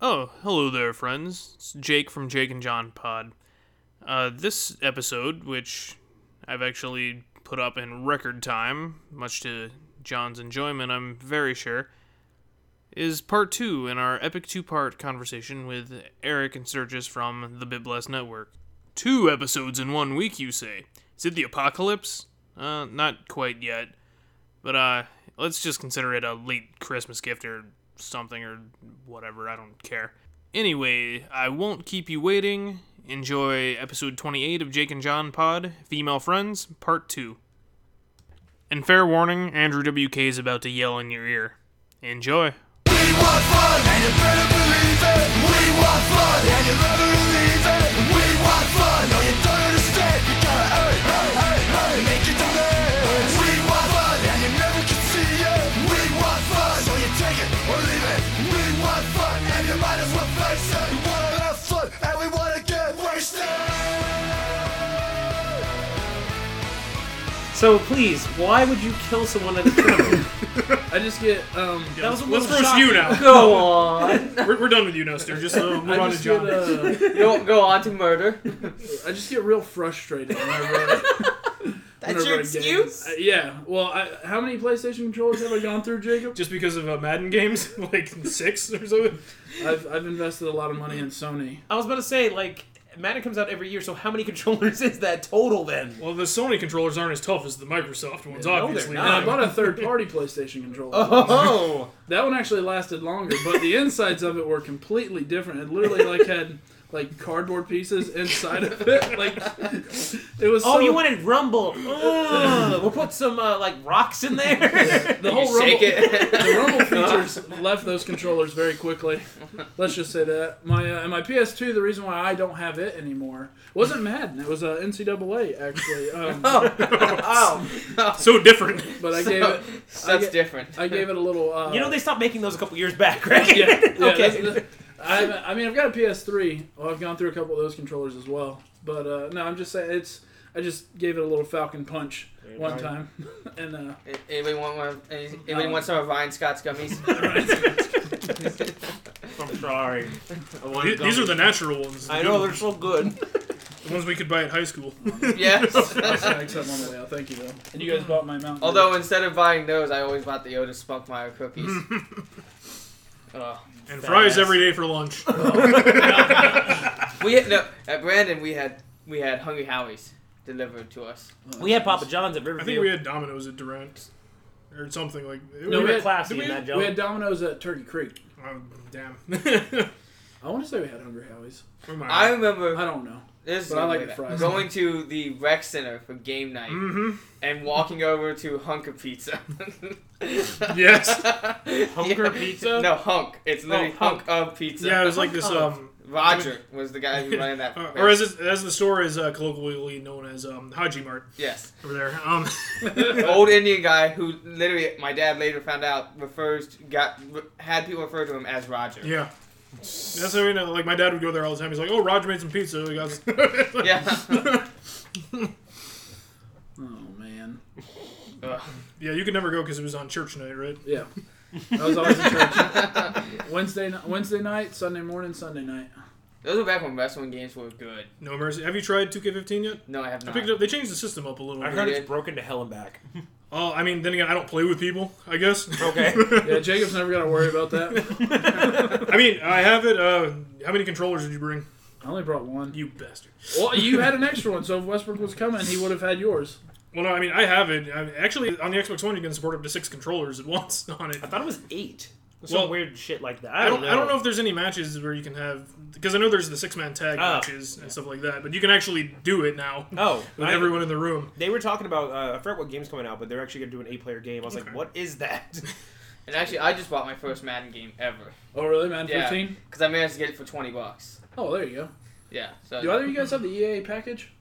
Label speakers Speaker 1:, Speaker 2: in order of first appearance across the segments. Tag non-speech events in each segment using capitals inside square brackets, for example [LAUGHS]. Speaker 1: Oh, hello there, friends. It's Jake from Jake and John Pod. Uh, this episode, which I've actually put up in record time, much to John's enjoyment, I'm very sure, is part two in our epic two part conversation with Eric and Sturgis from the BitBlast Network. Two episodes in one week, you say? Is it the apocalypse? Uh, not quite yet. But uh, let's just consider it a late Christmas gift or something or whatever. I don't care. Anyway, I won't keep you waiting. Enjoy episode 28 of Jake and John Pod, Female Friends, Part 2. And fair warning, Andrew WK is about to yell in your ear. Enjoy.
Speaker 2: We want fun, and you better believe it. We want fun, and you better believe it. We want fun, no you don't understand. You gotta earn, earn, earn, earn, make your demands. We want fun, and you never can see it. We want fun, so you take it or leave it. We want fun, and you might as well face it. We wanna have fun, and we wanna get wasted.
Speaker 3: So please, why would you kill someone
Speaker 4: [LAUGHS]
Speaker 3: at a funeral?
Speaker 5: [COUGHS] I just get um.
Speaker 3: that was a
Speaker 1: Let's
Speaker 3: little
Speaker 1: roast
Speaker 3: shocking.
Speaker 1: you now.
Speaker 3: [LAUGHS]
Speaker 4: Go on.
Speaker 1: We're, we're done with you now, Sturgis. So move
Speaker 5: [LAUGHS] I
Speaker 1: on to
Speaker 5: just, get,
Speaker 1: John.
Speaker 5: uh,
Speaker 4: Go, go on to murder.
Speaker 5: I just get real frustrated whenever.
Speaker 4: That's
Speaker 5: whenever I
Speaker 4: your
Speaker 5: get-
Speaker 4: excuse?
Speaker 5: I- Uh, yeah. Well, I, how many PlayStation controllers have I gone through,
Speaker 4: [LAUGHS]
Speaker 1: [LAUGHS]
Speaker 5: Jacob?
Speaker 1: Just because of uh, Madden games, [LAUGHS] like six or something.
Speaker 5: I've, I've invested a lot of money in Sony.
Speaker 4: Oh.
Speaker 3: I was about to say like Madden comes out every year, so how many [LAUGHS] controllers is that total then?
Speaker 4: [LAUGHS]
Speaker 1: Well, the Sony controllers aren't as tough as the Microsoft ones,
Speaker 3: they're
Speaker 1: obviously.
Speaker 5: And I
Speaker 3: not.
Speaker 5: bought a third-party PlayStation controller.
Speaker 3: Oh,
Speaker 5: That one actually lasted longer, but the insides of it were completely different. It literally
Speaker 4: [LAUGHS]
Speaker 5: like had like cardboard pieces inside of it. [LAUGHS] Like it was.
Speaker 3: oh,
Speaker 5: so,
Speaker 3: you wanted
Speaker 4: [LAUGHS]
Speaker 3: rumble? Ugh. we'll put some uh, like rocks in [LAUGHS] there.
Speaker 5: the whole rumble,
Speaker 4: Shake it. Uh-huh.
Speaker 5: the
Speaker 4: [LAUGHS]
Speaker 5: rumble features left those controllers very quickly. Let's just say that my uh, and my PS2. The reason why I don't have it anymore wasn't Madden. It was uh, NCAA actually. Um,
Speaker 4: [LAUGHS] oh,
Speaker 1: So different.
Speaker 3: [LAUGHS]
Speaker 5: but I gave it I
Speaker 4: that's
Speaker 5: get-
Speaker 4: different.
Speaker 5: I gave it a little. Uh,
Speaker 3: Oh.
Speaker 5: [LAUGHS]
Speaker 3: you know they stopped making those a couple years back, right?
Speaker 5: yeah, yeah,
Speaker 3: okay.
Speaker 5: that's- I, haven't- I mean, I've got a PS3. Well, I've gone through a couple of those controllers as well. But uh, no, I'm just saying it's. I just gave it a little Falcon punch one
Speaker 4: right.
Speaker 5: time, [LAUGHS] and
Speaker 4: [LAUGHS]
Speaker 5: uh,
Speaker 4: A- Anybody want one? of- any- Anybody want some of Ryan Scott's
Speaker 3: [LAUGHS]
Speaker 4: gummies?
Speaker 3: I'm sorry.
Speaker 1: Th- These are the natural ones.
Speaker 3: [LAUGHS]
Speaker 1: the
Speaker 3: I
Speaker 1: good
Speaker 3: know
Speaker 1: ones.
Speaker 3: they're so good.
Speaker 1: The ones we could buy at high school.
Speaker 4: yes.
Speaker 5: I snagged some on the way out. Thank you though. And you guys bought my Mountain. Dew.
Speaker 4: Although instead of buying those, I always bought the Otis Spunkmeyer cookies.
Speaker 3: [LAUGHS]
Speaker 4: oh.
Speaker 1: And fries
Speaker 4: ass.
Speaker 1: every day for lunch. [LAUGHS]
Speaker 4: We had, no at Brandon we had we had Hungry Howie's delivered to us.
Speaker 3: We had Papa John's at
Speaker 1: I
Speaker 3: Riverview.
Speaker 1: think we had Domino's at Durant. Or something like it
Speaker 5: No,
Speaker 3: We
Speaker 1: was-
Speaker 3: were
Speaker 5: had-
Speaker 3: classy
Speaker 5: did
Speaker 3: in
Speaker 5: we,
Speaker 3: that job.
Speaker 5: We had Domino's at Turkey Creek.
Speaker 1: Oh, damn.
Speaker 5: I want to say we had Hungry Howie's.
Speaker 1: Where am
Speaker 3: Ah.
Speaker 4: I
Speaker 1: I?
Speaker 4: remember
Speaker 5: I don't know.
Speaker 4: This is
Speaker 5: But I
Speaker 4: no
Speaker 5: like
Speaker 4: way
Speaker 5: the
Speaker 4: back.
Speaker 5: fries.
Speaker 4: going to the rec center for game night
Speaker 3: Mm.
Speaker 1: Mm-hmm.
Speaker 5: [LAUGHS]
Speaker 4: and walking over to Hunk
Speaker 3: [LAUGHS]
Speaker 4: of Pizza. [LAUGHS]
Speaker 1: Yes.
Speaker 3: Hunker Pizza?
Speaker 4: No, Hunk. It's literally
Speaker 3: Oh,
Speaker 4: hunk.
Speaker 3: Hunk.
Speaker 4: of Pizza.
Speaker 1: Yeah, it
Speaker 4: [LAUGHS]
Speaker 1: was like this.
Speaker 3: Oh.
Speaker 1: Um,
Speaker 4: Roger was the guy who ran
Speaker 3: [LAUGHS]
Speaker 4: that.
Speaker 1: uh,
Speaker 4: place.
Speaker 1: or as it, as the store is uh, colloquially known as um, Haji Mart
Speaker 4: yes,
Speaker 1: over there. Um, [LAUGHS]
Speaker 4: old Indian guy who literally my dad later found out refers got had people refer to him as Roger.
Speaker 1: yeah. That's what I mean. uh, Like my dad would go there all the time. He's like, "Oh, Roger made some pizza." We got [LAUGHS] some-"
Speaker 4: Yeah.
Speaker 5: Oh man.
Speaker 4: Ugh.
Speaker 1: [LAUGHS] yeah, you could never go because it was on church night, right?
Speaker 4: [LAUGHS]
Speaker 5: Yeah. I was always in church. Wednesday, ni- Wednesday night, Sunday morning, Sunday night.
Speaker 4: Those were back when wrestling games were good.
Speaker 1: No mercy. Have you tried 2K15 yet?
Speaker 4: No, I have
Speaker 1: I
Speaker 4: not.
Speaker 1: picked it up. They changed the system up a little.
Speaker 3: I
Speaker 1: bit.
Speaker 3: heard
Speaker 4: We
Speaker 3: it's
Speaker 4: did.
Speaker 3: broken to hell and
Speaker 4: [LAUGHS]
Speaker 3: back.
Speaker 1: Oh, I mean, then again, I don't play with people. I guess.
Speaker 3: Okay.
Speaker 5: Yeah, Jacob's never got to worry about that.
Speaker 1: [LAUGHS] I mean, I have it. Uh, how many controllers did you bring?
Speaker 5: I only brought one.
Speaker 1: You bastard.
Speaker 5: Well, you had an extra one, so if Westbrook was coming, he would have had yours.
Speaker 1: Well, no, I mean, I have it. I actually, on the Xbox One, you can support up to six controllers
Speaker 6: [LAUGHS]
Speaker 1: at once on it.
Speaker 3: I thought it was eight. Some
Speaker 1: Well,
Speaker 3: weird shit like that.
Speaker 1: I don't, I don't know if there's any matches where you can have because I know there's the six man tag
Speaker 3: Oh.
Speaker 1: matches and stuff like that, but you can actually do it now
Speaker 3: Oh,
Speaker 1: with
Speaker 3: I-
Speaker 1: everyone in the room.
Speaker 3: They were talking about uh, I forgot what game's coming out, but they're actually gonna do an eight-player game. I was
Speaker 1: Okay.
Speaker 3: like, what is that? [LAUGHS]
Speaker 4: And actually, I just bought my first Madden game ever
Speaker 5: Oh, really, man?
Speaker 4: Yeah.
Speaker 5: 15?
Speaker 4: because I managed to get it for twenty bucks.
Speaker 5: Oh, there you go.
Speaker 4: Yeah. So
Speaker 5: Do either of you guys have the EA package?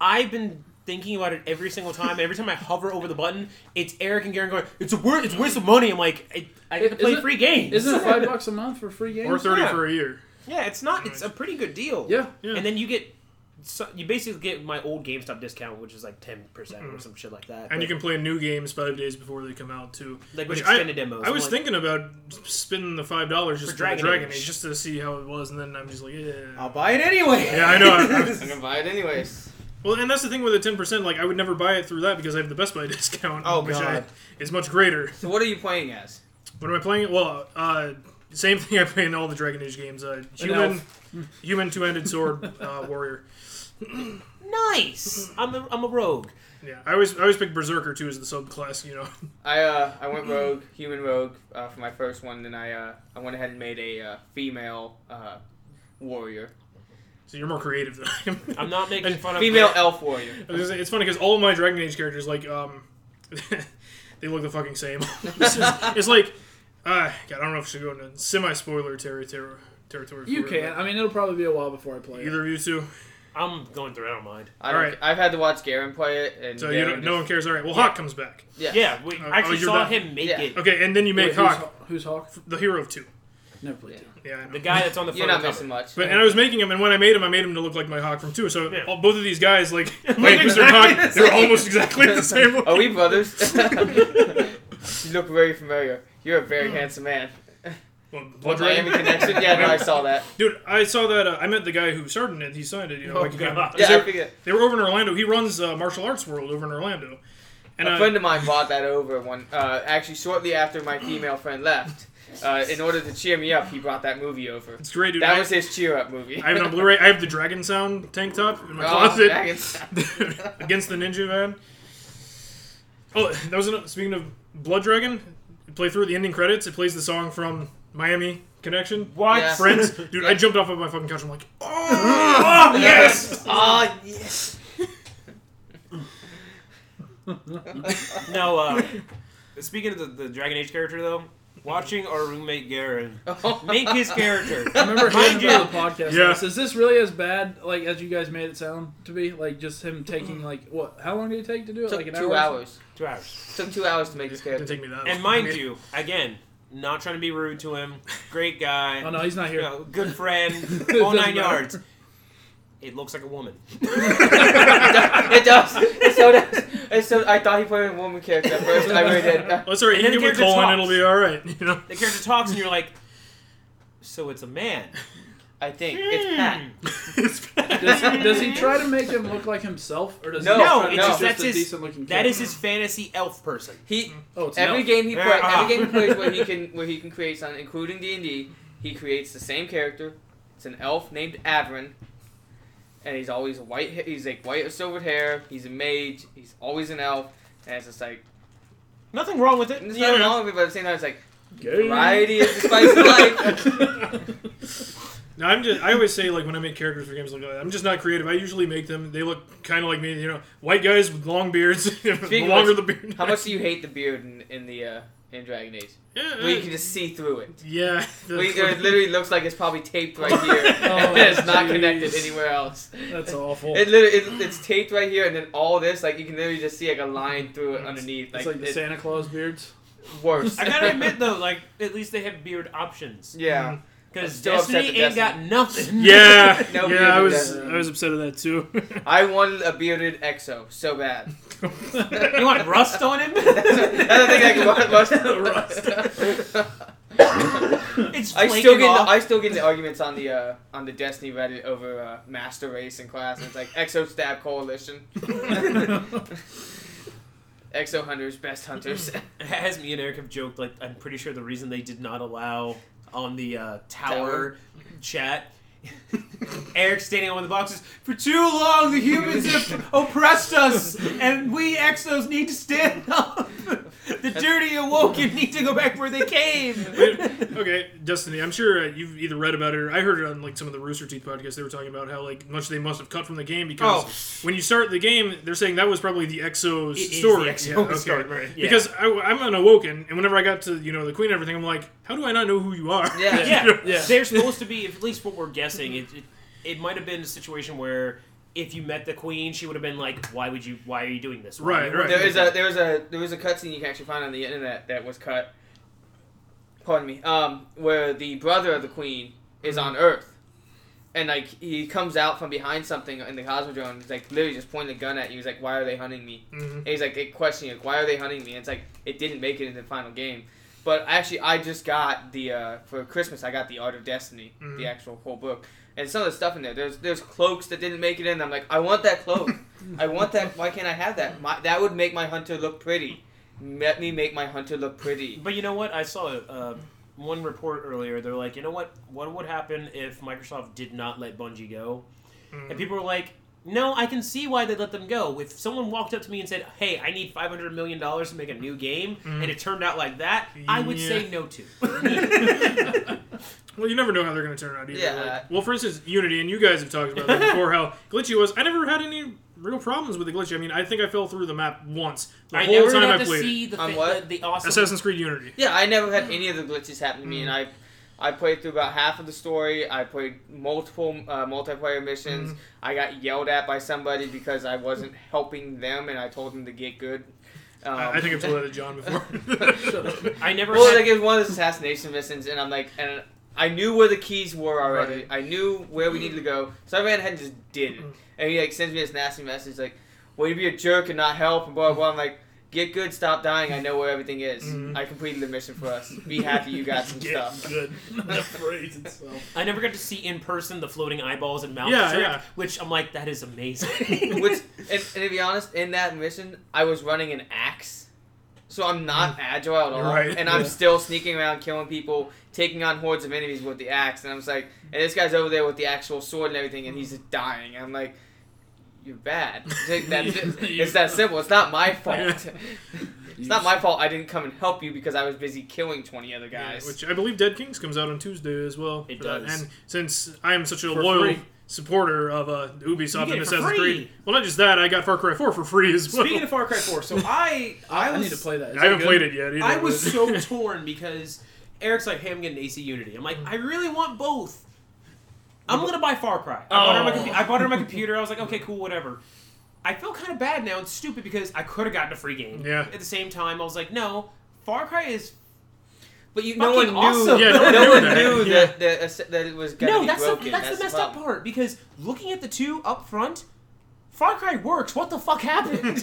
Speaker 3: I've been thinking about it every single time. Every time I hover over the button, it's Eric and Garen going, "It's a word. It's a waste of money." I'm like, I, I get to play
Speaker 5: Isn't-
Speaker 3: free games. [LAUGHS]
Speaker 5: Isn't it
Speaker 4: [LAUGHS]
Speaker 5: five bucks a month for free games?
Speaker 1: Or thirty
Speaker 3: Yeah.
Speaker 1: for a year.
Speaker 3: Yeah, it's not. It's a pretty good deal.
Speaker 5: Yeah.
Speaker 1: Yeah.
Speaker 3: And then you get
Speaker 7: so, you basically get my old GameStop discount, which is like ten percent or some shit like that.
Speaker 6: Mm-hmm. And you
Speaker 7: But-
Speaker 6: can play new games five days before they come out too.
Speaker 7: Like with
Speaker 6: Which
Speaker 7: extended
Speaker 6: I,
Speaker 7: demos.
Speaker 6: I
Speaker 7: I'm
Speaker 6: was
Speaker 7: like-
Speaker 6: thinking about spending the five dollars just for Dragon,
Speaker 7: Dragon
Speaker 6: Dragon
Speaker 7: Age.
Speaker 6: Age just to see how it was, and then I'm just like, yeah.
Speaker 8: I'll buy it anyway.
Speaker 6: Yeah, I
Speaker 3: [LAUGHS]
Speaker 6: know, I-
Speaker 4: I'm gonna buy it anyways.
Speaker 6: Well, and that's the thing with the ten percent. Like, I would never buy it through that because I have the Best Buy [LAUGHS] discount,
Speaker 4: Oh,
Speaker 6: which I,
Speaker 4: God.
Speaker 6: is much greater.
Speaker 4: So what are you playing as?
Speaker 6: What am I playing? Well, uh, same [LAUGHS] thing I play in all the Dragon Age games. Uh, human,
Speaker 5: [LAUGHS]
Speaker 6: human two-handed sword uh, warrior.
Speaker 7: nice. I'm a, I'm a rogue.
Speaker 6: Yeah, I always I always pick Berserker too as the subclass. You know, [LAUGHS]
Speaker 4: I uh, I went rogue, human rogue uh, for my first one. Then I uh, I went ahead and made a uh, female uh, warrior,
Speaker 6: so you're more creative than I
Speaker 5: [LAUGHS]
Speaker 6: am.
Speaker 7: I'm not making fun of
Speaker 4: female elf warrior.
Speaker 6: [LAUGHS] I was gonna say, it's funny because all of my Dragon Age characters, like, um, [LAUGHS] they look the fucking same. [LAUGHS] it's, just- it's like, uh, God, I don't know if I should go into semi spoiler territory. territory
Speaker 5: You
Speaker 6: for it,
Speaker 5: can. I mean, it'll probably be a while before I play
Speaker 6: but
Speaker 5: it.
Speaker 6: Either of you two.
Speaker 7: I'm going through. I don't mind.
Speaker 4: I don't.
Speaker 6: Alright.
Speaker 4: I've had to watch Garen play it, and
Speaker 6: So you
Speaker 4: Garen
Speaker 6: don't, no one cares. All right. Well, Hawk comes back.
Speaker 4: just- yeah.
Speaker 7: Yeah, we
Speaker 6: Oh,
Speaker 7: actually
Speaker 6: you're
Speaker 7: saw
Speaker 6: done.
Speaker 7: him make
Speaker 4: Yeah.
Speaker 7: it.
Speaker 6: Okay, and then you
Speaker 5: Wait,
Speaker 6: make
Speaker 5: who's
Speaker 6: Hawk,
Speaker 5: Hawk? Who's Hawk?
Speaker 6: the hero of two.
Speaker 5: Never played it.
Speaker 6: Yeah, I know.
Speaker 7: The guy that's on the
Speaker 5: [LAUGHS]
Speaker 4: You're
Speaker 7: front.
Speaker 4: not
Speaker 7: of the
Speaker 4: missing
Speaker 7: cover.
Speaker 4: much.
Speaker 6: But and I was making him, and when I made him, I made him to look like my Hawk from two. So
Speaker 7: Yeah.
Speaker 6: all, both of these guys, like, like Mr.
Speaker 4: exactly
Speaker 6: Hawk,
Speaker 4: the
Speaker 6: [LAUGHS] they're
Speaker 4: same.
Speaker 6: almost exactly the same.
Speaker 4: Are
Speaker 6: looking.
Speaker 4: we brothers? you look very familiar. You're a very handsome man.
Speaker 6: Well,
Speaker 4: [LAUGHS] Blood
Speaker 6: Mm. Blood Dragon.
Speaker 4: Miami connection. Yeah, no, I saw
Speaker 6: [LAUGHS]
Speaker 4: that.
Speaker 6: Dude, I saw that. Uh, I met the guy who started it. He signed it. You know,
Speaker 7: Oh,
Speaker 6: like,
Speaker 7: God.
Speaker 1: Ah,
Speaker 6: um,
Speaker 4: Yeah, I
Speaker 6: there-
Speaker 4: figured.
Speaker 6: They were over in Orlando. He runs uh, Martial Arts World over in Orlando. And
Speaker 4: a
Speaker 6: uh,
Speaker 4: friend of mine brought that over one. Uh, actually, shortly after my female friend left, uh, in order to cheer me up, he brought that movie over.
Speaker 6: it's great, dude.
Speaker 4: That
Speaker 6: I,
Speaker 4: was his cheer up movie.
Speaker 6: I have
Speaker 4: [LAUGHS]
Speaker 6: it on Blu-ray. I have the Dragon Sound tank top in my
Speaker 4: Oh,
Speaker 6: [LAUGHS] closet
Speaker 4: dragons.
Speaker 6: against the Ninja Van. Oh, that was another, speaking of Blood Dragon. Play through the ending credits. It plays the song from Miami Connection.
Speaker 7: What?
Speaker 4: Yeah.
Speaker 6: Friends, dude, I
Speaker 4: Yeah.
Speaker 6: jumped off of my fucking couch. I'm like,
Speaker 4: Oh, [LAUGHS] yes! Oh, yes!
Speaker 7: No. Uh, speaking of the, the Dragon Age character, though, watching our roommate Garen make his
Speaker 4: [LAUGHS]
Speaker 7: character.
Speaker 5: [LAUGHS] I remember
Speaker 7: Mind
Speaker 5: [LAUGHS] hearing
Speaker 7: you,
Speaker 5: about the podcast.
Speaker 6: Yeah.
Speaker 5: Yeah. Is this really as bad, like as you guys made it sound to be? Like just him taking like what? How long did it take to do it? like
Speaker 4: Took
Speaker 5: an
Speaker 4: two
Speaker 5: hour? or
Speaker 4: hours.
Speaker 7: two hours.
Speaker 4: Took two hours to make this
Speaker 6: it didn't
Speaker 4: character.
Speaker 6: take me that. long.
Speaker 7: And mind you, again, not trying to be rude to him. Great guy.
Speaker 5: something? Oh no, he's not
Speaker 7: you
Speaker 5: here.
Speaker 4: [LAUGHS]
Speaker 7: know, good
Speaker 6: [LAUGHS]
Speaker 7: friend.
Speaker 5: It
Speaker 7: All
Speaker 5: doesn't [LAUGHS]
Speaker 7: nine
Speaker 5: matter.
Speaker 7: yards. It looks like a woman.
Speaker 4: it does. It so does. It so, I thought he played a woman character at first. I really did.
Speaker 6: well, it's all right.
Speaker 7: And
Speaker 6: You
Speaker 7: then
Speaker 6: give me
Speaker 7: the character
Speaker 6: colon,
Speaker 7: talks.
Speaker 6: it'll be all right. [LAUGHS] You know,
Speaker 7: The character talks, and you're like, so it's a
Speaker 5: [LAUGHS]
Speaker 7: man. Hmm.
Speaker 4: I think it's Pat.
Speaker 6: [LAUGHS] It's-
Speaker 5: Does, does
Speaker 7: [LAUGHS]
Speaker 5: he try to make him look like himself, or does
Speaker 4: No,
Speaker 5: he try
Speaker 4: no,
Speaker 5: to
Speaker 7: that's
Speaker 5: make him
Speaker 4: it's just-
Speaker 5: just a
Speaker 7: his-
Speaker 5: decent looking?
Speaker 7: That is his fantasy elf person.
Speaker 4: He
Speaker 5: Oh, it's
Speaker 4: every
Speaker 5: Nell.
Speaker 4: game he plays,
Speaker 7: Ah.
Speaker 4: every game he plays where he can where he can create something, including D and D, he creates the same character. It's an elf named Averin, and he's always a white. ha- He's like white or silvered hair. He's a mage. He's always an elf, and it's just like
Speaker 7: Nothing wrong with it.
Speaker 4: there's
Speaker 7: Yeah.
Speaker 4: nothing wrong with it, but at the same time, it's like
Speaker 5: Gay.
Speaker 4: variety
Speaker 5: [LAUGHS]
Speaker 4: is the spice of life.
Speaker 6: No, I'm just. I always say like when I make characters for games like that, I'm just not creative. I usually make them. They look kind of like me. You know, white guys with long beards. [LAUGHS] the
Speaker 4: of
Speaker 6: longer
Speaker 4: which,
Speaker 6: the beard.
Speaker 4: How much do you hate the beard in, in the uh, in Dragon Age?
Speaker 6: Yeah.
Speaker 4: Where you can just see through it.
Speaker 6: yeah.
Speaker 4: Where you- it literally looks like it's probably taped right here.
Speaker 5: Oh,
Speaker 4: [LAUGHS] it's not
Speaker 5: jeez.
Speaker 4: connected anywhere else.
Speaker 5: That's awful.
Speaker 4: It literally, it, it's taped right here, and then all this, like you can literally just see like a line through it underneath. Like,
Speaker 5: it's like the
Speaker 4: it-
Speaker 5: Santa Claus beards.
Speaker 4: worse.
Speaker 7: I gotta admit though, like at least they have beard options.
Speaker 4: [LAUGHS] yeah. I'm
Speaker 7: Because
Speaker 4: still upset
Speaker 7: Destiny ain't
Speaker 4: that
Speaker 7: got [LAUGHS] nothing.
Speaker 6: yeah.
Speaker 4: No, we
Speaker 6: yeah. I
Speaker 4: do
Speaker 5: [LAUGHS]
Speaker 6: was.
Speaker 5: that.
Speaker 6: I was upset at that too.
Speaker 4: I wanted a bearded EXO so bad. [LAUGHS]
Speaker 7: You want rust on him?
Speaker 4: That's the thing
Speaker 7: [LAUGHS]
Speaker 4: I can rust. [LAUGHS]
Speaker 7: It's
Speaker 4: I
Speaker 7: flaking
Speaker 4: still get
Speaker 7: off.
Speaker 4: into, I still get into arguments on the uh, on the Destiny Reddit over uh, Master Race in class. And it's like EXO Stab Coalition. EXO Hunters, best hunters. [LAUGHS]
Speaker 7: As me and Eric have joked, like I'm pretty sure the reason they did not allow on the uh, tower,
Speaker 4: Tower.
Speaker 7: chat. [LAUGHS] Eric standing on one of the boxes. For too long, the humans [LAUGHS] have oppressed us, and we exos need to stand up.
Speaker 4: [LAUGHS]
Speaker 7: The dirty awoken need to go back where they came.
Speaker 6: [LAUGHS] okay, Destiny. I'm sure uh, you've either read about it or I heard it on like some of the Rooster Teeth podcasts. They were talking about how like much they must have cut from the game because when you start the game, they're saying that was probably the Exo's
Speaker 7: Oh. It is the
Speaker 6: story.
Speaker 7: Exo's
Speaker 6: Yeah, okay.
Speaker 7: story, right, yeah.
Speaker 6: Because I, am unawoken, and whenever I got to you know the Queen and everything, I'm like, how do I not know who you are?
Speaker 4: Yeah.
Speaker 7: yeah,
Speaker 5: Yeah.
Speaker 7: they're supposed to be. At least what we're guessing, it it, it might have been a situation where if you met the queen, she would have been like, "Why would you? Why are you doing this?" Why are you
Speaker 6: Right, right.
Speaker 4: There is a there was a there was a cutscene you can actually find on the internet that was cut. Pardon me. Um, where the brother of the queen is on Earth, and like he comes out from behind something in the Cosmodrome and he's like literally just pointing a gun at you. He's like, "Why are they hunting me?"
Speaker 6: Mhm.
Speaker 4: And he's like, they questioning like, "Why are they hunting me?" And it's like it didn't make it in the final game. But actually, I just got the uh, for Christmas. I got the Art of Destiny, the
Speaker 6: Mhm.
Speaker 4: actual whole book, and some of the stuff in there. There's there's cloaks that didn't make it in. I'm like, I want that cloak. I want that. Why can't I have that? My, that would make my hunter look pretty. Let me make my hunter look pretty.
Speaker 7: But you know what? I saw uh, one report earlier. They're like, you know what? What would happen if Microsoft did not let Bungie go?
Speaker 6: Mm.
Speaker 7: And people were like, no, I can see why they let them go. If someone walked up to me and said, hey, I need $500 million to make a new game,
Speaker 6: Mm.
Speaker 7: and it turned out like that, I would
Speaker 6: Yeah.
Speaker 7: say no to.
Speaker 6: [LAUGHS]
Speaker 7: [LAUGHS]
Speaker 6: Well, you never know how they're going to turn out either.
Speaker 4: Yeah.
Speaker 6: Like, well, for instance, Unity, and you guys have talked
Speaker 7: [LAUGHS]
Speaker 6: about that before how glitchy it was. I never had any real problems with the glitchy. I mean, I think I fell through the map once the
Speaker 7: I
Speaker 6: whole
Speaker 7: never
Speaker 6: time
Speaker 7: got
Speaker 6: I
Speaker 7: to
Speaker 6: played
Speaker 7: see the,
Speaker 4: On
Speaker 7: thi-
Speaker 4: what?
Speaker 7: the, the
Speaker 6: it.
Speaker 7: awesome.
Speaker 6: Assassin's Creed Unity.
Speaker 4: Yeah, I never had any of the glitches happen to me,
Speaker 6: Mm.
Speaker 4: and I, I played through about half of the story. I played multiple uh, multiplayer missions.
Speaker 6: Mm-hmm.
Speaker 4: I got yelled at by somebody because I wasn't helping them, and I told them to get good. Um,
Speaker 6: I, I think I've told that to John before.
Speaker 7: [LAUGHS]
Speaker 6: [LAUGHS]
Speaker 7: I never
Speaker 4: well,
Speaker 7: had-
Speaker 4: like it was one of those assassination missions, and I'm like, and I knew where the keys were already. I knew where we needed to go, so I ran ahead and just did
Speaker 7: Mm.
Speaker 4: it. And he like sends me this nasty message like, "Will you be a jerk and not help?" and blah blah. blah. I'm like. Get good, stop dying. I know where everything is.
Speaker 7: Mm-hmm.
Speaker 4: I completed the mission for us. Be happy you
Speaker 7: [LAUGHS]
Speaker 5: [LAUGHS]
Speaker 4: got some
Speaker 5: Get
Speaker 4: stuff.
Speaker 5: good. The phrase itself.
Speaker 7: I never got to see in person the floating eyeballs and mouth
Speaker 6: Yeah,
Speaker 7: trick,
Speaker 6: yeah.
Speaker 7: which I'm like, that is amazing.
Speaker 4: [LAUGHS] Which, and, and to be honest, in that mission, I was running an axe, so I'm not agile at all,
Speaker 6: Right,
Speaker 4: and I'm
Speaker 5: yeah.
Speaker 4: still sneaking around, killing people, taking on hordes of enemies with the axe, and I'm just like, and this guy's over there with the actual sword and everything, and he's just dying. I'm like, you're bad. It's like, That's it.
Speaker 5: You-
Speaker 4: It's that simple. It's not my fault.
Speaker 5: You
Speaker 4: [LAUGHS] It's not my fault. I didn't come and help you because I was busy killing twenty other guys.
Speaker 6: Which I believe Dead Kings comes out on Tuesday as well.
Speaker 7: It
Speaker 6: for that.
Speaker 7: does.
Speaker 6: And since I am such a
Speaker 5: For
Speaker 6: loyal
Speaker 5: free.
Speaker 6: supporter of uh,
Speaker 7: You
Speaker 6: Ubisoft
Speaker 7: get
Speaker 6: and
Speaker 7: it for
Speaker 6: Assassin's
Speaker 7: free.
Speaker 6: Creed, well, not just that, I got Far Cry 4 for free as
Speaker 7: [LAUGHS]
Speaker 6: well.
Speaker 7: Speaking of Far Cry 4, so I I,
Speaker 5: I,
Speaker 7: was,
Speaker 5: need to play that. Is
Speaker 6: I haven't
Speaker 5: that good?
Speaker 6: played it yet either.
Speaker 7: I was
Speaker 6: but-
Speaker 7: so torn because Eric's like, hey, I'm getting AC Unity. I'm like, I really want both. I'm gonna buy Far Cry. I, bought it on my
Speaker 6: Oh.
Speaker 7: compu- I bought it on my computer. I was like, okay, cool, whatever. I feel kind of bad now. It's stupid because I could have gotten a free game.
Speaker 6: Yeah.
Speaker 7: At the same time, I was like, no, Far Cry is
Speaker 4: but you, no one
Speaker 7: fucking
Speaker 4: knew.
Speaker 7: awesome.
Speaker 6: Yeah,
Speaker 4: No,
Speaker 6: no
Speaker 4: one
Speaker 6: one
Speaker 4: knew
Speaker 6: knew that.
Speaker 4: that, that that it was gonna
Speaker 7: no,
Speaker 4: be
Speaker 7: that's
Speaker 4: broken.
Speaker 7: the that's, the messed
Speaker 4: problem.
Speaker 7: up part because looking at the two up front, Far Cry works. What the fuck [LAUGHS] happened?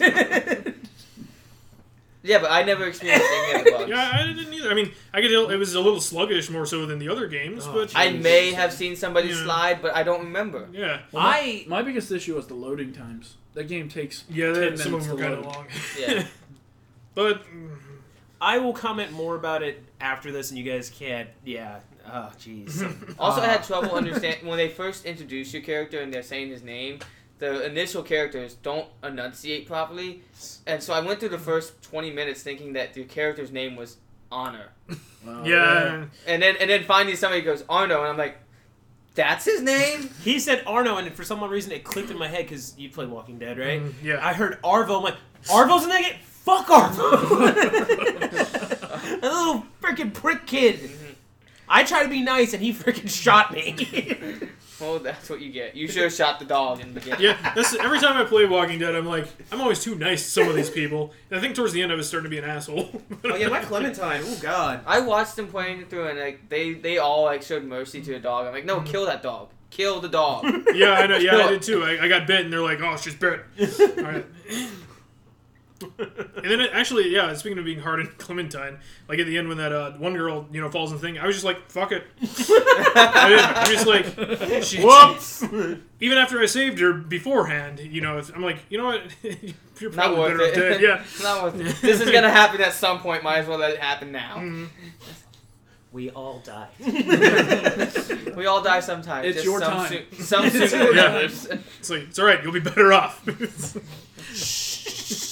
Speaker 4: Yeah, but I never experienced any of the
Speaker 7: [LAUGHS]
Speaker 4: bugs.
Speaker 6: Yeah, I didn't either. I mean, I could. It was a little sluggish more so than the other games,
Speaker 7: Oh,
Speaker 6: but
Speaker 4: I may have seen somebody
Speaker 6: Yeah.
Speaker 4: slide, but I don't remember.
Speaker 6: yeah,
Speaker 7: I
Speaker 5: My biggest issue was the loading times. That game takes.
Speaker 6: yeah.
Speaker 5: 10
Speaker 6: That, some of
Speaker 5: minutes
Speaker 6: them were
Speaker 5: to
Speaker 6: kind of
Speaker 5: load.
Speaker 6: long.
Speaker 4: Yeah.
Speaker 6: [LAUGHS] but
Speaker 7: I will comment more about it after this, and you guys can't. Yeah. Oh, jeez. [LAUGHS]
Speaker 4: Also, I
Speaker 7: Ah.
Speaker 4: had
Speaker 6: [LAUGHS]
Speaker 4: trouble understanding when they first introduce your character and they're saying his name. The initial characters don't enunciate properly, and so I went through the first twenty minutes thinking that the character's name was Honor,
Speaker 5: Wow,
Speaker 6: yeah,
Speaker 4: and then and then finally somebody goes Arno, and I'm like, that's his
Speaker 6: [LAUGHS]
Speaker 4: name.
Speaker 7: he said Arno, and for some odd reason it clicked in my head because you play Walking Dead, right?
Speaker 6: Mm, yeah.
Speaker 7: I heard Arvo. I'm like, Arvo's in that game. Fuck
Speaker 6: [LAUGHS]
Speaker 7: Arvo. [LAUGHS] A little freaking prick kid. I tried to be nice, and he freaking shot me. [LAUGHS]
Speaker 4: Well, that's what you get. You should have shot the dog in the beginning.
Speaker 6: yeah. That's every time I play Walking Dead, I'm like, I'm always too nice to some of these people. And I think towards the end, I was starting to be an asshole. [LAUGHS]
Speaker 4: Oh,
Speaker 7: Clementine. Oh God.
Speaker 4: I watched them playing it through, and like they they all like showed mercy to a dog. I'm like, no, kill that dog, kill the
Speaker 6: [LAUGHS]
Speaker 4: dog.
Speaker 7: [LAUGHS]
Speaker 6: Yeah, I
Speaker 4: [LAUGHS]
Speaker 6: know. Yeah, I did too. I, I got bit, and they're like, "Oh, she's bit." All
Speaker 7: [LAUGHS]
Speaker 6: right. and then it, actually, yeah. Speaking of being hard and [LAUGHS] Clementine, like at the end when that uh, one girl, you know, falls in the thing, I was just like,
Speaker 4: [LAUGHS]
Speaker 6: "Fuck it." I didn't- I'm just like, she,
Speaker 4: [LAUGHS]
Speaker 7: Whoops.
Speaker 6: even after I saved her beforehand, you know, I'm like, you know what? [LAUGHS] You're
Speaker 4: Not
Speaker 6: probably
Speaker 4: worth
Speaker 6: better off
Speaker 4: it.
Speaker 6: dead. Yeah.
Speaker 4: Not worth
Speaker 6: [LAUGHS]
Speaker 4: it. This is gonna happen at some point. Might as well let it happen now.
Speaker 6: Mm-hmm.
Speaker 7: We all [LAUGHS] die.
Speaker 4: We all die sometime.
Speaker 5: It's
Speaker 4: Just
Speaker 5: your
Speaker 4: some
Speaker 5: time.
Speaker 6: [LAUGHS]
Speaker 4: soo- some sooner than
Speaker 6: Yeah.
Speaker 4: [LAUGHS] others.
Speaker 6: It's like it's all right. You'll be better off.
Speaker 5: [LAUGHS]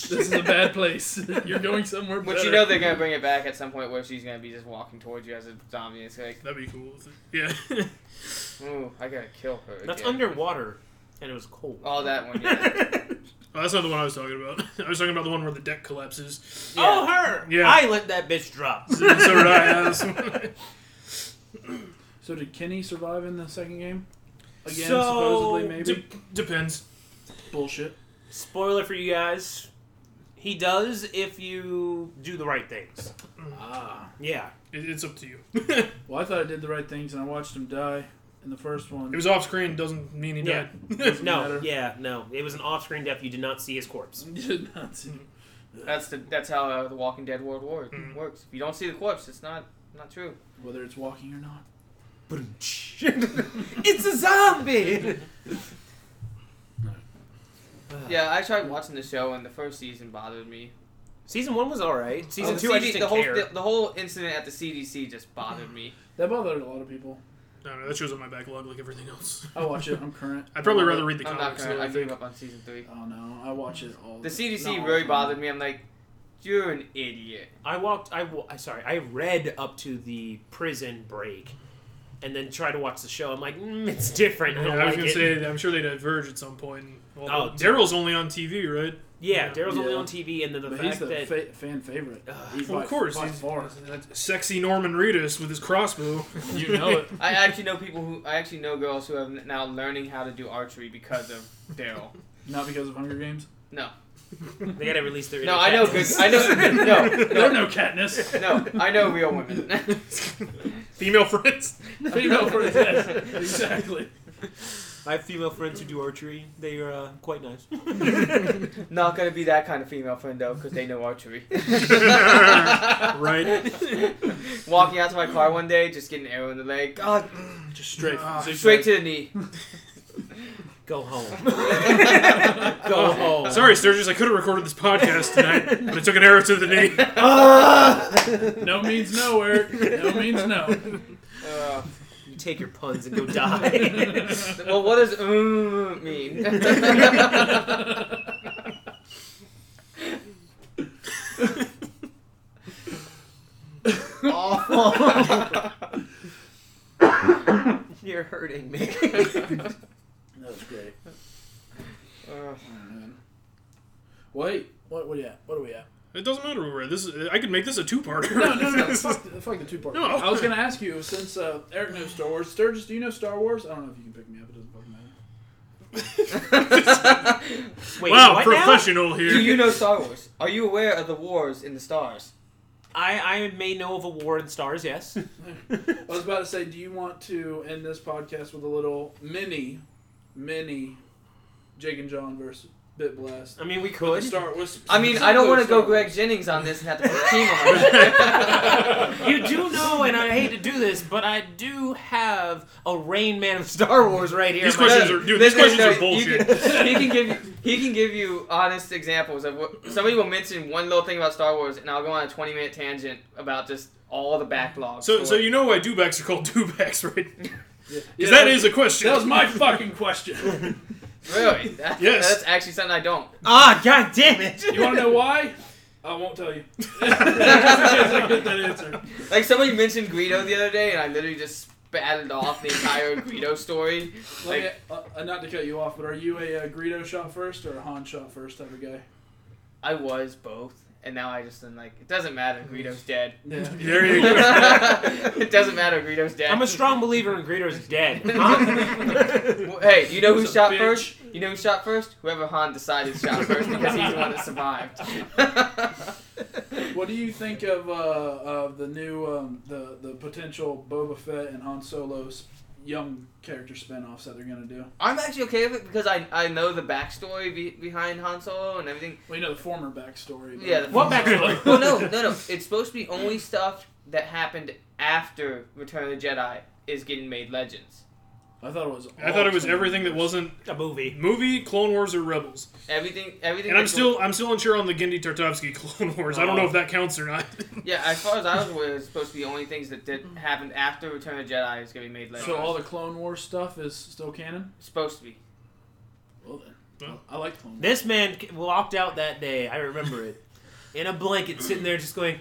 Speaker 5: This is a bad place. [LAUGHS] You're going somewhere.
Speaker 4: But you
Speaker 5: better.
Speaker 4: know they're gonna bring it back at some point where she's gonna be just walking towards you as a zombie. It's like,
Speaker 6: That'd be cool. Yeah.
Speaker 4: [LAUGHS] ooh, I gotta kill her.
Speaker 7: That's
Speaker 4: again.
Speaker 7: underwater, and it was cold. [LAUGHS]
Speaker 4: All that one. Yeah.
Speaker 6: Well, that's not the one I was talking about. [LAUGHS] I was talking about the one where the deck collapses.
Speaker 4: Yeah.
Speaker 7: Oh, her.
Speaker 6: Yeah.
Speaker 7: I let that bitch [LAUGHS] drop.
Speaker 6: so did I. Yeah, that's-
Speaker 5: So did Kenny survive in the second game? Again,
Speaker 7: So-
Speaker 5: supposedly maybe.
Speaker 6: De- depends.
Speaker 5: Bullshit.
Speaker 7: Spoiler for you guys. He does if you do the right things.
Speaker 5: Ah.
Speaker 7: Yeah.
Speaker 6: It, it's up to you.
Speaker 5: Well, I thought I did the right things, and I watched him die. in the first one.
Speaker 6: It was off screen, doesn't mean he
Speaker 7: Yeah.
Speaker 6: died.
Speaker 7: [LAUGHS]
Speaker 5: Doesn't
Speaker 7: No,
Speaker 5: matter.
Speaker 7: yeah, no. It was an off-screen death. You did not see his corpse.
Speaker 5: [LAUGHS] Did not see.
Speaker 4: That's the that's how uh, the Walking Dead world war
Speaker 6: Mhm.
Speaker 4: works. If you don't see the corpse, it's not not true.
Speaker 5: whether it's walking or not.
Speaker 7: [LAUGHS] it's a [LAUGHS] zombie.
Speaker 4: Yeah, I tried watching the show, and the first season bothered me.
Speaker 7: Season one was all right.
Speaker 4: Oh,
Speaker 7: Oh, Season
Speaker 4: the
Speaker 7: two, I
Speaker 4: CD
Speaker 7: just didn't
Speaker 4: the whole
Speaker 7: care.
Speaker 4: The, the whole incident at the CDC just bothered me.
Speaker 5: That bothered a lot of people.
Speaker 6: no, no, that shows on my backlog like everything else.
Speaker 5: I watch it. I'm current.
Speaker 6: I'd probably rather read the
Speaker 4: I'm not
Speaker 6: comics.
Speaker 4: gonna.
Speaker 6: though, I
Speaker 4: I gave
Speaker 6: think.
Speaker 4: up on season three.
Speaker 5: Oh no, I watch it all.
Speaker 4: The CDC
Speaker 5: not all
Speaker 4: really
Speaker 5: the time.
Speaker 4: bothered me. I'm like, you're an idiot.
Speaker 7: I walked. I wa- I- sorry. I read up to the prison break, and then tried to watch the show. I'm like, mm, it's different. I
Speaker 6: Yeah,
Speaker 7: don't
Speaker 6: I was
Speaker 7: like
Speaker 6: gonna
Speaker 7: it.
Speaker 6: say that I'm sure they diverge at some point. and- Well,
Speaker 7: Oh,
Speaker 6: Daryl's only on TV, right?
Speaker 7: yeah, Daryl's only
Speaker 5: Yeah.
Speaker 7: on TV, and then the
Speaker 5: But he's
Speaker 7: fact
Speaker 5: the
Speaker 7: that
Speaker 5: fa- fan favorite. He's
Speaker 6: Well,
Speaker 5: by-
Speaker 6: of course,
Speaker 5: by
Speaker 6: he's
Speaker 5: far.
Speaker 6: that sexy Norman Reedus with his crossbow.
Speaker 7: [LAUGHS]
Speaker 5: You know it.
Speaker 4: I actually know people who I actually know girls who have n- now learning how to do archery because of Daryl.
Speaker 5: Not because of Hunger
Speaker 6: [LAUGHS]
Speaker 5: Games.
Speaker 4: No,
Speaker 7: they gotta release their.
Speaker 4: no,
Speaker 7: inner
Speaker 4: I
Speaker 7: [LAUGHS]
Speaker 4: know good.
Speaker 7: Katniss.
Speaker 4: I [LAUGHS] know
Speaker 5: There
Speaker 4: no,
Speaker 5: are
Speaker 4: no,
Speaker 5: no Katniss.
Speaker 4: no. I know real women. [LAUGHS]
Speaker 6: Female friends.
Speaker 5: Female for that. Exactly.
Speaker 7: I have female friends who do archery. They are uh, quite nice.
Speaker 4: Not gonna be that kind of female friend though, because they know archery. [LAUGHS]
Speaker 6: right.
Speaker 4: Walking out to my car one day, just get an arrow in the leg. God,
Speaker 5: Just straight.
Speaker 6: Ah,
Speaker 5: just
Speaker 4: straight to the knee.
Speaker 7: Go
Speaker 5: [LAUGHS]
Speaker 7: home. Go home.
Speaker 6: Sorry, Sturgis, I could have recorded this podcast tonight, but I took an arrow to the knee.
Speaker 5: No means no, Eric. No means
Speaker 4: [LAUGHS]
Speaker 5: no.
Speaker 4: Uh,
Speaker 7: [LAUGHS] You take your puns and go
Speaker 5: [LAUGHS]
Speaker 7: die. [LAUGHS]
Speaker 4: well, what does mm mean? [LAUGHS] [LAUGHS]
Speaker 7: You're hurting me.
Speaker 5: That was great.
Speaker 4: Uh,
Speaker 5: Oh, man. Wait. What? What are we at? What are we at?
Speaker 6: It doesn't matter where we're at. This is, I could make this a two-parter. [LAUGHS]
Speaker 5: No, no, no. fuck, the- fuck the two part.
Speaker 6: No.
Speaker 5: I was gonna ask you since uh, Eric knows Star Wars. Sturgis, do you know Star Wars? I don't know if you can pick me up. It doesn't fucking matter.
Speaker 4: Uh. [LAUGHS]
Speaker 7: Wait,
Speaker 6: wow,
Speaker 7: what now?
Speaker 6: professional here.
Speaker 4: do you know Star Wars? Are you aware of the wars in the stars?
Speaker 7: I, I may know of a war in stars, yes.
Speaker 5: I was about to say, do you want to end this podcast with a little mini, mini, Jake and John versus Bit Blast?
Speaker 7: I mean, we
Speaker 5: With
Speaker 7: could.
Speaker 5: the Star Wars-
Speaker 4: I mean, I don't want to
Speaker 5: Star
Speaker 4: go
Speaker 5: Wars.
Speaker 4: Greg Jennings on this and have to put a team on.
Speaker 7: [LAUGHS] You do know, and I hate to do this, but I do have a Rain Man of Star Wars right here.
Speaker 6: These
Speaker 7: in my-
Speaker 6: questions are dude. These
Speaker 4: This
Speaker 6: questions
Speaker 4: guy-
Speaker 6: are bullshit.
Speaker 4: He can, he can give you, he can give you honest examples of what somebody will mention one little thing about Star Wars, and I'll go on a twenty minute tangent about just all the backlogs.
Speaker 6: So,
Speaker 4: for
Speaker 6: so
Speaker 4: it.
Speaker 6: you know why dewbacks are called dewbacks, right? Because
Speaker 5: Yeah, yeah,
Speaker 6: that is a question.
Speaker 5: that was my fucking question.
Speaker 4: really that,
Speaker 6: Yes.
Speaker 4: that's actually something I don't.
Speaker 7: Ah, god damn [LAUGHS] it!
Speaker 5: You want to know why? I won't tell you. [LAUGHS] Just in case I get that answer.
Speaker 4: Like somebody mentioned Greedo the other day, and I literally just spatted off the entire Greedo story.
Speaker 5: Like, uh, uh, not to cut you off, but are you a uh, Greedo shot first or a Han shot first type of guy?
Speaker 4: I was both, and now I just am like it doesn't matter. Greedo's dead.
Speaker 5: Yeah.
Speaker 6: There you
Speaker 4: [LAUGHS]
Speaker 6: go.
Speaker 4: it doesn't matter. Greedo's dead.
Speaker 7: I'm a strong believer in Greedo's dead. [LAUGHS]
Speaker 4: Well, Hey, you know who
Speaker 5: He's a
Speaker 4: shot
Speaker 5: bitch.
Speaker 4: first? You know who shot first? Whoever Han decided
Speaker 5: [LAUGHS]
Speaker 4: shot first because he's the one that survived.
Speaker 5: What do you think of uh, of the new um, the the potential Boba Fett and Han Solo's young character spinoffs that they're gonna do?
Speaker 4: I'm actually okay with it because I I know the backstory be- behind Han Solo and everything.
Speaker 5: Well, you know the former backstory. but-
Speaker 4: Yeah, the-
Speaker 7: what backstory?
Speaker 4: [LAUGHS] Well, no, no, no. It's supposed to be only stuff that happened after Return of the Jedi is getting made legends.
Speaker 5: I thought it was.
Speaker 6: I
Speaker 5: all
Speaker 6: thought it was
Speaker 5: Star
Speaker 6: everything that
Speaker 5: Wars.
Speaker 6: wasn't
Speaker 7: A movie.
Speaker 6: movie, Clone Wars, or Rebels.
Speaker 4: Everything, everything.
Speaker 6: And I'm
Speaker 4: that's-
Speaker 6: still I'm still unsure on the Gendy Tartovsky Clone Wars. I don't know if that counts or not.
Speaker 4: Yeah, as far as I was aware, it's supposed to be only things that did happened after Return of the Jedi is going to be made legends.
Speaker 5: So all the Clone Wars stuff is still canon.
Speaker 4: supposed to be.
Speaker 5: Well then,
Speaker 6: Well.
Speaker 5: I like Clone. Wars.
Speaker 7: This man c- walked out that day, I remember it, in a blanket, sitting there just going,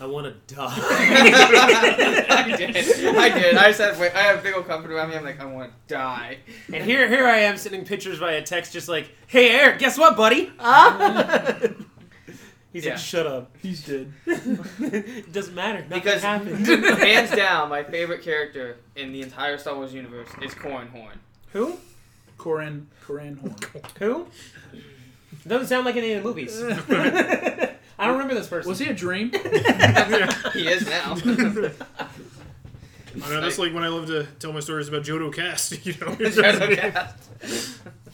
Speaker 7: I want to die. [LAUGHS]
Speaker 4: I did. I did. I said, wait, I have a big old comfort around me. I'm like, I want to die.
Speaker 7: and here here I am sending pictures via text, just like, hey, Eric, guess what, buddy? Ah! He's
Speaker 4: Yeah.
Speaker 7: like, shut up. [LAUGHS]
Speaker 5: He's dead.
Speaker 7: it doesn't matter. Nothing
Speaker 4: Because-
Speaker 7: happened.
Speaker 4: [LAUGHS] Hands down, my favorite character in the entire Star Wars universe is Corrin Horn.
Speaker 7: Who?
Speaker 5: Corin Corin
Speaker 6: [LAUGHS]
Speaker 5: Horn.
Speaker 7: Who? Doesn't sound like any of the movies.
Speaker 4: [LAUGHS]
Speaker 7: I
Speaker 6: [LAUGHS]
Speaker 7: don't remember this person.
Speaker 5: Was he a dream?
Speaker 4: He is now.
Speaker 6: I know that's like when I love to tell my stories about Jodo Cast. You know,
Speaker 7: [LAUGHS]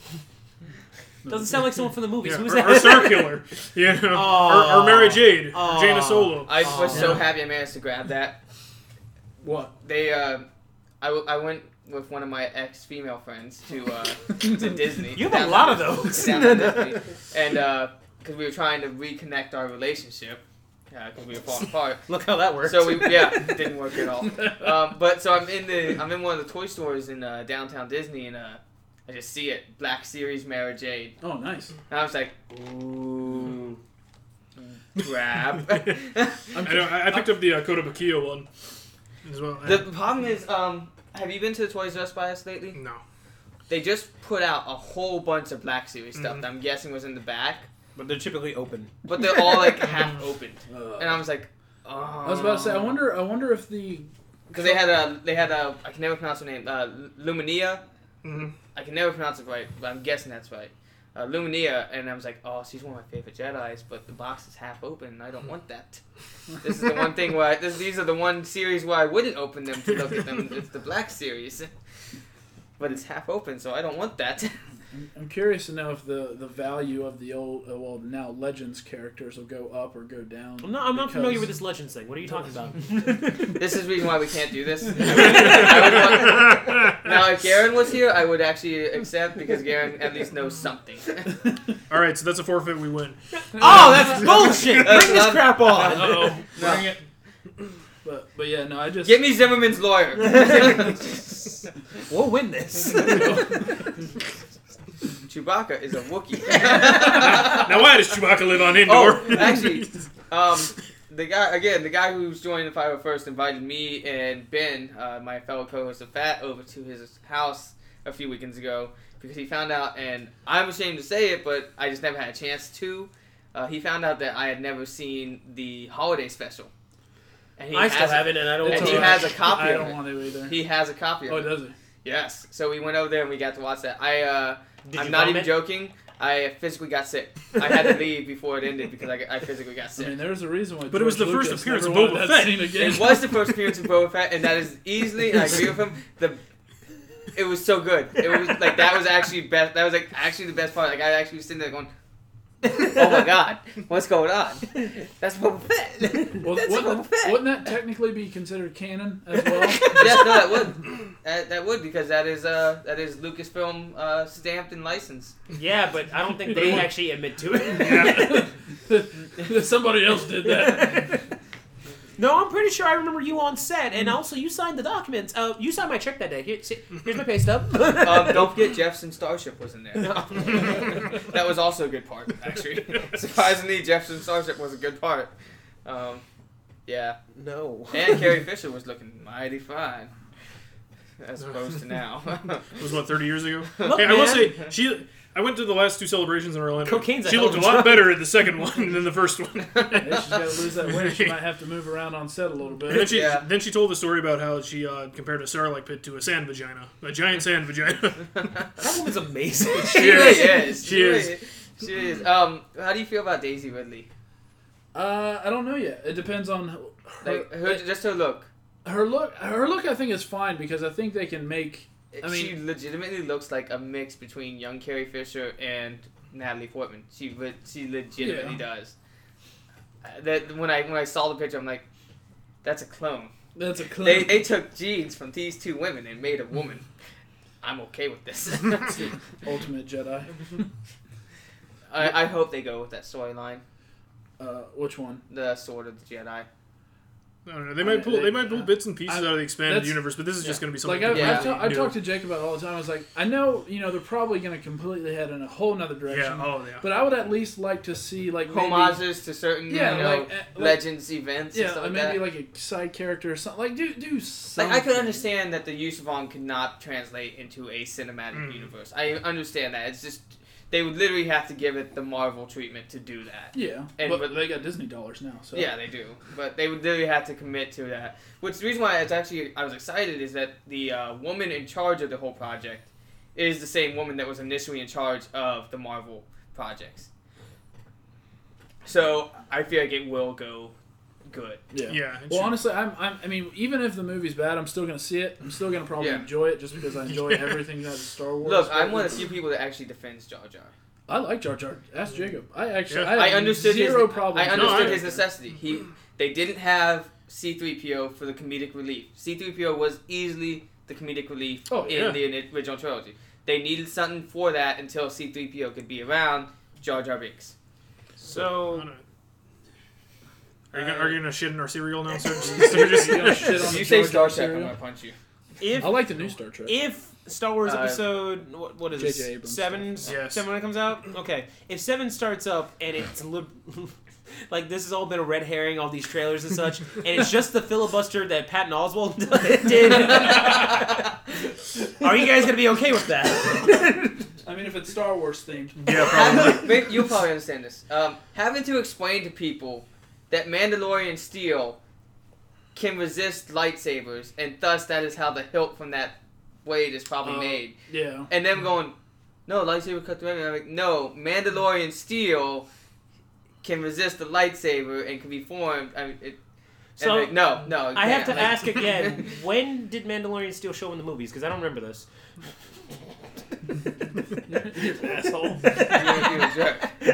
Speaker 7: Doesn't sound like someone from the movies.
Speaker 6: Yeah,
Speaker 7: Who's
Speaker 6: or, or Star
Speaker 7: that? [LAUGHS]
Speaker 6: Killer. You know,
Speaker 7: Oh,
Speaker 6: or, or Mary Jade, or Jaina Solo.
Speaker 4: I was so
Speaker 6: Yeah.
Speaker 4: happy I managed to grab that.
Speaker 5: What?
Speaker 4: They, uh, I, w- I went with one of my ex female friends to uh,
Speaker 7: [LAUGHS]
Speaker 4: to Disney.
Speaker 7: You have a
Speaker 4: Down-
Speaker 7: lot of those.
Speaker 4: down in Disney. and because we were trying to reconnect our relationship because we were falling apart.
Speaker 7: [LAUGHS] Look how that works.
Speaker 4: So we
Speaker 7: [LAUGHS]
Speaker 4: yeah it didn't work
Speaker 5: [LAUGHS]
Speaker 4: at all. Um, but so I'm in the I'm in one of the toy stores in uh, downtown Disney and uh, I just see it Black Series Mara Jade
Speaker 5: Oh, nice.
Speaker 4: and I was like
Speaker 5: [LAUGHS]
Speaker 4: ooh grab.
Speaker 6: I, know, I, I picked up the uh, Kota Bakio one as well.
Speaker 4: the problem is um have you been to the Toys R Us by us lately?
Speaker 6: no,
Speaker 4: They just put out a whole bunch of Black Series stuff
Speaker 5: Mm-hmm.
Speaker 6: Mhm.
Speaker 4: that I'm guessing was in the back,
Speaker 9: But they're typically open.
Speaker 4: but they're all
Speaker 5: [LAUGHS]
Speaker 4: like half opened
Speaker 5: Uh,
Speaker 4: and I was like. Oh.
Speaker 5: I was about to say. I wonder. I wonder if the
Speaker 4: Because they had a, they had a, I can never pronounce her name, uh, Lu- Lumania.
Speaker 6: Mhm.
Speaker 4: I can never pronounce it right, but I'm guessing that's right. Uh, Lumania, and I was like, oh, she's one of my favorite Jedi's, but the box is half open, and I don't want that. This is the one thing where I, this, these are the one series where I wouldn't open them to look at them. It's the Black series, but it's half open, so I don't want that. [LAUGHS]
Speaker 5: I'm curious to know if the, the value of the old uh, well now Legends characters will go up or go down.
Speaker 7: I'm not, I'm not familiar
Speaker 5: because-
Speaker 7: with this Legends thing. What are you talking about?
Speaker 4: [LAUGHS] This is the reason why we can't do this. [LAUGHS] I would want- now, if Garen was here, I would actually accept because Garen at least knows something.
Speaker 6: all right, so that's a forfeit. We win.
Speaker 7: oh,
Speaker 6: Um,
Speaker 7: that's
Speaker 6: [LAUGHS]
Speaker 7: bullshit!
Speaker 4: That's
Speaker 7: Bring
Speaker 6: Uh,
Speaker 7: this
Speaker 4: not-
Speaker 7: crap on!
Speaker 4: [LAUGHS]
Speaker 5: Uh-oh.
Speaker 4: No.
Speaker 5: Bring it. But but yeah, no, I just
Speaker 4: Get me Zimmerman's lawyer.
Speaker 7: [LAUGHS]
Speaker 4: [LAUGHS]
Speaker 7: We'll win this.
Speaker 4: Chewbacca is a Wookiee. [LAUGHS]
Speaker 6: Now why does Chewbacca live on Endor?
Speaker 4: oh, actually, um, the guy again, the guy who's joining the 501st invited me and Ben, uh, my fellow co-host of Fat, over to his house a few weekends ago because he found out, and I'm ashamed to say it, but I just never had a chance to. Uh, he found out that I had never seen the holiday special, and
Speaker 7: [LAUGHS]
Speaker 4: he
Speaker 7: I still
Speaker 4: has a-
Speaker 7: haven't, and I don't
Speaker 4: And
Speaker 7: want
Speaker 4: he
Speaker 7: to.
Speaker 4: has a copy
Speaker 5: I
Speaker 4: of
Speaker 5: don't
Speaker 4: it.
Speaker 5: want to either.
Speaker 4: He has a copy of
Speaker 5: oh,
Speaker 4: it.
Speaker 5: does he?
Speaker 4: Yes. So we went over there and we got to watch that. I uh,
Speaker 7: Did
Speaker 4: I'm
Speaker 7: you
Speaker 4: not even
Speaker 7: vomit?
Speaker 4: joking. I physically got sick. I had
Speaker 7: [LAUGHS]
Speaker 4: to leave before it ended because I, I physically got
Speaker 5: I
Speaker 4: sick.
Speaker 5: mean, there's a reason why.
Speaker 6: But it was
Speaker 5: George
Speaker 6: the first
Speaker 5: Lucas
Speaker 6: appearance
Speaker 5: never
Speaker 6: of Boba
Speaker 5: wanted that
Speaker 6: Fett.
Speaker 5: Scene again.
Speaker 7: [LAUGHS]
Speaker 4: It was the first appearance of Boba Fett, and that is easily, and I agree with him, the. It was so good. It was like that was actually best. That was like actually the best part. Like I actually was sitting there going, "Oh my god, what's going on?" That's Boba Fett. [LAUGHS]
Speaker 5: Well,
Speaker 4: That's Boba
Speaker 5: wouldn't,
Speaker 4: Fett.
Speaker 5: wouldn't that technically be considered canon as well? [LAUGHS]
Speaker 4: [LAUGHS] yes, no, that would. That, that would because that is uh that is Lucasfilm uh stamped and licensed.
Speaker 7: [LAUGHS] Yeah, but I don't think they actually admit to it.
Speaker 4: [LAUGHS]
Speaker 5: Somebody else did that.
Speaker 7: No, I'm pretty sure I remember you on set, and also you signed the documents. Uh, you signed my check that day. Here, see, here's my pay stub.
Speaker 4: [LAUGHS] Um, don't forget Jefferson Starship was in there. [LAUGHS] that was also a good part, actually. Surprisingly, Jefferson Starship was a good part. Um, yeah,
Speaker 7: [LAUGHS] no.
Speaker 4: and Carrie Fisher was looking mighty fine, as opposed to now. [LAUGHS]
Speaker 6: It was what thirty years ago.
Speaker 7: Look,
Speaker 6: hey, I will
Speaker 7: man.
Speaker 6: say she. I went to the last two celebrations in Orlando.
Speaker 7: Cocaine's a
Speaker 6: she
Speaker 7: hell
Speaker 6: looked a
Speaker 7: of a
Speaker 6: lot
Speaker 7: drug.
Speaker 6: better at the second one than the first one.
Speaker 5: Maybe She's got to lose that weight. She might have to move around on set a little
Speaker 6: And then
Speaker 5: bit.
Speaker 6: she
Speaker 4: Yeah.
Speaker 6: then she told the story about how she uh, compared a sarlacc pit to a sand vagina, a giant sand vagina. [LAUGHS]
Speaker 7: That woman's amazing.
Speaker 4: she really
Speaker 7: [LAUGHS]
Speaker 4: is.
Speaker 6: She
Speaker 4: really
Speaker 6: is.
Speaker 4: She is. Um, how do you feel about Daisy Ridley?
Speaker 5: Uh, I don't know yet. It depends on her,
Speaker 4: Like her, just her look.
Speaker 5: her look. Her look, I think, is fine because I think they can make. I mean-
Speaker 4: she legitimately looks like a mix between young Carrie Fisher and Natalie Portman. She le- she legitimately does. Uh, That when I when I saw the picture, I'm like, that's a clone.
Speaker 5: That's a clean.
Speaker 4: They they took genes from these two women and made a woman. [LAUGHS] I'm okay with this. [LAUGHS]
Speaker 5: Ultimate Jedi.
Speaker 4: I, I hope they go with that storyline,
Speaker 5: Uh, which one?
Speaker 4: the Sword of the Jedi.
Speaker 6: I don't know. They might pull. They, might pull bits and pieces out of the expanded
Speaker 5: That's-
Speaker 6: universe, but this is just
Speaker 5: yeah.
Speaker 6: going to be something.
Speaker 5: Like I've,
Speaker 4: Yeah.
Speaker 5: I've, ta-
Speaker 6: completely
Speaker 5: I've
Speaker 6: new.
Speaker 5: talked to Jacob about it all the time. I was like, I know, you know, they're probably going to completely head in a whole nother direction.
Speaker 6: Yeah. Oh yeah.
Speaker 5: But I would at least like to see like maybe,
Speaker 4: Homages to certain
Speaker 5: Yeah,
Speaker 4: you know,
Speaker 5: like, uh, like-
Speaker 4: legends events. and
Speaker 5: yeah,
Speaker 4: stuff
Speaker 5: like
Speaker 4: like
Speaker 5: maybe
Speaker 4: that.
Speaker 5: like a side character or something. Like do do something.
Speaker 4: Like I could understand that the Yusufon could not translate into a cinematic
Speaker 6: Mm.
Speaker 4: universe. I understand that. It's just they would literally have to give it the Marvel treatment to do that.
Speaker 5: Yeah,
Speaker 4: And-
Speaker 5: but,
Speaker 4: but-
Speaker 5: they got Disney dollars now, so
Speaker 4: Yeah, they do, but they would literally have to commit to that. Which the reason why it's actually I was excited is that the uh, woman in charge of the whole project is the same woman that was initially in charge of the Marvel projects. So I feel like it will go
Speaker 3: good.
Speaker 5: Yeah.
Speaker 6: Yeah, it's
Speaker 5: Well,
Speaker 6: true.
Speaker 5: honestly, I'm, I'm. I mean, even if the movie's bad, I'm still gonna see it. I'm still gonna probably
Speaker 4: Yeah.
Speaker 5: enjoy it just because I enjoy
Speaker 6: [LAUGHS] Yeah.
Speaker 5: everything that's Star Wars.
Speaker 4: Look, I'm one of the few people that actually defends Jar Jar.
Speaker 5: I like Jar Jar. Ask Jacob. I actually.
Speaker 6: Yeah.
Speaker 5: I,
Speaker 4: I
Speaker 5: have
Speaker 4: understood
Speaker 5: zero
Speaker 4: his,
Speaker 5: problem.
Speaker 4: I understood
Speaker 6: I-
Speaker 4: his necessity. He they didn't have C3PO for the comedic relief. C3PO was easily the comedic relief
Speaker 5: Oh,
Speaker 4: in
Speaker 6: yeah.
Speaker 4: the original trilogy. They needed something for that until C3PO could be around. Jar Jar Binks.
Speaker 3: So
Speaker 6: Alright. Are you, gonna,
Speaker 3: Uh,
Speaker 6: are you gonna shit in our cereal now,
Speaker 5: [LAUGHS]
Speaker 6: sir?
Speaker 4: [LAUGHS]
Speaker 6: [LAUGHS] Sir, just-
Speaker 5: You
Speaker 6: [LAUGHS]
Speaker 5: gonna shit on
Speaker 4: If
Speaker 5: the
Speaker 4: you say Star
Speaker 5: Jar Jar
Speaker 4: Trek, I'm
Speaker 5: cereal?
Speaker 4: gonna
Speaker 5: [LAUGHS]
Speaker 4: punch you.
Speaker 3: if
Speaker 5: I like the new Star Trek.
Speaker 3: if Star Wars
Speaker 4: Uh,
Speaker 3: episode what, what is
Speaker 5: J.J.
Speaker 3: it
Speaker 5: Abrams
Speaker 3: seven
Speaker 6: stuff. Yes.
Speaker 3: seven when it comes out okay if seven starts up and it's lib- [LAUGHS] like this has all been a red herring all these trailers and such and it's just the filibuster that Patton Oswald [LAUGHS] did are you guys gonna be okay with that
Speaker 5: I mean, if it's Star Wars themed,
Speaker 6: yeah, probably.
Speaker 4: Having- Wait, You'll probably understand this. Um, having to explain to people that Mandalorian steel can resist lightsabers, and thus that is how the hilt from that blade is probably
Speaker 5: Oh.
Speaker 4: made.
Speaker 5: yeah.
Speaker 4: And them going, no, lightsaber cut through everything. I'm like, no, Mandalorian steel can resist the lightsaber and can be formed. I mean, it,
Speaker 7: So,
Speaker 4: so like, no, no. it
Speaker 7: I have
Speaker 4: can't."
Speaker 7: to
Speaker 4: Like-
Speaker 7: ask again. when did Mandalorian still show in the movies? Because I don't remember this.
Speaker 5: Asshole.
Speaker 4: [LAUGHS] You're- you're a jerk. [LAUGHS]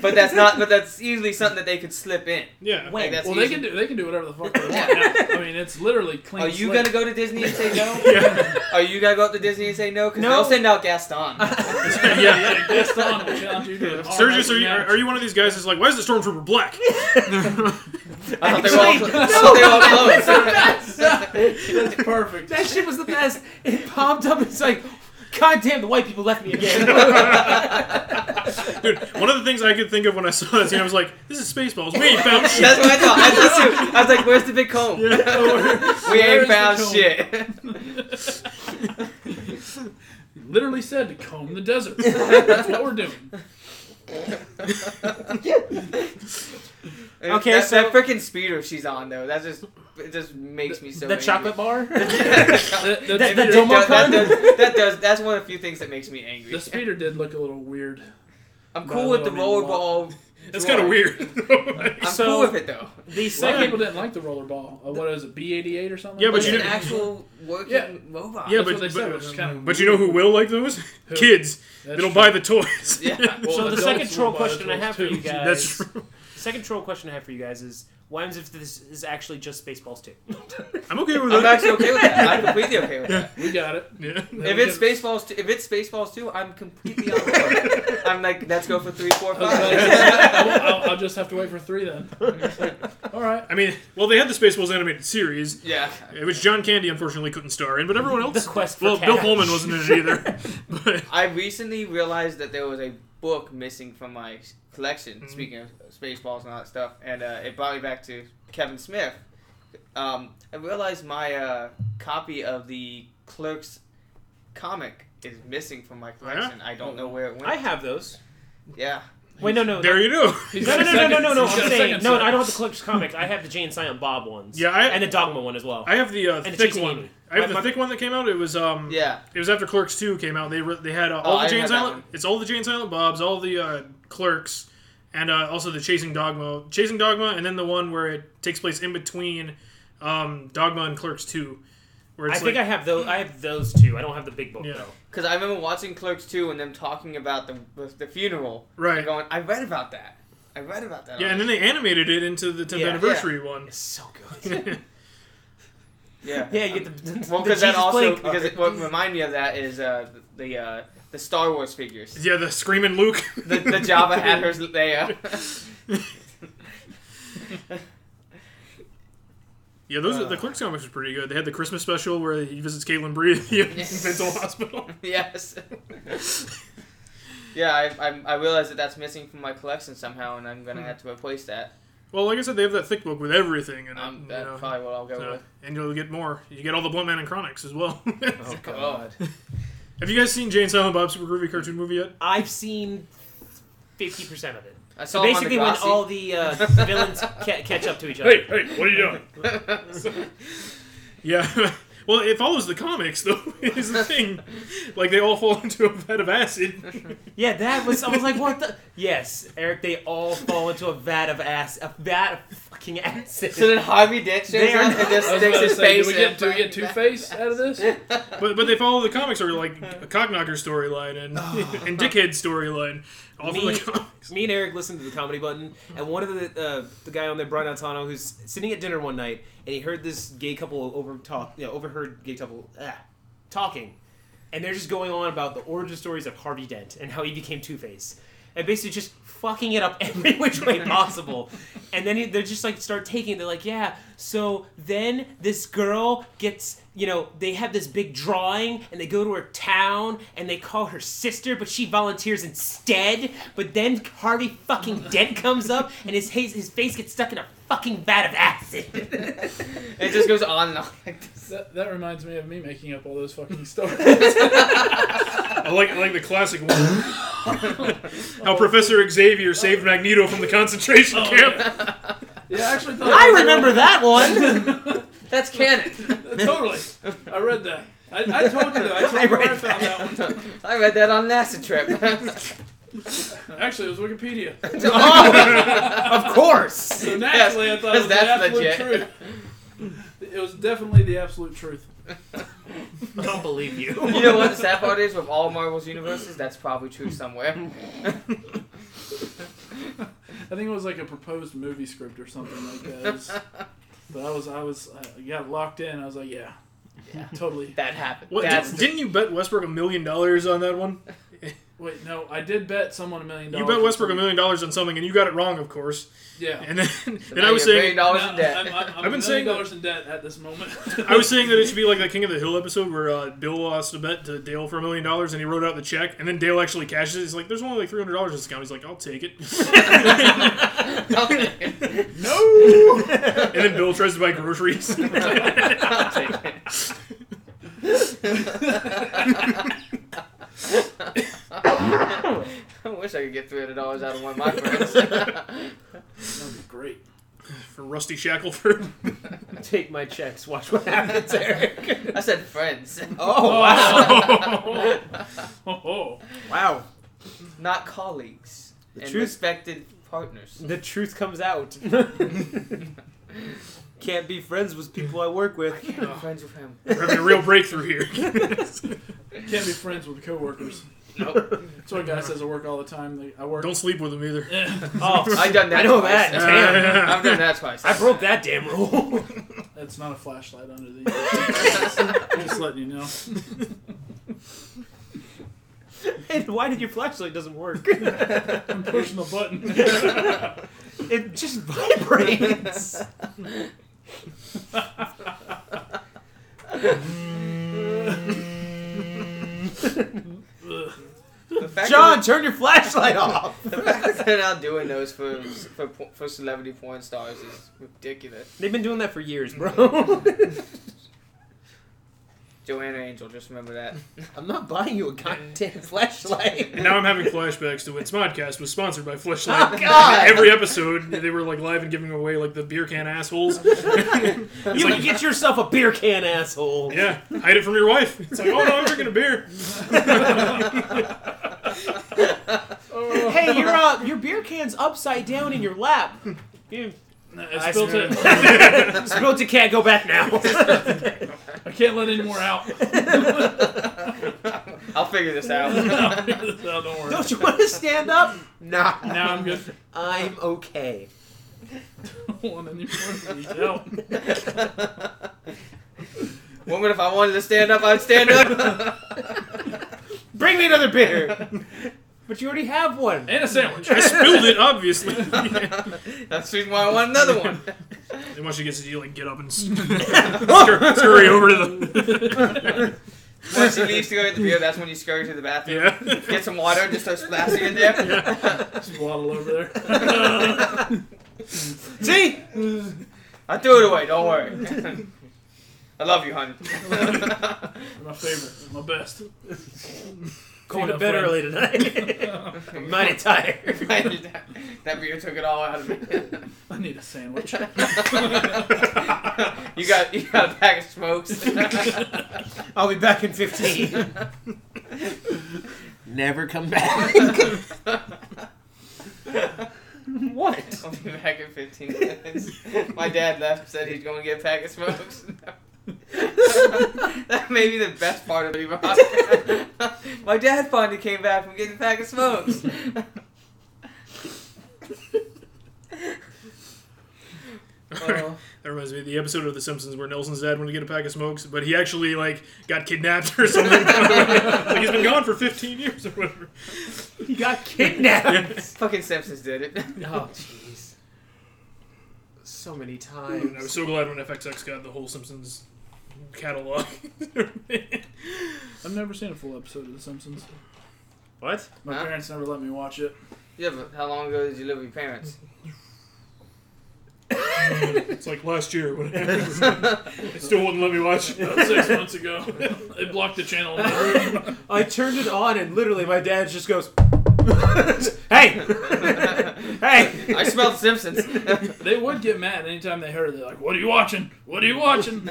Speaker 4: but that's not. But that's easily something that they could slip in.
Speaker 6: Yeah.
Speaker 4: Like,
Speaker 7: When?
Speaker 4: that's
Speaker 5: Well, they
Speaker 4: easy.
Speaker 5: can do. They can do whatever the fuck
Speaker 6: [LAUGHS]
Speaker 5: they want.
Speaker 4: Yeah.
Speaker 5: I mean, it's literally clean.
Speaker 4: Are you
Speaker 5: slate.
Speaker 4: gonna go to Disney and say
Speaker 7: [LAUGHS]
Speaker 4: no?
Speaker 6: Yeah.
Speaker 4: Are you gonna go up to Disney and say no? Because
Speaker 7: No.
Speaker 4: they'll send out Gaston.
Speaker 3: [LAUGHS]
Speaker 7: [LAUGHS]
Speaker 6: yeah, yeah.
Speaker 5: That's the
Speaker 4: [LAUGHS]
Speaker 5: one we'll challenge you to an
Speaker 6: Sergius,
Speaker 5: all-night
Speaker 6: are you, are,
Speaker 5: match.
Speaker 6: are you one of these guys that's like, why is the stormtrooper black?
Speaker 4: I thought they were all,
Speaker 7: Actually,
Speaker 4: I thought they were
Speaker 7: [LAUGHS]
Speaker 4: all close.
Speaker 5: That's perfect.
Speaker 7: That shit was the best. It popped up. It's like, God damn, the white people left me
Speaker 4: [LAUGHS]
Speaker 7: again.
Speaker 6: [LAUGHS] Dude, one of the things I could think of when I saw that scene, I was like, this is Spaceballs. We ain't
Speaker 5: [LAUGHS]
Speaker 6: found shit.
Speaker 4: That's what I thought. I thought too. I was like, "Where's the big comb? we
Speaker 5: where is the
Speaker 4: ain't found
Speaker 5: comb?
Speaker 4: shit."
Speaker 5: [LAUGHS] Literally said to comb the desert. That's what we're
Speaker 4: [LAUGHS]
Speaker 5: doing.
Speaker 7: Okay,
Speaker 4: that,
Speaker 7: so-
Speaker 4: that freaking speeder she's on though, that just it just makes me so.
Speaker 7: the
Speaker 4: angry.
Speaker 7: chocolate bar.
Speaker 4: that,
Speaker 5: The, the,
Speaker 7: That- that
Speaker 5: speeder,
Speaker 4: does,
Speaker 7: Domo
Speaker 4: that,
Speaker 7: Con?
Speaker 4: does, that does. That's one of the few things that makes me angry.
Speaker 5: the speeder did look a little weird.
Speaker 4: I'm
Speaker 5: By
Speaker 4: cool with the
Speaker 5: little, I mean a
Speaker 4: [LAUGHS] rollerball.
Speaker 6: That's
Speaker 4: drawer.
Speaker 6: kind of weird. [LAUGHS]
Speaker 4: I'm
Speaker 7: So-
Speaker 4: cool with it though.
Speaker 7: [LAUGHS] The
Speaker 5: A lot of
Speaker 7: second.
Speaker 5: people didn't like the rollerball. Uh, what is it, B88 or something?
Speaker 6: Yeah,
Speaker 5: like
Speaker 6: but
Speaker 4: it's
Speaker 6: you
Speaker 4: an
Speaker 5: that?
Speaker 6: didn't-
Speaker 4: actual working
Speaker 5: Yeah.
Speaker 4: robot.
Speaker 6: yeah,
Speaker 5: That's
Speaker 6: but,
Speaker 5: what they said,
Speaker 6: but,
Speaker 5: which is kinda
Speaker 6: but you know who will like those? Kids.
Speaker 5: That's
Speaker 6: That'll
Speaker 5: true.
Speaker 6: buy the toys.
Speaker 4: Yeah.
Speaker 6: [LAUGHS]
Speaker 4: Well,
Speaker 7: So the
Speaker 5: adults
Speaker 7: second
Speaker 5: will
Speaker 7: troll
Speaker 5: buy
Speaker 7: question I
Speaker 5: those
Speaker 7: have for [LAUGHS]
Speaker 5: too.
Speaker 7: you guys.
Speaker 6: That's true.
Speaker 7: Second troll question I have for you guys is, why is if this is actually just Spaceballs two?
Speaker 6: I'm okay with
Speaker 4: I'm
Speaker 6: that.
Speaker 4: actually okay with that. I'm completely okay with that.
Speaker 5: We got it.
Speaker 6: Yeah.
Speaker 5: That
Speaker 4: If
Speaker 5: was
Speaker 4: it's
Speaker 5: it.
Speaker 4: Spaceballs, two, if it's Spaceballs two, I'm completely on
Speaker 6: [LAUGHS]
Speaker 4: board. I'm like, let's go for three, four,
Speaker 5: I was like,
Speaker 4: five.
Speaker 5: I'll, [LAUGHS] I'll- I'll just have to wait for three [LAUGHS] then. All right.
Speaker 6: I mean, well, they had the Spaceballs animated series,
Speaker 4: yeah.
Speaker 6: which John Candy unfortunately couldn't star in, but everyone else.
Speaker 7: The quest for
Speaker 5: [LAUGHS]
Speaker 6: well, Bill
Speaker 7: cash.
Speaker 6: Pullman wasn't in it either. but
Speaker 4: I recently realized that there was a book missing from my s- collection.
Speaker 6: Mm-hmm.
Speaker 4: Speaking of Spaceballs and all that stuff, and uh, it brought me back to Kevin Smith. Um, I realized my uh, copy of the Clerks comic is missing from my collection. I don't know where it went.
Speaker 7: I have those.
Speaker 4: yeah.
Speaker 7: Wait, no, no.
Speaker 6: there you go.
Speaker 5: He's
Speaker 7: no,
Speaker 5: got
Speaker 7: no,
Speaker 5: a
Speaker 7: no, no, no, no, no.
Speaker 5: second- he's got
Speaker 7: I'm
Speaker 5: a
Speaker 7: saying
Speaker 5: second
Speaker 7: no.
Speaker 5: set.
Speaker 7: I don't have the Clerks comics. I have the Jay and Silent Bob ones.
Speaker 6: Yeah, I-
Speaker 7: and the Dogma one as well.
Speaker 6: I have the uh,
Speaker 7: the
Speaker 6: thick
Speaker 7: cheesy
Speaker 6: one.
Speaker 7: mini.
Speaker 6: I have
Speaker 7: My-
Speaker 6: the
Speaker 7: my-
Speaker 6: thick one that came out. It was um.
Speaker 4: Yeah. Oh,
Speaker 6: It was after Clerks Two came out. They re- they had uh, all
Speaker 4: I didn't
Speaker 6: the Jane
Speaker 4: have that
Speaker 6: Silent.
Speaker 4: one.
Speaker 6: It's all the Jane Silent Bobs, all the uh, Clerks, and uh, also the Chasing Dogma, Chasing Dogma, and then the one where it takes place in between um, Dogma and Clerks Two, where
Speaker 7: I
Speaker 6: it's
Speaker 7: think I
Speaker 6: like
Speaker 7: have those. I have those two. I don't have the big book
Speaker 6: Yeah.
Speaker 7: though.
Speaker 4: Because I remember watching Clerks 2 and them talking about the with the funeral.
Speaker 6: Right.
Speaker 4: And going, I read about that. I read about that.
Speaker 6: yeah, and then they animated it into the 10th
Speaker 7: Yeah.
Speaker 6: anniversary one.
Speaker 7: It's so good.
Speaker 4: yeah.
Speaker 7: yeah, you get the, the,
Speaker 4: Well,
Speaker 7: the
Speaker 4: because that
Speaker 7: Jesus
Speaker 4: also
Speaker 7: play
Speaker 4: because
Speaker 7: card.
Speaker 4: it, what reminded me of that is uh, the uh, the Star Wars figures.
Speaker 6: Yeah, the screaming Luke.
Speaker 4: The, the
Speaker 5: [LAUGHS]
Speaker 4: Java had hers there.
Speaker 6: [LAUGHS] yeah, those are,
Speaker 4: Uh.
Speaker 6: the Clerks comics were pretty good. They had the Christmas special where he visits Caitlin Bree [LAUGHS] at the mental hospital.
Speaker 4: [LAUGHS] yes. yeah, I, I I realized that that's missing from my collection somehow, and I'm
Speaker 5: Hmm.
Speaker 4: gonna have to replace that.
Speaker 6: Well, like I said, they have that thick book with everything in it.
Speaker 4: Um,
Speaker 6: you
Speaker 4: that's
Speaker 6: know.
Speaker 4: probably what I'll go
Speaker 6: So-
Speaker 4: with.
Speaker 6: and you'll get more. You get all the Blunt Man and Chronics as well.
Speaker 5: Oh,
Speaker 4: God.
Speaker 6: [LAUGHS] Have you guys seen Jane Silent Bob Super Groovy cartoon movie yet?
Speaker 7: I've seen fifty percent of it.
Speaker 4: I
Speaker 7: So
Speaker 4: saw him on
Speaker 7: basically, when
Speaker 4: Degrassi.
Speaker 7: all the uh, villains ca- catch up to each other.
Speaker 6: hey, what are you doing? yeah. [LAUGHS] Well, it follows the comics, though, [LAUGHS] is the thing. Like, they all fall [LAUGHS] into a vat of acid.
Speaker 7: [LAUGHS] Yeah, that was. I was like, what the? Yes, Eric. They all fall into a vat of ass, a vat of fucking acid.
Speaker 5: [LAUGHS]
Speaker 4: [LAUGHS] So then Harvey Dent shows
Speaker 7: They are
Speaker 4: up and
Speaker 7: not-
Speaker 4: just
Speaker 5: I was about
Speaker 4: sticks
Speaker 5: to
Speaker 4: his
Speaker 5: say,
Speaker 4: face
Speaker 5: do we
Speaker 4: in
Speaker 5: get,
Speaker 4: it.
Speaker 5: do we get Two Face out of [LAUGHS] this?
Speaker 6: But but they follow the comics, or like a Cockknocker storyline and, [LAUGHS] and Dickhead storyline. All from
Speaker 7: Me-
Speaker 6: the
Speaker 7: [LAUGHS]
Speaker 6: comics.
Speaker 7: Me and Eric listened to the comedy button, and one of the uh, the guy on there, Brian Altano, who's sitting at dinner one night, and he heard this gay couple over talk, you know, overheard gay couple ah, talking, and they're just going on about the origin stories of Harvey Dent and how he became Two Face, and basically just fucking it up [LAUGHS] every which way possible, and then he, they just like start taking. They're like, yeah, so then this girl gets, you know, they have this big drawing, and they go to her town, and they call her sister, but she volunteers instead. But then Harvey fucking Dent comes up, and his his, his face gets stuck in a fucking vat of acid.
Speaker 4: [LAUGHS] It just goes on and on like this.
Speaker 5: That, that reminds me of me making up all those [LAUGHS] fucking stories.
Speaker 6: [LAUGHS] I like I like the classic one. [LAUGHS] How Professor Xavier saved Magneto from the concentration camp.
Speaker 5: yeah, I actually thought
Speaker 7: [LAUGHS] I remember that one.
Speaker 4: That's canon.
Speaker 5: [LAUGHS] totally. I read that. I, I told you that. I told you
Speaker 7: I
Speaker 5: I, where
Speaker 7: read
Speaker 5: I found
Speaker 7: [LAUGHS]
Speaker 5: that one.
Speaker 4: [LAUGHS] I read that on an acid
Speaker 5: [LAUGHS]
Speaker 4: trip. [LAUGHS]
Speaker 5: Actually, it was Wikipedia.
Speaker 7: [LAUGHS]
Speaker 5: [LAUGHS]
Speaker 7: of course.
Speaker 5: So naturally, I thought it was the
Speaker 4: that's
Speaker 5: absolute
Speaker 4: legit.
Speaker 5: truth. It was definitely the absolute truth.
Speaker 7: Don't believe [LAUGHS] you.
Speaker 4: you know what the sad part is with all Marvel's universes? That's probably true somewhere.
Speaker 5: I think it was like a proposed movie script or something like that. It
Speaker 4: [LAUGHS]
Speaker 5: was- but I was, I was, I got locked in. I was like, yeah,
Speaker 4: Yeah.
Speaker 5: totally.
Speaker 4: That happened.
Speaker 6: What,
Speaker 4: That's
Speaker 6: did, not you bet Westbrook a million dollars on that one?
Speaker 5: Wait, no, I did bet someone a million
Speaker 6: You
Speaker 5: dollars.
Speaker 6: bet
Speaker 5: on
Speaker 6: Westbrook a
Speaker 5: something.
Speaker 6: million dollars on something, and you got it wrong, of course.
Speaker 5: Yeah.
Speaker 6: And then [LAUGHS] and
Speaker 4: now
Speaker 6: I was
Speaker 4: you're a
Speaker 6: saying
Speaker 4: million dollars
Speaker 5: No,
Speaker 4: in debt.
Speaker 5: I'm, I'm, I'm
Speaker 6: been
Speaker 5: a million
Speaker 6: saying that-
Speaker 5: dollars in debt at this moment.
Speaker 6: [LAUGHS] I was saying that it should be like the King of the Hill episode where uh, Bill lost a bet to Dale for a million dollars, and he wrote out the check, and then Dale actually cashes it. He's like, "There's only like three hundred dollars in this account." He's like, "I'll
Speaker 7: [LAUGHS]
Speaker 6: take it."
Speaker 5: no.
Speaker 6: [LAUGHS] and then Bill tries to buy groceries.
Speaker 4: [LAUGHS]
Speaker 6: [LAUGHS]
Speaker 4: I wish I could get three hundred dollars out of one of
Speaker 6: [LAUGHS]
Speaker 4: my friends.
Speaker 5: That'd be great.
Speaker 6: for Rusty Shackleford.
Speaker 7: [LAUGHS] Take my checks. Watch what happens, Eric.
Speaker 4: [LAUGHS] I said friends,
Speaker 7: [LAUGHS] Oh wow! [LAUGHS]
Speaker 5: Oh, oh.
Speaker 7: Wow.
Speaker 4: [LAUGHS] not colleagues
Speaker 7: The
Speaker 4: and
Speaker 7: truth-
Speaker 4: respected partners.
Speaker 7: The truth comes out. Can't be friends with people I work with.
Speaker 4: I'm friends with
Speaker 7: [LAUGHS]
Speaker 4: him.
Speaker 6: We're having a real breakthrough here.
Speaker 5: [LAUGHS] Can't be friends with coworkers.
Speaker 4: Nope.
Speaker 5: That's what a guy says I work all the time. Like, I work.
Speaker 6: Don't sleep with him either.
Speaker 7: Oh,
Speaker 4: I've done that.
Speaker 7: I know
Speaker 4: twice.
Speaker 7: that. Damn.
Speaker 4: I've done that twice.
Speaker 7: I broke that damn rule.
Speaker 5: That's not a flashlight under the. [LAUGHS] I'm just letting you know.
Speaker 7: [LAUGHS] and why did your flashlight doesn't work?
Speaker 5: I'm pushing the button.
Speaker 7: [LAUGHS] it just [LAUGHS] vibrates.
Speaker 4: The fact
Speaker 7: John,
Speaker 4: that-
Speaker 7: turn your flashlight off.
Speaker 4: the fact that they're now doing those for for po- for celebrity porn stars is ridiculous.
Speaker 7: They've been doing that for years, bro.
Speaker 4: Joanna Angel, just remember that.
Speaker 7: I'm not buying you a goddamn flashlight.
Speaker 6: And [LAUGHS] now I'm having flashbacks to when Smodcast was sponsored by Fleshlight.
Speaker 7: Oh God!
Speaker 6: Every episode, they were like live and giving away like the beer can assholes.
Speaker 7: [LAUGHS] You can get yourself a beer can, asshole.
Speaker 6: Yeah, hide it from your wife. It's like, oh no, I'm drinking a beer. [LAUGHS]
Speaker 7: Hey, your uh, your beer can's upside down in your lap. You
Speaker 5: [LAUGHS] I spilled
Speaker 7: see.
Speaker 5: it.
Speaker 7: spilled your can't go back [LAUGHS] now.
Speaker 5: I can't let any more out.
Speaker 4: I'll figure this out.
Speaker 7: [LAUGHS]
Speaker 5: No, don't worry.
Speaker 7: Don't you want to stand up? Nah.
Speaker 5: Now I'm good.
Speaker 7: I'm okay.
Speaker 5: Don't want any more of these out.
Speaker 4: [LAUGHS] Woman, if I wanted to stand up, I'd stand up.
Speaker 7: [LAUGHS] Bring me another beer. but you already have one.
Speaker 5: And a sandwich.
Speaker 6: I spilled it, obviously.
Speaker 4: That's the reason why I want another one.
Speaker 6: And once she gets it, you like get up and sc- scur- scurry over to the
Speaker 4: Once she leaves to go get the beer, that's when you scurry to the bathroom.
Speaker 6: yeah.
Speaker 4: Get some water and just start splashing in there.
Speaker 5: Just waddle over [LAUGHS] there.
Speaker 7: See?
Speaker 4: I threw it away, don't worry. I love you, [LAUGHS] hon.
Speaker 5: My favorite, my best.
Speaker 7: Going to
Speaker 5: See my
Speaker 7: bed
Speaker 5: friend.
Speaker 7: early tonight. I'm mighty tired.
Speaker 4: that, that beer took it all out of me. [LAUGHS]
Speaker 5: I need a [LAUGHS] sandwich.
Speaker 4: you got you got a pack of smokes. [LAUGHS]
Speaker 7: I'll be back in 15. Never come back. what?
Speaker 4: I'll be back in 15 minutes. My dad left, said he's going to get a pack of smokes. [LAUGHS] that may be the [LAUGHS] best part of it. Rock. My dad finally came back from getting a pack of smokes. Oh.
Speaker 6: That reminds me of the episode of The Simpsons where Nelson's dad went to get a pack of smokes, but he actually like got kidnapped or something. [LAUGHS] like he's been gone for 15 years or whatever.
Speaker 7: You got kidnapped.
Speaker 4: Fucking Simpsons did it. [LAUGHS]
Speaker 7: oh, jeez. So many
Speaker 6: And I was
Speaker 7: times.
Speaker 6: so glad when FXX got the whole Simpsons catalog. I've
Speaker 5: I've never seen a full episode of The Simpsons.
Speaker 7: What?
Speaker 5: My
Speaker 4: Huh?
Speaker 5: parents never let me watch it.
Speaker 4: Yeah, but how long ago did you live with your parents?
Speaker 6: It's like last year when [LAUGHS] it still wouldn't let me watch.
Speaker 5: About six months ago, they blocked the channel. in my room.
Speaker 7: I turned it on and literally my dad just goes, [LAUGHS] "Hey, [LAUGHS] hey!"
Speaker 4: I smelled Simpsons. [LAUGHS]
Speaker 5: They would get mad anytime they heard it. They're like, "What are you watching? What are you watching?"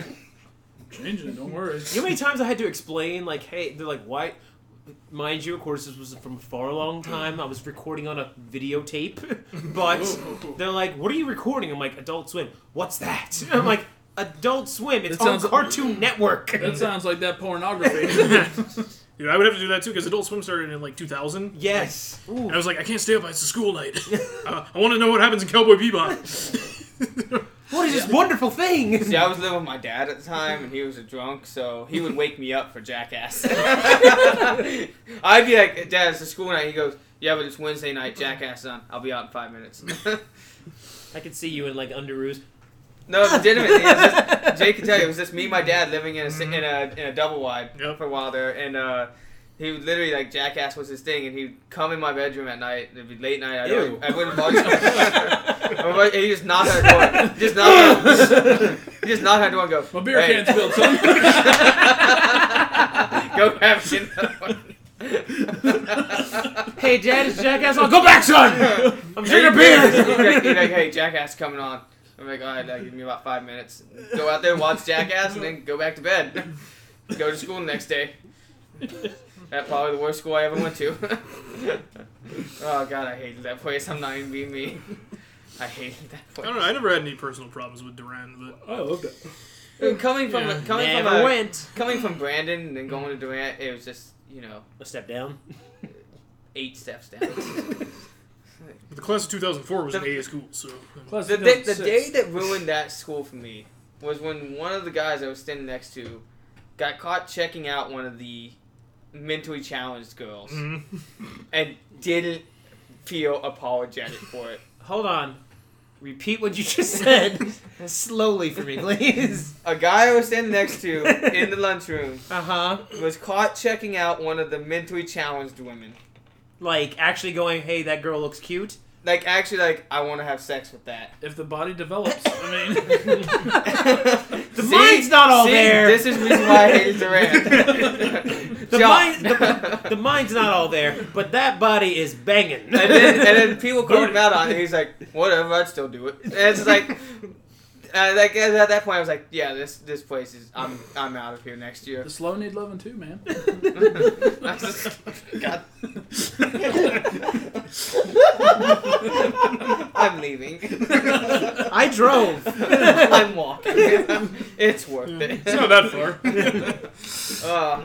Speaker 4: [LAUGHS]
Speaker 5: Changing it. Don't worry.
Speaker 7: You know how many times I had to explain, like, "Hey," they're like, "Why?" Mind you, of course, this was from a far long time. I was recording on a videotape, [LAUGHS] but they're like, "What are you recording?" I'm like, "Adult Swim." What's [LAUGHS] that? I'm like, "Adult Swim." It's
Speaker 5: That
Speaker 7: on
Speaker 5: sounds-
Speaker 7: Cartoon Network.
Speaker 5: [LAUGHS] That sounds like that
Speaker 4: [LAUGHS]
Speaker 5: pornography.
Speaker 6: Dude, I would have to do that too because Adult Swim started in like 2000.
Speaker 7: yes. Ooh.
Speaker 6: And I was like, I can't stay up. It's a school night. [LAUGHS] Uh, I want to know what happens in Cowboy Bebop. [LAUGHS]
Speaker 7: What is this wonderful thing?
Speaker 4: See, I was living with my dad at the time, and he was a drunk, so he would wake me up for
Speaker 5: [LAUGHS]
Speaker 4: Jackass. I'd be like, Dad, it's a school night. He goes, Yeah, but it's Wednesday night. Jackass on. I'll be out in five minutes. [LAUGHS]
Speaker 7: I could see you in like underoos.
Speaker 4: no, legitimately. It was just, Jake can tell you, it was just me and my dad living in a si- in a, in a double wide
Speaker 6: Yep.
Speaker 4: for a while there, and uh, he would literally like Jackass was his thing, and he'd come in my bedroom at night. It'd be late night. I'd,
Speaker 7: Ew.
Speaker 4: [LAUGHS] I wouldn't budge. [LAUGHS] I would- he just knocked on the door. Just knocked. on- He just knocked on the door and go.
Speaker 5: My beer
Speaker 4: "Hey."
Speaker 5: can's filled. Son.
Speaker 4: [LAUGHS]
Speaker 7: [LAUGHS]
Speaker 4: Go grab us another
Speaker 7: [LAUGHS]
Speaker 4: one.
Speaker 7: Hey, Dad, it's Jackass. I'll go back, son. I'm drinking
Speaker 4: He's
Speaker 7: beer.
Speaker 4: like, he's like, hey, Jackass coming on. I'm like, all right, uh, give me about five minutes. Go out there, watch Jackass, and then go back to bed. Go to school the next day. That's probably the worst school I ever went to. [LAUGHS] oh god, I hated that place. I'm not even being me. I hated that
Speaker 6: I
Speaker 4: place.
Speaker 6: don't know. I never had any personal problems with Duran, but
Speaker 5: I loved it.
Speaker 4: Dude, coming from
Speaker 6: Yeah.
Speaker 4: coming from
Speaker 7: Never
Speaker 4: a-
Speaker 7: went.
Speaker 4: coming from Brandon and then going to Durant, it was just you know
Speaker 7: A step down.
Speaker 4: eight steps down.
Speaker 6: the class of 2004 was an A school, so
Speaker 5: Plus,
Speaker 4: The,
Speaker 5: it
Speaker 4: day, the
Speaker 5: doesn't
Speaker 4: day
Speaker 5: sit.
Speaker 4: that ruined that school for me was when one of the guys I was standing next to got caught checking out one of the mentally challenged girls
Speaker 6: Mhm.
Speaker 7: Mm-hmm.
Speaker 4: [LAUGHS] and didn't feel apologetic for it.
Speaker 7: Hold on. Repeat what you just said [LAUGHS] slowly [LAUGHS] for me, please.
Speaker 4: A guy I was standing next to
Speaker 7: [LAUGHS]
Speaker 4: in the lunchroom
Speaker 7: Uh huh.
Speaker 4: was caught checking out one of the mentally challenged women.
Speaker 7: Like actually going, hey, that girl looks cute.
Speaker 4: Like, actually, like, I want to have sex with that. [LAUGHS]
Speaker 5: if the body develops, I mean,
Speaker 7: [LAUGHS] The mind's not all
Speaker 4: See?
Speaker 7: there.
Speaker 4: This is the reason why I hated Durant.
Speaker 7: [LAUGHS] The
Speaker 4: John.
Speaker 7: mind, the, the mind's not all there, but that body is banging.
Speaker 4: And then, and then
Speaker 7: [LAUGHS]
Speaker 4: people called him out on it. He's like, whatever, I'd still do it. And it's like, uh, like at that point, I was like, yeah, this this place is. I'm I'm out of here next year.
Speaker 5: the slow need loving too,
Speaker 4: [LAUGHS]
Speaker 5: man.
Speaker 4: I was just- God. I'm leaving.
Speaker 7: [LAUGHS] I drove.
Speaker 4: [LAUGHS] I'm walking. [LAUGHS] It's worth it.
Speaker 6: it's not that far.
Speaker 4: [LAUGHS] Uh,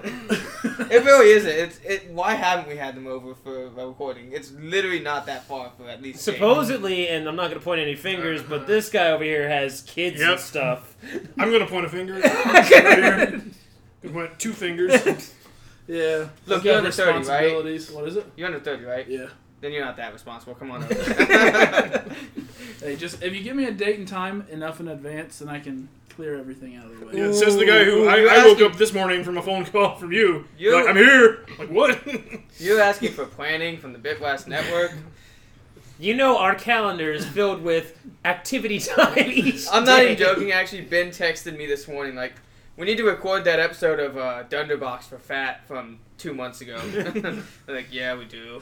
Speaker 4: it really isn't. It's it. Why haven't we had them over for a recording? It's literally not that far for at least. Jake.
Speaker 7: Supposedly, and I'm not gonna point any fingers, but this guy over here has kids
Speaker 6: Yep.
Speaker 7: and stuff.
Speaker 6: [LAUGHS] I'm gonna point a finger. Right here. Good point. Two fingers.
Speaker 5: Yeah.
Speaker 4: Look,
Speaker 5: I've got
Speaker 4: you're under 30, right?
Speaker 5: responsibilities. What is it?
Speaker 4: You're under thirty, right?
Speaker 5: Yeah.
Speaker 4: Then you're not that responsible.
Speaker 7: [LAUGHS]
Speaker 4: Come [LAUGHS] on over.
Speaker 5: Hey, just if you give me a date and time enough in advance, then I can clear everything out of the way.
Speaker 6: Yeah, it says the guy who
Speaker 4: Ooh,
Speaker 6: I,
Speaker 4: you're
Speaker 6: I woke
Speaker 4: asking-
Speaker 6: up this morning from a phone call from you.
Speaker 4: You-
Speaker 6: Like, I'm here. Like what?
Speaker 4: You're asking for planning from the Bitwest Network.
Speaker 7: You know, our calendar is filled with activity time each
Speaker 4: I'm not
Speaker 7: day.
Speaker 4: even joking. Actually, Ben texted me this morning like, We need to record that episode of uh, Dunderbox for Fat from two months ago. They're like, yeah, we do.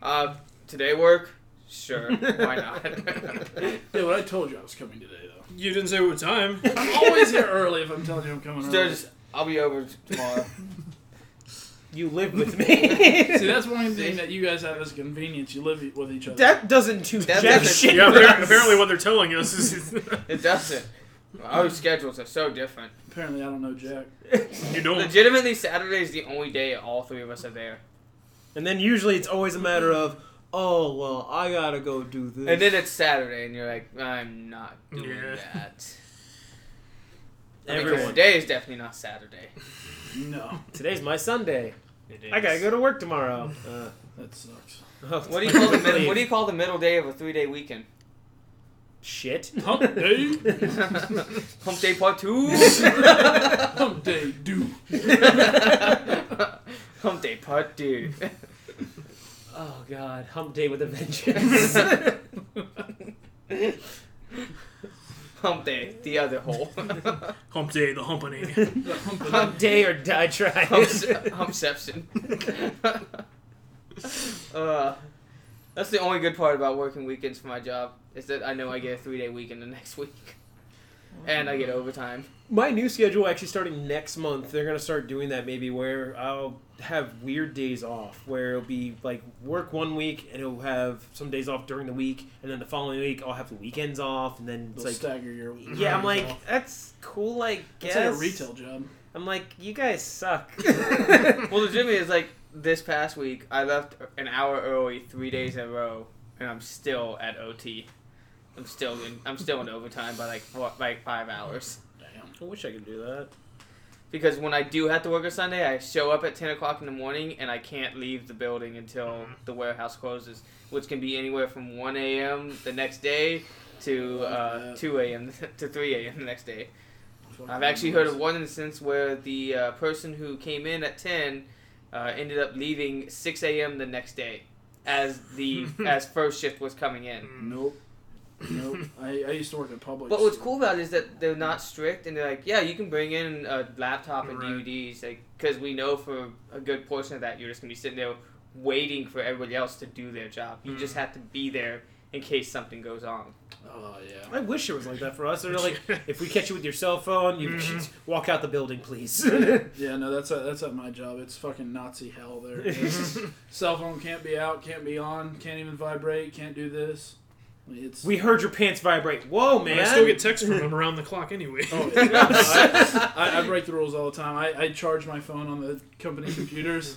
Speaker 4: Uh, today work? Sure, why not?
Speaker 5: Yeah, but I told you I was coming today, though.
Speaker 6: You didn't say what time.
Speaker 5: I'm always here early if I'm telling you I'm coming
Speaker 4: So
Speaker 5: early.
Speaker 4: just, I'll be over tomorrow.
Speaker 7: You live with me.
Speaker 5: See, that's one thing that you guys have is convenience. You live with each other.
Speaker 7: that doesn't do
Speaker 4: [LAUGHS] That
Speaker 7: jack
Speaker 4: doesn't-
Speaker 7: shit.
Speaker 6: [LAUGHS] yeah, appar- apparently what they're telling us is [LAUGHS]
Speaker 4: It doesn't. Our schedules are so different.
Speaker 5: Apparently, I don't know Jack.
Speaker 6: you don't.
Speaker 4: Legitimately, Saturday is the only day all three of us are there.
Speaker 7: And then usually it's always a matter of, oh well, I gotta go do this.
Speaker 4: And then it's Saturday, and you're like, I'm not doing
Speaker 6: Yeah.
Speaker 4: that. I mean, 'cause
Speaker 7: everyone.
Speaker 4: Today is definitely not Saturday.
Speaker 5: No,
Speaker 7: Today's my Sunday.
Speaker 4: It is.
Speaker 7: I gotta go to work tomorrow. Uh,
Speaker 5: that sucks.
Speaker 4: What do you call the middle, What do you call the middle day of a three day weekend?
Speaker 7: Shit. [LAUGHS]
Speaker 5: Hump day.
Speaker 4: Hump day part [LAUGHS] two.
Speaker 5: Hump day, do.
Speaker 4: [LAUGHS] Hump day part two.
Speaker 7: Oh god, hump day with a vengeance.
Speaker 4: [LAUGHS] Hump day, the other hole. [LAUGHS]
Speaker 6: Hump day, the humpany.
Speaker 5: The hump of
Speaker 7: hump day or die try.
Speaker 4: Hump, humpception. [LAUGHS] uh, that's the only good part about working weekends for my job is that I know I get a three day weekend the next week, and I get overtime.
Speaker 7: My new schedule actually starting next month. They're gonna start doing that maybe where I'll have weird days off where it'll be like work one week and it'll have some days off during the week and then the following week I'll have the weekends off and then it's
Speaker 5: They'll
Speaker 7: like
Speaker 5: stagger your.
Speaker 7: yeah I'm like
Speaker 5: Off.
Speaker 7: that's cool I
Speaker 5: It's
Speaker 7: guess
Speaker 5: at a retail job.
Speaker 7: I'm like you guys
Speaker 5: [LAUGHS]
Speaker 7: suck. [LAUGHS]
Speaker 4: Well, legitimately, it's like this past week I left an hour early three days in a row, and I'm still at OT. I'm still in. I'm still in overtime by like four, like five hours.
Speaker 5: Damn.
Speaker 7: I wish I could do that.
Speaker 4: Because when I do have to work on Sunday, I show up at ten o'clock in the morning, and I can't leave the building until the warehouse closes, which can be anywhere from one a.m. the next day to uh, two a.m. [LAUGHS] to three a.m. the next day. I've actually heard of one instance where the uh, person who came in at ten uh, ended up leaving six a.m. the next day, as
Speaker 7: [LAUGHS]
Speaker 4: the as first shift was coming in.
Speaker 7: Mm.
Speaker 5: Nope. Nope.
Speaker 7: [LAUGHS]
Speaker 5: I, I used to work at Publix.
Speaker 4: But what's cool about it is that they're not strict, and they're like, yeah, you can bring in a laptop and
Speaker 6: Right.
Speaker 4: DVDs, like, because we know for a good portion of that, you're just gonna be sitting there waiting for everybody else to do their job. You just
Speaker 7: Mm.
Speaker 4: have to be there in case something goes on.
Speaker 5: Oh yeah.
Speaker 7: I wish it was like that for us. They're
Speaker 5: [LAUGHS]
Speaker 7: like, if we catch you with your cell phone, you
Speaker 5: Mm-hmm.
Speaker 7: should walk out the building, please. [LAUGHS]
Speaker 5: Yeah. No, that's at, that's at my job. It's fucking Nazi hell
Speaker 6: [LAUGHS]
Speaker 5: there. It's- cell phone can't be out. Can't be on. Can't even vibrate. Can't do this. I mean, It's.
Speaker 7: we heard your pants vibrate. Whoa, man!
Speaker 6: I still get texts from him around the clock anyway. [LAUGHS]
Speaker 5: Oh, yeah. I, I, I break the rules all the time. I, I charge my phone on the company computers.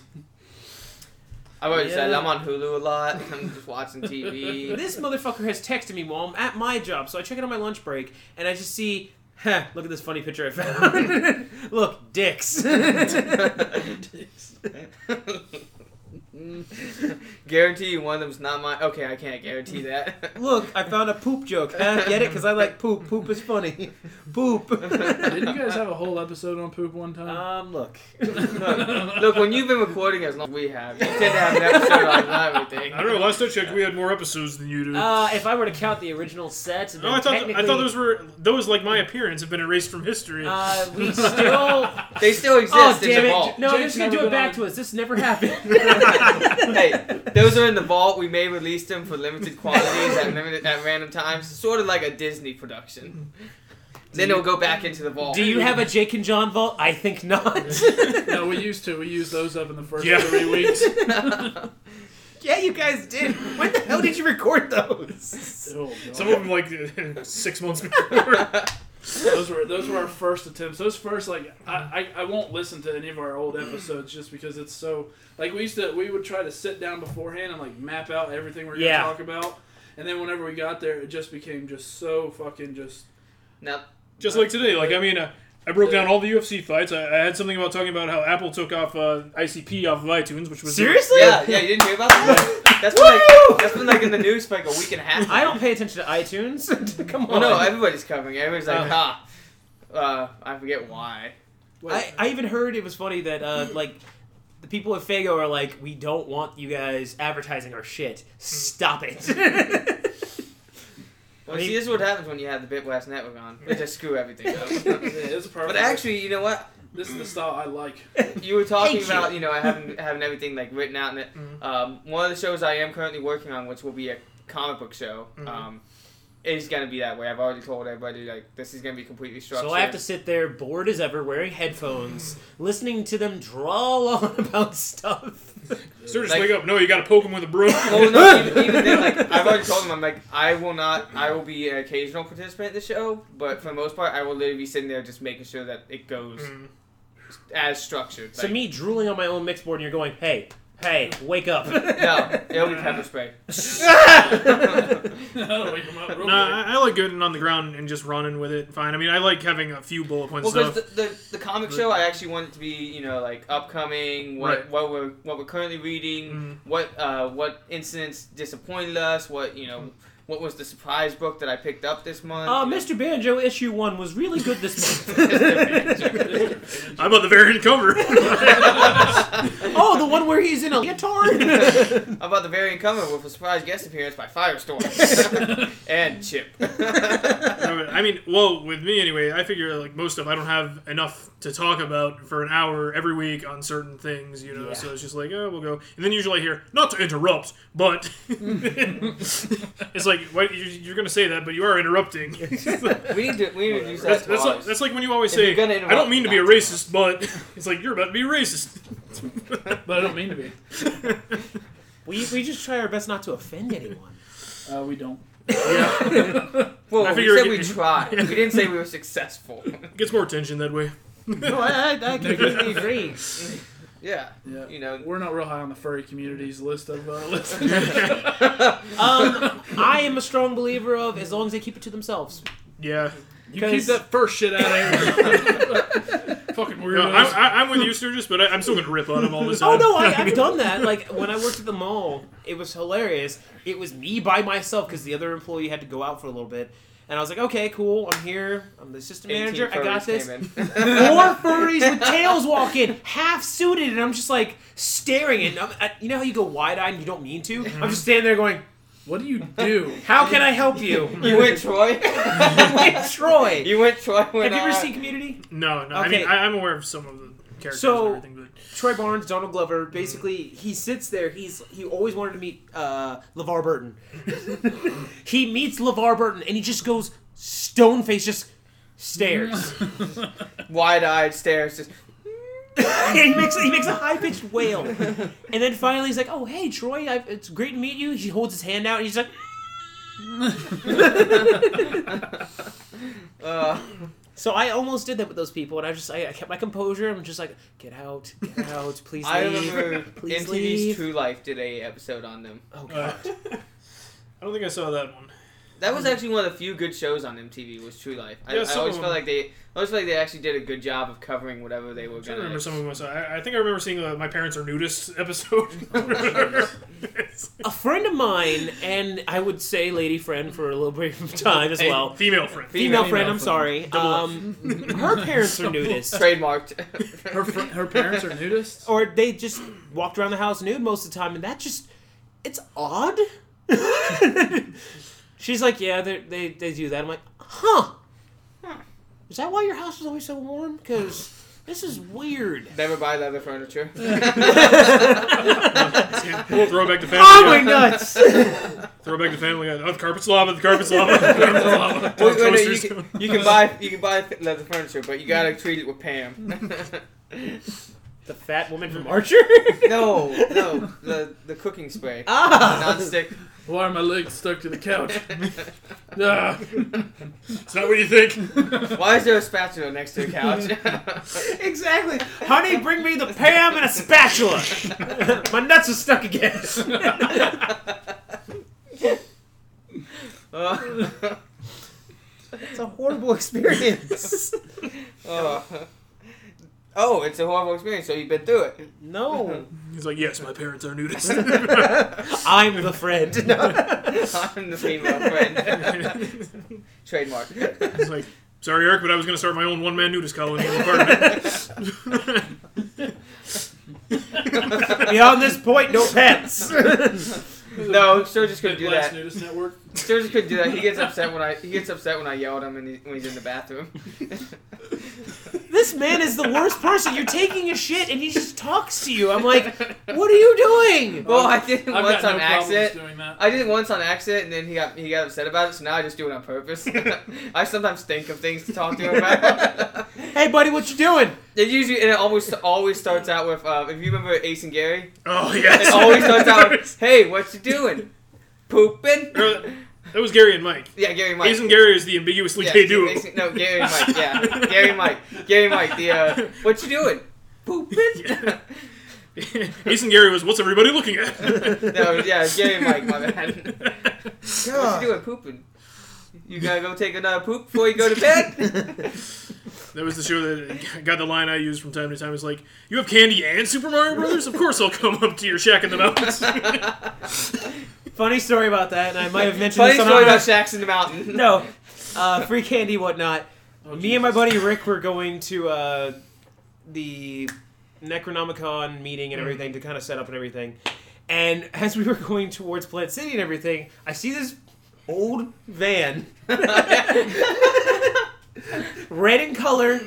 Speaker 4: I already said
Speaker 7: Yeah.
Speaker 4: I'm on Hulu a lot. I'm just watching TV.
Speaker 7: [LAUGHS] this motherfucker has texted me while I'm at my job, so I check it on my lunch break, and I just see, huh, look at this funny picture I found. [LAUGHS] look, dicks. [LAUGHS]
Speaker 4: [LAUGHS] guarantee you one of them's not mine. Okay, I can't guarantee that.
Speaker 7: [LAUGHS] look, I found a poop joke. Huh, get it? Because I like poop. Poop is funny. Poop.
Speaker 5: Didn't you guys have a whole episode on poop one time?
Speaker 7: um, look.
Speaker 4: Look, when you've been recording as long as we have, you tend to have an episode on everything.
Speaker 6: I don't know. Last I checked, we had more episodes than you do.
Speaker 7: Uh, if I were to count the original sets, and
Speaker 6: no, Oh, I thought th- I
Speaker 7: technically,
Speaker 6: thought those were those like my appearance have been erased from history.
Speaker 7: uh, we still
Speaker 4: They still exist.
Speaker 7: Oh,
Speaker 4: There's a
Speaker 7: damn
Speaker 4: vault.
Speaker 7: it. No, they're
Speaker 5: Jake's
Speaker 7: just going to do
Speaker 5: never
Speaker 7: it
Speaker 5: been
Speaker 7: back
Speaker 5: on-
Speaker 7: to us. This never happened.
Speaker 4: hey, those are in the vault. We may release them for limited quantities at, limited, at random times, sort of like a Disney production. Then it'll go back into the vault.
Speaker 7: Do you have a Jake and John vault? I think not.
Speaker 5: No, we used to. We used those up in the first
Speaker 6: Yeah.
Speaker 5: three
Speaker 6: [LAUGHS]
Speaker 5: weeks.
Speaker 7: yeah, you guys did. When the hell [LAUGHS] did you record those?
Speaker 5: Oh, God.
Speaker 6: Some of them [LAUGHS] like six months before.
Speaker 5: those were those were our first attempts. Those first like I, I, I won't listen to any of our old episodes just because it's so like we used to we would try to sit down beforehand and like map out everything we're gonna
Speaker 7: Yeah.
Speaker 5: talk about. And then whenever we got there, it just became just so fucking just.
Speaker 4: Now,
Speaker 6: Just like today, like I mean, uh, I broke down all the UFC fights. I, I had something about talking about how Apple took off uh, ICP off of iTunes, which was
Speaker 7: Seriously?
Speaker 4: yeah, yeah, you didn't hear about that? That's been,
Speaker 7: Woo!
Speaker 4: like, that's been like in the news for like a week and a half.
Speaker 7: I don't pay attention to iTunes. [LAUGHS] Come on.
Speaker 4: Well, no, everybody's covering. it. Everybody's like,
Speaker 7: Oh.
Speaker 4: ha. Uh, I forget why.
Speaker 7: I, I even heard it was funny that, uh, like, the people at Fago are like, we don't want you guys advertising our shit. Stop it.
Speaker 4: Uh, Well, see, this is what happens when you have the Bit Blast Network on. They just screw
Speaker 7: [LAUGHS]
Speaker 4: everything
Speaker 5: Yeah,
Speaker 4: up.
Speaker 5: it's part
Speaker 4: but
Speaker 5: of it.
Speaker 4: actually, you know what?
Speaker 5: this is the style I like.
Speaker 4: You were talking
Speaker 10: Hate you.
Speaker 4: about, you know, having having everything like written out in it.
Speaker 7: Mm-hmm.
Speaker 4: Um, one of the shows I am currently working on, which will be a comic book show,
Speaker 7: Mm-hmm.
Speaker 4: um, is gonna be that way. I've already told everybody like this is gonna be completely
Speaker 7: [LAUGHS]
Speaker 4: structured.
Speaker 7: So I have to sit there, bored as ever, wearing headphones, listening to them drawl [LAUGHS] on about stuff.
Speaker 6: Sir, just
Speaker 4: Like-
Speaker 6: wake up. No, you gotta poke him with a [LAUGHS] broom.
Speaker 4: Well, no, [LAUGHS] even, even then, like I've already told them, I'm like I will not. I will be an occasional participant in the show, but for the most part, I will literally be sitting there just making sure that it goes
Speaker 6: Mm.
Speaker 4: as structured.
Speaker 7: So
Speaker 4: Like,
Speaker 7: me drooling on my own mix board, and you're going, "Hey, hey, wake up!"
Speaker 4: no, it'll be pepper spray. [LAUGHS]
Speaker 5: That'll wake 'em up real
Speaker 6: No, I, I like getting on the ground and just running with it. Fine. I mean, I like having a few bullet points
Speaker 4: Well, because
Speaker 6: stuff.
Speaker 4: the, the, the comic show, I actually want it to be you know like upcoming, what
Speaker 6: Right.
Speaker 4: what we're what we're currently reading, what uh, what incidents disappointed us, what you know what was the surprise book that I picked up this
Speaker 7: [LAUGHS]
Speaker 4: month.
Speaker 7: Uh,
Speaker 4: you know.
Speaker 7: Mr. Banjo issue one was really good this month. [LAUGHS]
Speaker 6: I'm on the variant cover.
Speaker 7: oh, the one where he's in a
Speaker 4: [LAUGHS]
Speaker 7: leotard.
Speaker 4: How about the variant cover with a surprise guest appearance by [LAUGHS] Firestorm and Chip?
Speaker 6: I mean, well, with me anyway, I figure like most of I don't have enough to talk about for an hour every week on certain things, you know. So it's just like, oh, we'll go. And then usually I hear, not to interrupt,
Speaker 4: [LAUGHS]
Speaker 6: but it's like, what, you're, you're going to say that, but you are
Speaker 4: [LAUGHS]
Speaker 6: interrupting.
Speaker 4: we need to we need to do that.
Speaker 6: that's,
Speaker 4: to
Speaker 6: that's,
Speaker 4: ours.
Speaker 6: like, that's like when you always
Speaker 4: If you're
Speaker 6: say,
Speaker 4: gonna
Speaker 6: I
Speaker 4: interrupt,
Speaker 6: don't mean to be a
Speaker 4: not to
Speaker 6: racist, but it's like you're about to be racist.
Speaker 5: quick. But I don't mean to be.
Speaker 7: we we just try our best not to offend anyone.
Speaker 5: Uh, we don't.
Speaker 4: Well,
Speaker 6: I
Speaker 4: we
Speaker 6: figure
Speaker 4: said
Speaker 6: it-
Speaker 4: we tried. We didn't say we were successful.
Speaker 6: [LAUGHS] Gets more attention that way.
Speaker 7: No, I, [LAUGHS] I, I completely agree.
Speaker 4: yeah,
Speaker 5: Yeah.
Speaker 4: you know.
Speaker 5: We're not real high on the furry community's list of uh, [LAUGHS] lists.
Speaker 7: Um, I am a strong believer of as long as they keep it to themselves.
Speaker 6: Yeah.
Speaker 5: You keep that first shit out of here. [LAUGHS] Fucking
Speaker 6: No,
Speaker 5: weirdos.
Speaker 6: I'm, I, I'm with you, Sturgis, but I, I'm still going to rip on him
Speaker 4: [LAUGHS]
Speaker 6: all the time.
Speaker 7: Oh [LAUGHS] no, I, I've done that. Like when I worked at the mall, it was hilarious. It was me by myself because the other employee had to go out for a little bit, and I was like, "Okay, cool. I'm here. I'm the assistant
Speaker 4: 18
Speaker 7: manager. I got
Speaker 4: furries
Speaker 7: this."
Speaker 4: came [LAUGHS]
Speaker 7: Four furries with tails walk in, half suited, and I'm just like staring. And I'm, I, you know how you go wide eyed and you don't mean to. I'm just standing there going,
Speaker 5: What do you do?
Speaker 7: "How can I help you?" [LAUGHS]
Speaker 4: in. [LAUGHS] You went Troy.
Speaker 7: Like Troy.
Speaker 4: you went Troy. When uh,
Speaker 7: Have you ever
Speaker 4: I-
Speaker 7: seen Community?
Speaker 6: [LAUGHS] No, no. I
Speaker 7: Okay.
Speaker 6: mean, I, I'm aware of some of the characters
Speaker 7: So-
Speaker 6: and everything, but.
Speaker 7: Troy Barnes, Donald Glover.
Speaker 4: Mm-hmm.
Speaker 7: Basically, he sits there. He's he always wanted to meet uh, LeVar
Speaker 4: [LAUGHS]
Speaker 7: Burton. he meets LeVar Burton, and he just goes stone face, just stares.
Speaker 4: Mm. wide-eyed stares? Just
Speaker 7: he makes he makes a high pitched
Speaker 4: [LAUGHS]
Speaker 7: wail, and then finally he's like, "Oh hey Troy, i it's great to meet you." He holds his hand out, and he's like,
Speaker 4: uh,
Speaker 7: "So I almost did that with those people, and I just I, I kept my composure. I'm just like, get out, get out, please
Speaker 4: I
Speaker 7: leave,
Speaker 4: remember
Speaker 7: [LAUGHS] please
Speaker 4: MTV's
Speaker 7: leave."
Speaker 4: True Life did a episode on them.
Speaker 7: oh god. [LAUGHS]
Speaker 6: Uh, I don't think I saw that one.
Speaker 4: That was actually one of the few good shows on MTV was True Life. I,
Speaker 6: Yeah,
Speaker 4: I
Speaker 6: some
Speaker 4: always
Speaker 6: of
Speaker 4: felt
Speaker 6: them.
Speaker 4: like they, I always felt like they actually did a good job of covering whatever they were
Speaker 6: I'm trying
Speaker 4: gonna.
Speaker 6: to remember some of them. I saw. I, I think I remember seeing the "My Parents Are Nudists" [LAUGHS] episode.
Speaker 7: a friend of mine, and I would say lady friend for a little brief of time as well.
Speaker 6: female friend.
Speaker 7: Female,
Speaker 4: female
Speaker 7: friend, I'm
Speaker 5: friend.
Speaker 7: sorry. Um, her parents are nudists.
Speaker 4: [LAUGHS] trademarked. [LAUGHS]
Speaker 5: Her fr- her parents are nudists.
Speaker 7: Or they just walked around the house nude most of the time, and that just, it's odd. [LAUGHS] She's like, yeah, they, they, they do that. I'm like, huh. Hmm. Is that why your house is always so warm? Because this is weird.
Speaker 4: Never buy leather furniture.
Speaker 7: [LAUGHS]
Speaker 6: Throwback to Family
Speaker 7: Oh my [LAUGHS]
Speaker 6: Guy.
Speaker 7: nuts!
Speaker 6: Throwback to Family Guy. Oh, the carpet's lava. The carpet's lava. The carpet's lava.
Speaker 4: Wait, wait, no, you,
Speaker 6: Toasters.
Speaker 4: can, you can buy you can buy leather furniture, but you gotta treat it
Speaker 5: [LAUGHS]
Speaker 4: with Pam.
Speaker 7: the fat woman from Archer? [LAUGHS]
Speaker 4: no, no, the the cooking spray,
Speaker 7: ah!
Speaker 4: nonstick.
Speaker 5: Why are my legs stuck to the
Speaker 4: [LAUGHS]
Speaker 5: couch? Ah.
Speaker 6: It's not what you think.
Speaker 4: Why is there a spatula next to the
Speaker 5: [LAUGHS]
Speaker 4: couch? [LAUGHS]
Speaker 7: Exactly. Honey, bring me [LAUGHS] the Pam and a [LAUGHS] spatula. My nuts are stuck again.
Speaker 4: Uh,
Speaker 7: it's a horrible experience.
Speaker 4: uh, oh, it's a horrible experience. So you've been through
Speaker 5: [LAUGHS]
Speaker 4: it.
Speaker 7: [LAUGHS] No.
Speaker 6: He's like, yes, my parents are nudists.
Speaker 7: I'm the friend.
Speaker 4: I'm the female friend. [LAUGHS]
Speaker 5: [LAUGHS]
Speaker 4: Trademark.
Speaker 6: He's like, [LAUGHS] sorry, Eric, but I was going to start my own one-man nudist colony in the
Speaker 7: [LAUGHS]
Speaker 6: apartment.
Speaker 7: Beyond this point, no pets.
Speaker 4: No, Sturgis couldn't
Speaker 5: Big
Speaker 4: do
Speaker 5: Blast
Speaker 4: that. [LAUGHS]
Speaker 5: Nudist Network.
Speaker 4: Sturges could do that. He gets upset when I he gets upset when I yell at him and he, when he's in the bathroom.
Speaker 7: This man is the worst person. You're taking a shit and he just talks to you. I'm like, what are you doing?
Speaker 4: well, I did it
Speaker 5: I've
Speaker 4: once
Speaker 5: got
Speaker 4: on
Speaker 5: no problems
Speaker 4: accident.
Speaker 5: doing that.
Speaker 4: I did it once on accident, and then he got he got upset about it. So now I just do it on
Speaker 6: [LAUGHS]
Speaker 4: purpose. I sometimes think of things to talk to him
Speaker 6: [LAUGHS]
Speaker 4: about.
Speaker 7: Hey, buddy, what you doing?
Speaker 4: it usually and it always always starts out with uh, if you remember Ace and Gary.
Speaker 6: Oh yes.
Speaker 4: It always starts out with Hey, what you doing? Pooping?
Speaker 6: Or- That was Gary and Mike.
Speaker 4: yeah, Gary Mike.
Speaker 6: Ace and Gary is the ambiguously
Speaker 4: yeah,
Speaker 6: gay duo.
Speaker 4: Ace and- no, Gary and Mike.
Speaker 6: [LAUGHS]
Speaker 4: Yeah, Gary and Mike. Gary and Mike. The uh, what you doing?
Speaker 6: [LAUGHS]
Speaker 4: Pooping?
Speaker 6: Ace and Gary was what's everybody looking at?
Speaker 4: [LAUGHS]
Speaker 6: [LAUGHS]
Speaker 4: no, yeah, Gary and Mike. My bad. What you doing? Pooping? You gotta go take another poop before you go to
Speaker 6: [LAUGHS]
Speaker 4: bed.
Speaker 6: That was the show that got the line I use from time to time. It's like, you have candy and Super Mario Brothers? Of course I'll come up to your shack in the mountains. [LAUGHS]
Speaker 7: Funny story about that, and I might have mentioned
Speaker 4: Funny
Speaker 7: this on
Speaker 4: story
Speaker 7: our-
Speaker 4: about Shacks in the Mountain.
Speaker 7: [LAUGHS] No, uh, free candy, whatnot. Me and my buddy Rick were going to uh, the Necronomicon meeting and everything to kind of set up and everything. And as we were going towards Plant City and everything, I see this old van, [LAUGHS] red in color.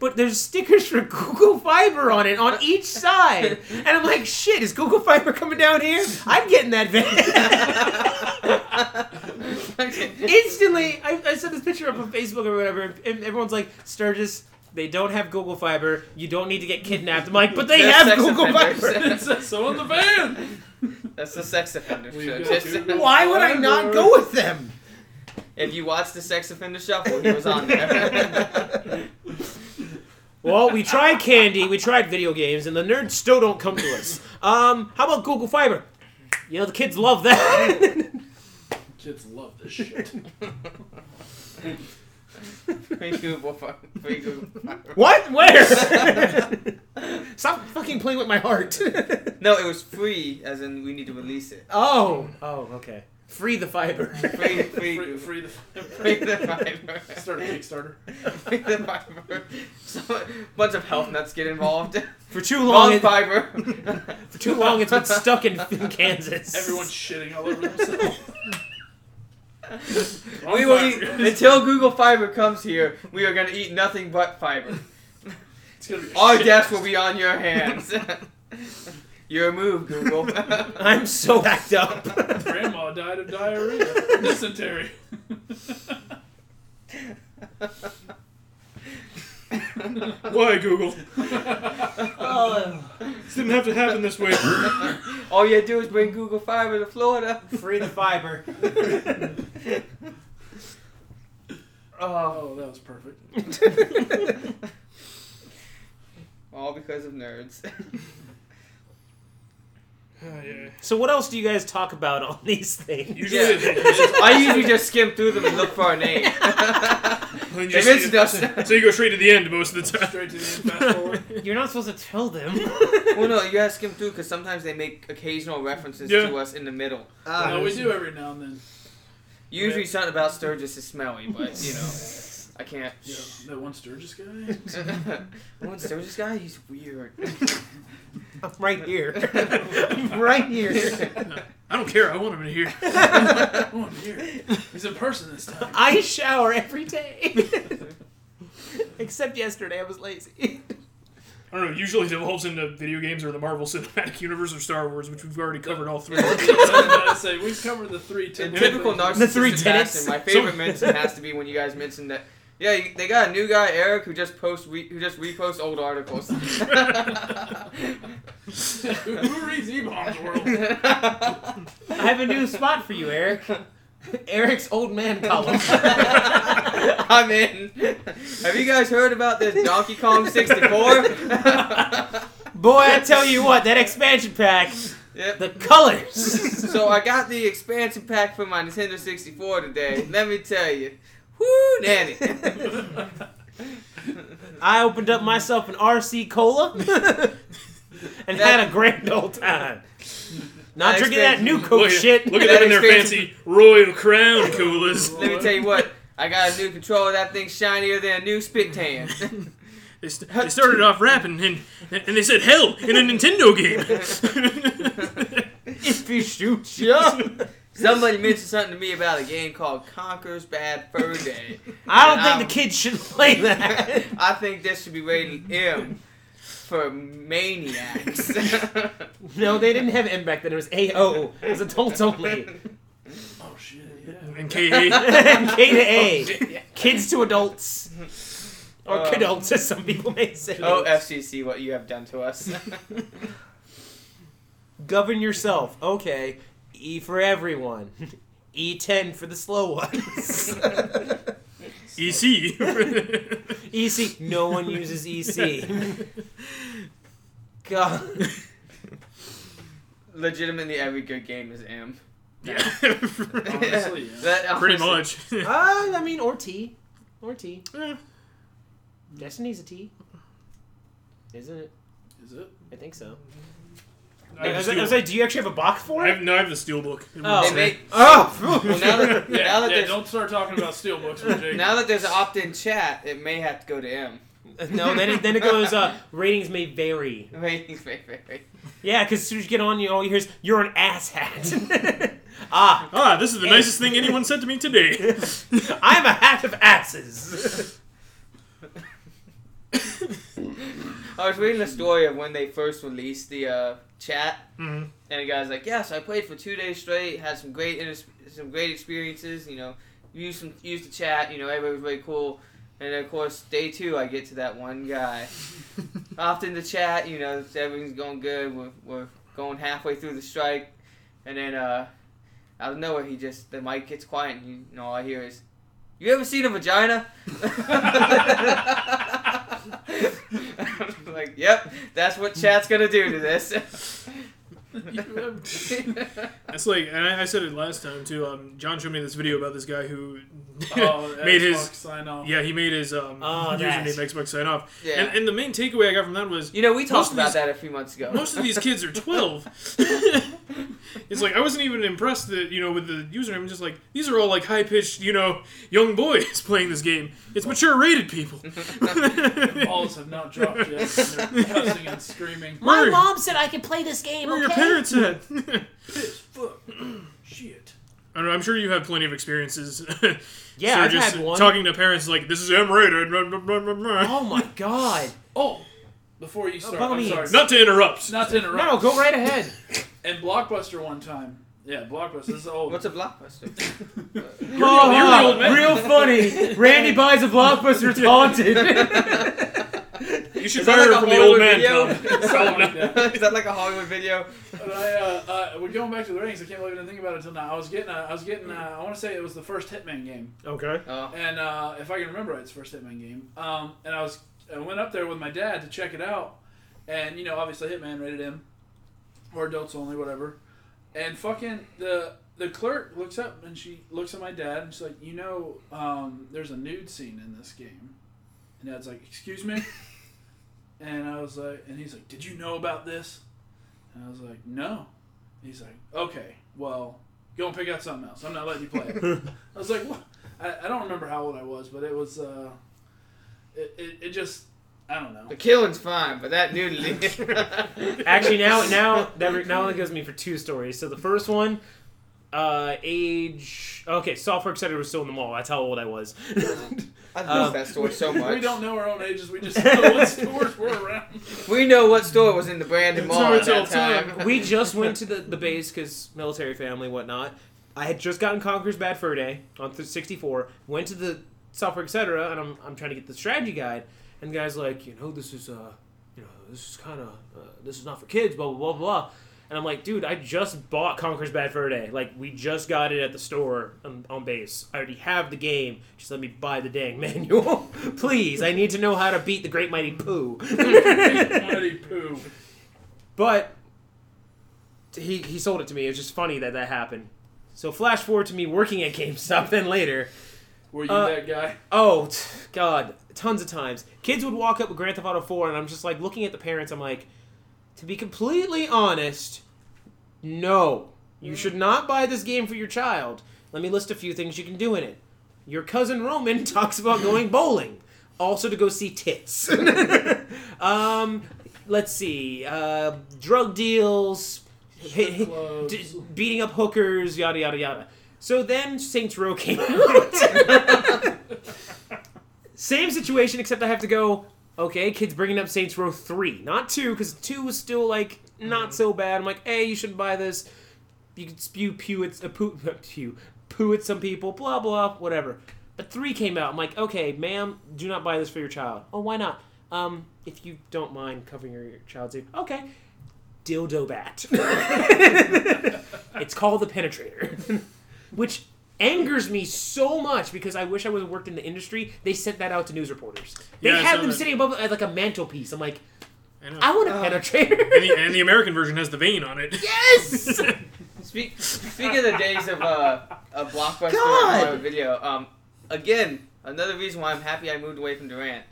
Speaker 7: But there's stickers for Google Fiber on it on each side. And I'm like, shit, is Google Fiber coming down here? I'm getting that [LAUGHS] van. instantly I, I sent this picture up on facebook or whatever and everyone's like sturgis they don't have google fiber you don't need to get kidnapped i'm like but they
Speaker 4: They're
Speaker 7: have
Speaker 4: sex
Speaker 7: google
Speaker 4: offenders.
Speaker 5: it says so in the van.
Speaker 4: That's the sex offender
Speaker 5: We've
Speaker 4: show.
Speaker 5: got
Speaker 4: Just-
Speaker 5: two.
Speaker 7: fiber why would i not go with them
Speaker 4: if you watch the sex offender shuffle, he was on there.
Speaker 7: well we tried candy we tried video games and the nerds still don't come to us um how about google fiber you know the kids love that
Speaker 5: Kids love this shit.
Speaker 4: Free Google fi- free Google Fiber.
Speaker 7: [LAUGHS] what where [LAUGHS] stop fucking playing with my heart
Speaker 4: No, it was free, as in we need to release it.
Speaker 7: oh oh okay free the fiber
Speaker 4: Free, free,
Speaker 5: Free,
Speaker 4: Google-
Speaker 5: free the.
Speaker 4: [LAUGHS] free the fiber.
Speaker 5: Start a [LAUGHS] Kickstarter.
Speaker 4: Free the fiber. So, a bunch of health nuts get involved.
Speaker 7: for too long
Speaker 4: Long
Speaker 7: it,
Speaker 4: fiber.
Speaker 7: for too long it's been stuck in, [LAUGHS] in kansas
Speaker 5: Everyone's shitting all over themselves.
Speaker 4: We will eat until Google Fiber comes here. We are gonna eat nothing but fiber.
Speaker 5: It's gonna be a
Speaker 4: Our
Speaker 5: shit.
Speaker 4: deaths will be on your hands. [LAUGHS] your move, Google.
Speaker 7: I'm so backed up.
Speaker 5: Grandma died of diarrhea,
Speaker 4: [LAUGHS]
Speaker 5: dysentery.
Speaker 6: Why, Google?
Speaker 4: Oh.
Speaker 6: This didn't have to happen
Speaker 4: [LAUGHS]
Speaker 6: this way.
Speaker 4: All you do is bring Google Fiber to Florida.
Speaker 7: Free the fiber.
Speaker 5: Oh, that was perfect.
Speaker 4: All because of
Speaker 6: [LAUGHS]
Speaker 4: nerds.
Speaker 7: So what else do you guys talk about on these things?
Speaker 6: Usually
Speaker 4: I usually just skim through them and look for a name.
Speaker 6: Then you
Speaker 4: if it's
Speaker 6: see-
Speaker 4: just,
Speaker 6: so you go straight to the end most of the time.
Speaker 5: Straight to the end, fast
Speaker 4: [LAUGHS]
Speaker 5: forward.
Speaker 7: You're not supposed to tell them.
Speaker 4: well, no, you gotta skim through because sometimes they make occasional references
Speaker 6: Yeah.
Speaker 4: to us in the middle.
Speaker 5: no, we do every now and then.
Speaker 4: Usually something about Sturgis is smelly, but you know, I
Speaker 6: [LAUGHS]
Speaker 4: can't. [LAUGHS]
Speaker 5: You know, that one
Speaker 7: [LAUGHS]
Speaker 5: Sturgis guy.
Speaker 4: One Sturgis guy, he's weird.
Speaker 7: I'm [LAUGHS] right [LAUGHS] here. I'm right here.
Speaker 6: I don't care. I want him in here.
Speaker 5: Oh, I'm here. He's in person
Speaker 7: [LAUGHS]
Speaker 5: this time.
Speaker 7: I shower every day. [LAUGHS] Except yesterday, I was lazy.
Speaker 6: I don't know. it Usually devolves into video games or the Marvel Cinematic Universe or Star Wars, which we've already covered all three.
Speaker 5: I was about to say we've covered the three.
Speaker 4: In
Speaker 5: typical
Speaker 4: typical
Speaker 5: things.
Speaker 4: narcissistic
Speaker 7: The three tenets.
Speaker 4: fashion, my favorite mention has to be when you guys mentioned that. Yeah, you- they got a new guy, Eric, who just posts re- who just reposts old articles. [LAUGHS]
Speaker 5: Who reads E-Bombs World?
Speaker 7: I have a new spot for you, Eric. Eric's old man [LAUGHS] column.
Speaker 4: I'm in. Have you guys heard about this Donkey Kong 64?
Speaker 7: Boy, I tell you what, that expansion pack,
Speaker 4: yep.
Speaker 7: the colors.
Speaker 4: So I got the expansion pack for my Nintendo 64 today. Let me tell you. Woo, nanny.
Speaker 7: I opened up myself an RC cola [LAUGHS] and had a grand old time. Not
Speaker 4: That
Speaker 7: drinking that
Speaker 4: expansion-
Speaker 7: new Coke
Speaker 6: look, at-
Speaker 7: Oh, shit. [LAUGHS]
Speaker 6: Look at them in their
Speaker 4: Expansion.
Speaker 6: fancy Royal Crown coolers.
Speaker 4: Let me tell you what. I got a new controller. That thing's shinier than a new spit tan. [LAUGHS]
Speaker 6: They, st- they started off rapping and and they said [LAUGHS] hell in a Nintendo game.
Speaker 7: if you shoot ya.
Speaker 4: Somebody mentioned something to me about a game called Conker's Bad Fur Day.
Speaker 7: I don't
Speaker 4: And
Speaker 7: think the kids should play that.
Speaker 4: I think this should be rated M for maniacs.
Speaker 7: [LAUGHS] no, they didn't have M back then. It was AO. It was adults only.
Speaker 5: Oh shit! Yeah.
Speaker 6: And
Speaker 7: [LAUGHS]
Speaker 6: KA.
Speaker 7: K to [LAUGHS] A. Kids to adults. Or
Speaker 4: Um,
Speaker 7: kidults, as some people may say.
Speaker 4: oh, FCC, what you have done to us. [LAUGHS]
Speaker 7: Govern yourself. Okay. E for everyone. E10 for the slow ones. [LAUGHS]
Speaker 6: EC.
Speaker 7: EC. E No one uses [LAUGHS] EC. God.
Speaker 4: Legitimately, every good game is M. um,
Speaker 6: yeah.
Speaker 5: [LAUGHS] Honestly, yeah.
Speaker 4: That
Speaker 6: Pretty
Speaker 4: honestly-
Speaker 6: much.
Speaker 7: Uh, I mean, or T. Or T.
Speaker 6: Yeah.
Speaker 7: Destiny's a T. Isn't it?
Speaker 5: Is it?
Speaker 7: I think so.
Speaker 6: I have, the
Speaker 11: I
Speaker 6: steel,
Speaker 11: was like, do you actually have a box for
Speaker 6: I
Speaker 11: it?
Speaker 6: have, no, I have the steel book.
Speaker 4: They make,
Speaker 6: [LAUGHS]
Speaker 7: Oh!
Speaker 4: well, now that,
Speaker 5: [LAUGHS] Yeah,
Speaker 4: now that
Speaker 5: yeah,
Speaker 4: there's
Speaker 5: don't start talking about
Speaker 4: [LAUGHS]
Speaker 5: steelbooks with Jake.
Speaker 4: now that there's an opt-in chat, it may have to go to M.
Speaker 7: [LAUGHS]
Speaker 4: [LAUGHS]
Speaker 7: no, then it, then it goes, uh, ratings may vary.
Speaker 4: Ratings may vary.
Speaker 7: Yeah, because as soon as you get on, you all you hear is, you're an asshat. [LAUGHS] ah,
Speaker 6: Ah, this is the nicest thing anyone said to me today.
Speaker 7: I'm a hat of asses.
Speaker 4: I was reading the story of when they first released the uh, chat,
Speaker 6: Mhm.
Speaker 4: and the guy's like, "Yes, I played for two days straight. Had some great inter- some great experiences. You know, used some used the chat. You know, everybody was really cool." And of course, day two, I get to that one guy. Off in the chat, you know, everything's going good. We're, we're going halfway through the strike, and then uh, out of nowhere, he just the mic gets quiet, and you, know, all I hear is, "You ever seen a vagina?" [LAUGHS] I'm like, yep, that's what chat's gonna do to this.
Speaker 5: [LAUGHS]
Speaker 6: That's like, and I, I said it last time too. Um, John showed me this video about this guy who [LAUGHS]
Speaker 7: [LAUGHS]
Speaker 5: Oh,
Speaker 6: made
Speaker 5: Xbox
Speaker 6: his
Speaker 5: sign off.
Speaker 6: yeah he made his um,
Speaker 7: Oh, that.
Speaker 6: username Xbox sign off.
Speaker 4: Yeah.
Speaker 6: And, and the main takeaway I got from that was
Speaker 4: you know, we
Speaker 6: Most
Speaker 4: talked
Speaker 6: of
Speaker 4: about
Speaker 6: these-
Speaker 4: that a few months ago.
Speaker 6: most of these kids are 12 it's like i wasn't even impressed that you know with the username I'm just like these are all like high-pitched you know young boys [LAUGHS] playing this game it's mature rated people
Speaker 5: Balls have not dropped
Speaker 7: [LAUGHS]
Speaker 5: yet. And they're cussing and screaming.
Speaker 7: My
Speaker 6: Where-
Speaker 7: mom said I could play this game,
Speaker 6: where are your
Speaker 7: okay?
Speaker 6: parents at [LAUGHS]
Speaker 5: Piss, fuck, shit.
Speaker 6: I don't know, i'm sure you have plenty of experiences [LAUGHS]
Speaker 7: Yeah,
Speaker 6: So
Speaker 7: I've
Speaker 6: just
Speaker 7: had one.
Speaker 6: talking to parents is like this is m-rated blah, blah, blah, blah, blah.
Speaker 7: oh my god.
Speaker 5: Oh, before you start,
Speaker 7: by all
Speaker 5: I'm sorry.
Speaker 7: means.
Speaker 6: not to interrupt
Speaker 5: Not to interrupt.
Speaker 7: No, go right ahead.
Speaker 5: And Blockbuster one time. Yeah, Blockbuster. This is old.
Speaker 4: What's a [LAUGHS] blockbuster?
Speaker 7: Oh,
Speaker 6: you're the old man.
Speaker 7: real
Speaker 4: [LAUGHS]
Speaker 7: funny. Randy buys a blockbuster. It's
Speaker 5: [LAUGHS]
Speaker 7: haunted.
Speaker 6: you should
Speaker 4: that
Speaker 6: hire
Speaker 4: like a
Speaker 6: from the
Speaker 4: Hollywood
Speaker 6: old man
Speaker 4: video? [LAUGHS]
Speaker 6: Tom.
Speaker 5: Something like that.
Speaker 4: Is that like a Hollywood video?
Speaker 5: But I, uh, uh, we're going back to the ratings. I can't believe I didn't think about it until now. I was getting, uh, I was getting, uh, I want to say it was the first Hitman game,
Speaker 11: Okay.
Speaker 4: Oh.
Speaker 5: and uh, if I can remember, it's the first Hitman game. Um, and I was, I went up there with my dad to check it out, and you know, obviously Hitman rated M, or adults only, whatever. And fucking the the clerk looks up and she looks at my dad and she's like, you know, um, there's a nude scene in this game. And dad's like, excuse me. and I was like, and he's like, did you know about this? And I was like, no. He's like, okay, well, go and pick out something else. I'm not letting you play [LAUGHS] it. I was like, what? I, I don't remember how old I was, but it was, uh, it, it, it just, I don't know.
Speaker 4: The killing's fine, but that [LAUGHS] nudity.
Speaker 7: Actually, now now that re- now only gives me for two stories. So the first one, uh, age. Okay, software etc. was still in the mall. That's how old I was.
Speaker 4: I love
Speaker 7: Um,
Speaker 4: that store so much.
Speaker 5: We don't know our own ages. We just know what stores we're
Speaker 4: [LAUGHS]
Speaker 5: around.
Speaker 4: We know what store was in the Brandon
Speaker 6: It's
Speaker 4: Mall at
Speaker 6: hotel
Speaker 4: that time.
Speaker 7: we just went to the, the base because military family whatnot i had just gotten conqueror's bad fur day on th- 64 went to the software etc and I'm, I'm trying to get the strategy guide and the guy's like you know this is uh you know this is kind of uh, this is not for kids blah blah blah blah and i'm like dude i just bought conqueror's bad fur day like we just got it at the store on, on base i already have the game just let me buy the dang [LAUGHS] manual please i need to know how to beat the great mighty pooh
Speaker 5: Mighty poo.
Speaker 7: but he he sold it to me. It's just funny that that happened. So flash forward to me working at GameStop [LAUGHS] then later.
Speaker 5: Were you
Speaker 7: Uh,
Speaker 5: that guy?
Speaker 7: Oh t- god, tons of times. Kids would walk up with Grand Theft Auto 4 and I'm just like looking at the parents. I'm like, to be completely honest, no. You should not buy this game for your child. Let me list a few things you can do in it. Your cousin Roman [LAUGHS] talks about going bowling, also to go see tits. [LAUGHS] um, let's see, uh, drug deals, hit- hit-
Speaker 5: clubs.
Speaker 7: d- beating up hookers, yada yada yada. So then Saints Row came out. [LAUGHS] Same situation, except I have to go. Okay, kids bringing up Saints Row three, not two, because two was still like not so bad. I'm like, hey, you should buy this. You could spew pew at uh, poo, [LAUGHS] pew, poo at some people, blah blah, whatever. But three came out. I'm like, okay, ma'am, do not buy this for your child. Oh, why not? Um, if you don't mind covering your your child's ear, okay. Dildo bat.
Speaker 6: [LAUGHS]
Speaker 7: it's called the penetrator, [LAUGHS] which angers me so much because I wish I would have worked in the industry. They sent that out to news reporters. They
Speaker 6: Yeah, I
Speaker 7: had
Speaker 6: saw
Speaker 7: them
Speaker 6: that.
Speaker 7: sitting above uh, like a mantelpiece. I'm like,
Speaker 6: I know.
Speaker 7: I want a
Speaker 6: and, the,
Speaker 7: penetrator.
Speaker 6: and the American version has the vein on it.
Speaker 7: [LAUGHS]
Speaker 6: [LAUGHS]
Speaker 4: [LAUGHS]
Speaker 7: yes.
Speaker 4: Speak, speak of the days of uh, a blockbuster
Speaker 7: God!
Speaker 4: horror video. Um, again, another reason why I'm happy I moved away from Durant.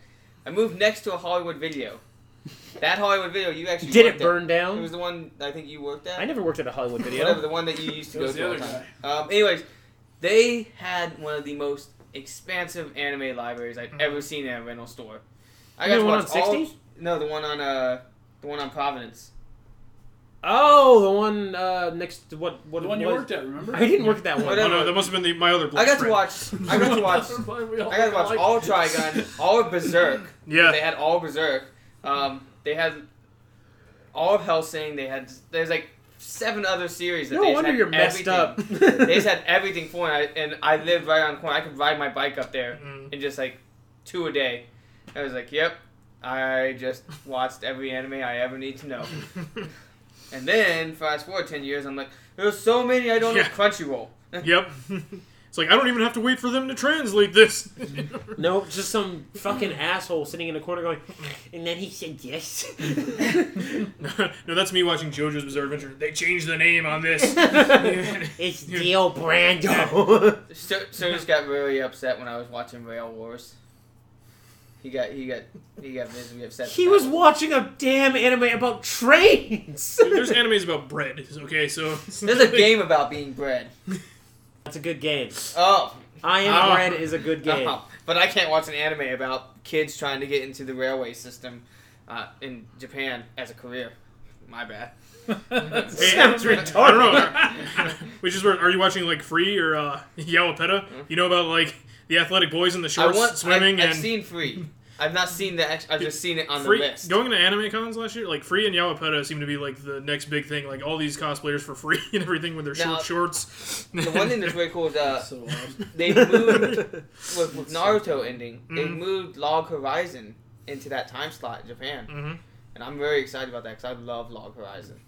Speaker 4: I moved next to a Hollywood video. That Hollywood video you actually
Speaker 7: Did
Speaker 4: worked
Speaker 7: it burn
Speaker 4: At. It was
Speaker 7: down?
Speaker 4: the one I think you worked at.
Speaker 7: Um, I never worked at a
Speaker 4: [LAUGHS]
Speaker 7: Hollywood
Speaker 4: Whatever
Speaker 7: video.
Speaker 4: the one that you used to
Speaker 5: It
Speaker 4: go
Speaker 5: was
Speaker 4: to.
Speaker 5: the
Speaker 4: all the
Speaker 5: other
Speaker 4: time. Um, anyways, they had one of the most expansive anime libraries I've ever seen at a rental store. I
Speaker 7: Mm-hmm. You mean
Speaker 4: got
Speaker 7: the
Speaker 4: to
Speaker 7: one
Speaker 4: watch
Speaker 7: on
Speaker 4: all-
Speaker 7: 60?
Speaker 4: No, the one on uh, the one on Providence.
Speaker 7: Oh, the one uh, next to what? What
Speaker 5: the one you
Speaker 7: was-
Speaker 5: worked at, remember? [LAUGHS]
Speaker 7: I didn't work at that one.
Speaker 4: Whatever.
Speaker 6: Oh no, that must have been the, my other.
Speaker 4: I got to
Speaker 6: friend.
Speaker 4: watch.
Speaker 5: [LAUGHS]
Speaker 4: I got to watch. I gotta watch all Trigun, all of Berserk. They
Speaker 6: Yeah,
Speaker 4: had all of Berserk. Um, they had all of Helsing. They had there's like seven other series that
Speaker 7: No
Speaker 4: they just
Speaker 7: wonder
Speaker 4: had
Speaker 7: you're messed
Speaker 4: everything.
Speaker 7: up.
Speaker 4: [LAUGHS]
Speaker 7: [LAUGHS]
Speaker 4: they just had everything for it, and I lived right on the corner. I could ride my bike up there
Speaker 7: Mm-hmm.
Speaker 6: Mm.
Speaker 4: and just like two a day. I was like, yep, I just watched every anime I ever need to know.
Speaker 7: [LAUGHS]
Speaker 6: [LAUGHS]
Speaker 4: and then fast forward ten years, I'm like, there's so many I don't
Speaker 6: Yeah.
Speaker 4: know Crunchyroll.
Speaker 6: yep. [LAUGHS] It's like I don't even have to wait for them to translate this. [LAUGHS]
Speaker 7: No, just some fucking asshole sitting in a corner going, and then he said yes.
Speaker 6: no, that's me watching JoJo's Bizarre Adventure. They changed the name on this. [LAUGHS]
Speaker 7: it's Dio Brando.
Speaker 4: [LAUGHS] So, so just got really upset when I was watching Rail Wars. He got he got he got visibly upset.
Speaker 7: he was watching a damn anime about trains.
Speaker 6: There's animes about bread. Okay, so
Speaker 4: [LAUGHS]
Speaker 6: [LAUGHS]
Speaker 4: There's a game about being bred.
Speaker 7: [LAUGHS] That's a good game.
Speaker 4: Oh,
Speaker 7: I Am
Speaker 6: Oh.
Speaker 7: Bread is a good game.
Speaker 4: oh, but I can't watch an anime about kids trying to get into the railway system uh, in Japan as a career. My
Speaker 6: [LAUGHS]
Speaker 4: bad.
Speaker 6: Hey,
Speaker 7: Sounds
Speaker 6: I don't know. Which is where are you watching like Free or uh, [LAUGHS] Yawapeta? You know about like the athletic boys in the
Speaker 4: Mm-hmm. I
Speaker 6: shorts
Speaker 4: want
Speaker 6: swimming
Speaker 4: I, I've
Speaker 6: and
Speaker 4: seen Free. I've not seen the. act- I've just seen it on
Speaker 6: Free,
Speaker 4: the list.
Speaker 6: Going to anime cons last year, like Free and Yawapeta seem to be like the next big thing. Like all these cosplayers for [LAUGHS] free and everything with their
Speaker 4: Now,
Speaker 6: short shorts.
Speaker 4: the one
Speaker 6: [LAUGHS]
Speaker 4: thing that's really cool is [LAUGHS] uh,
Speaker 5: So awesome.
Speaker 4: they [LAUGHS] moved with, with Naruto ending. They
Speaker 6: Mm-hmm.
Speaker 4: moved Log Horizon into that time slot in Japan,
Speaker 6: Mhm.
Speaker 4: and I'm very excited about that because I love Log Horizon.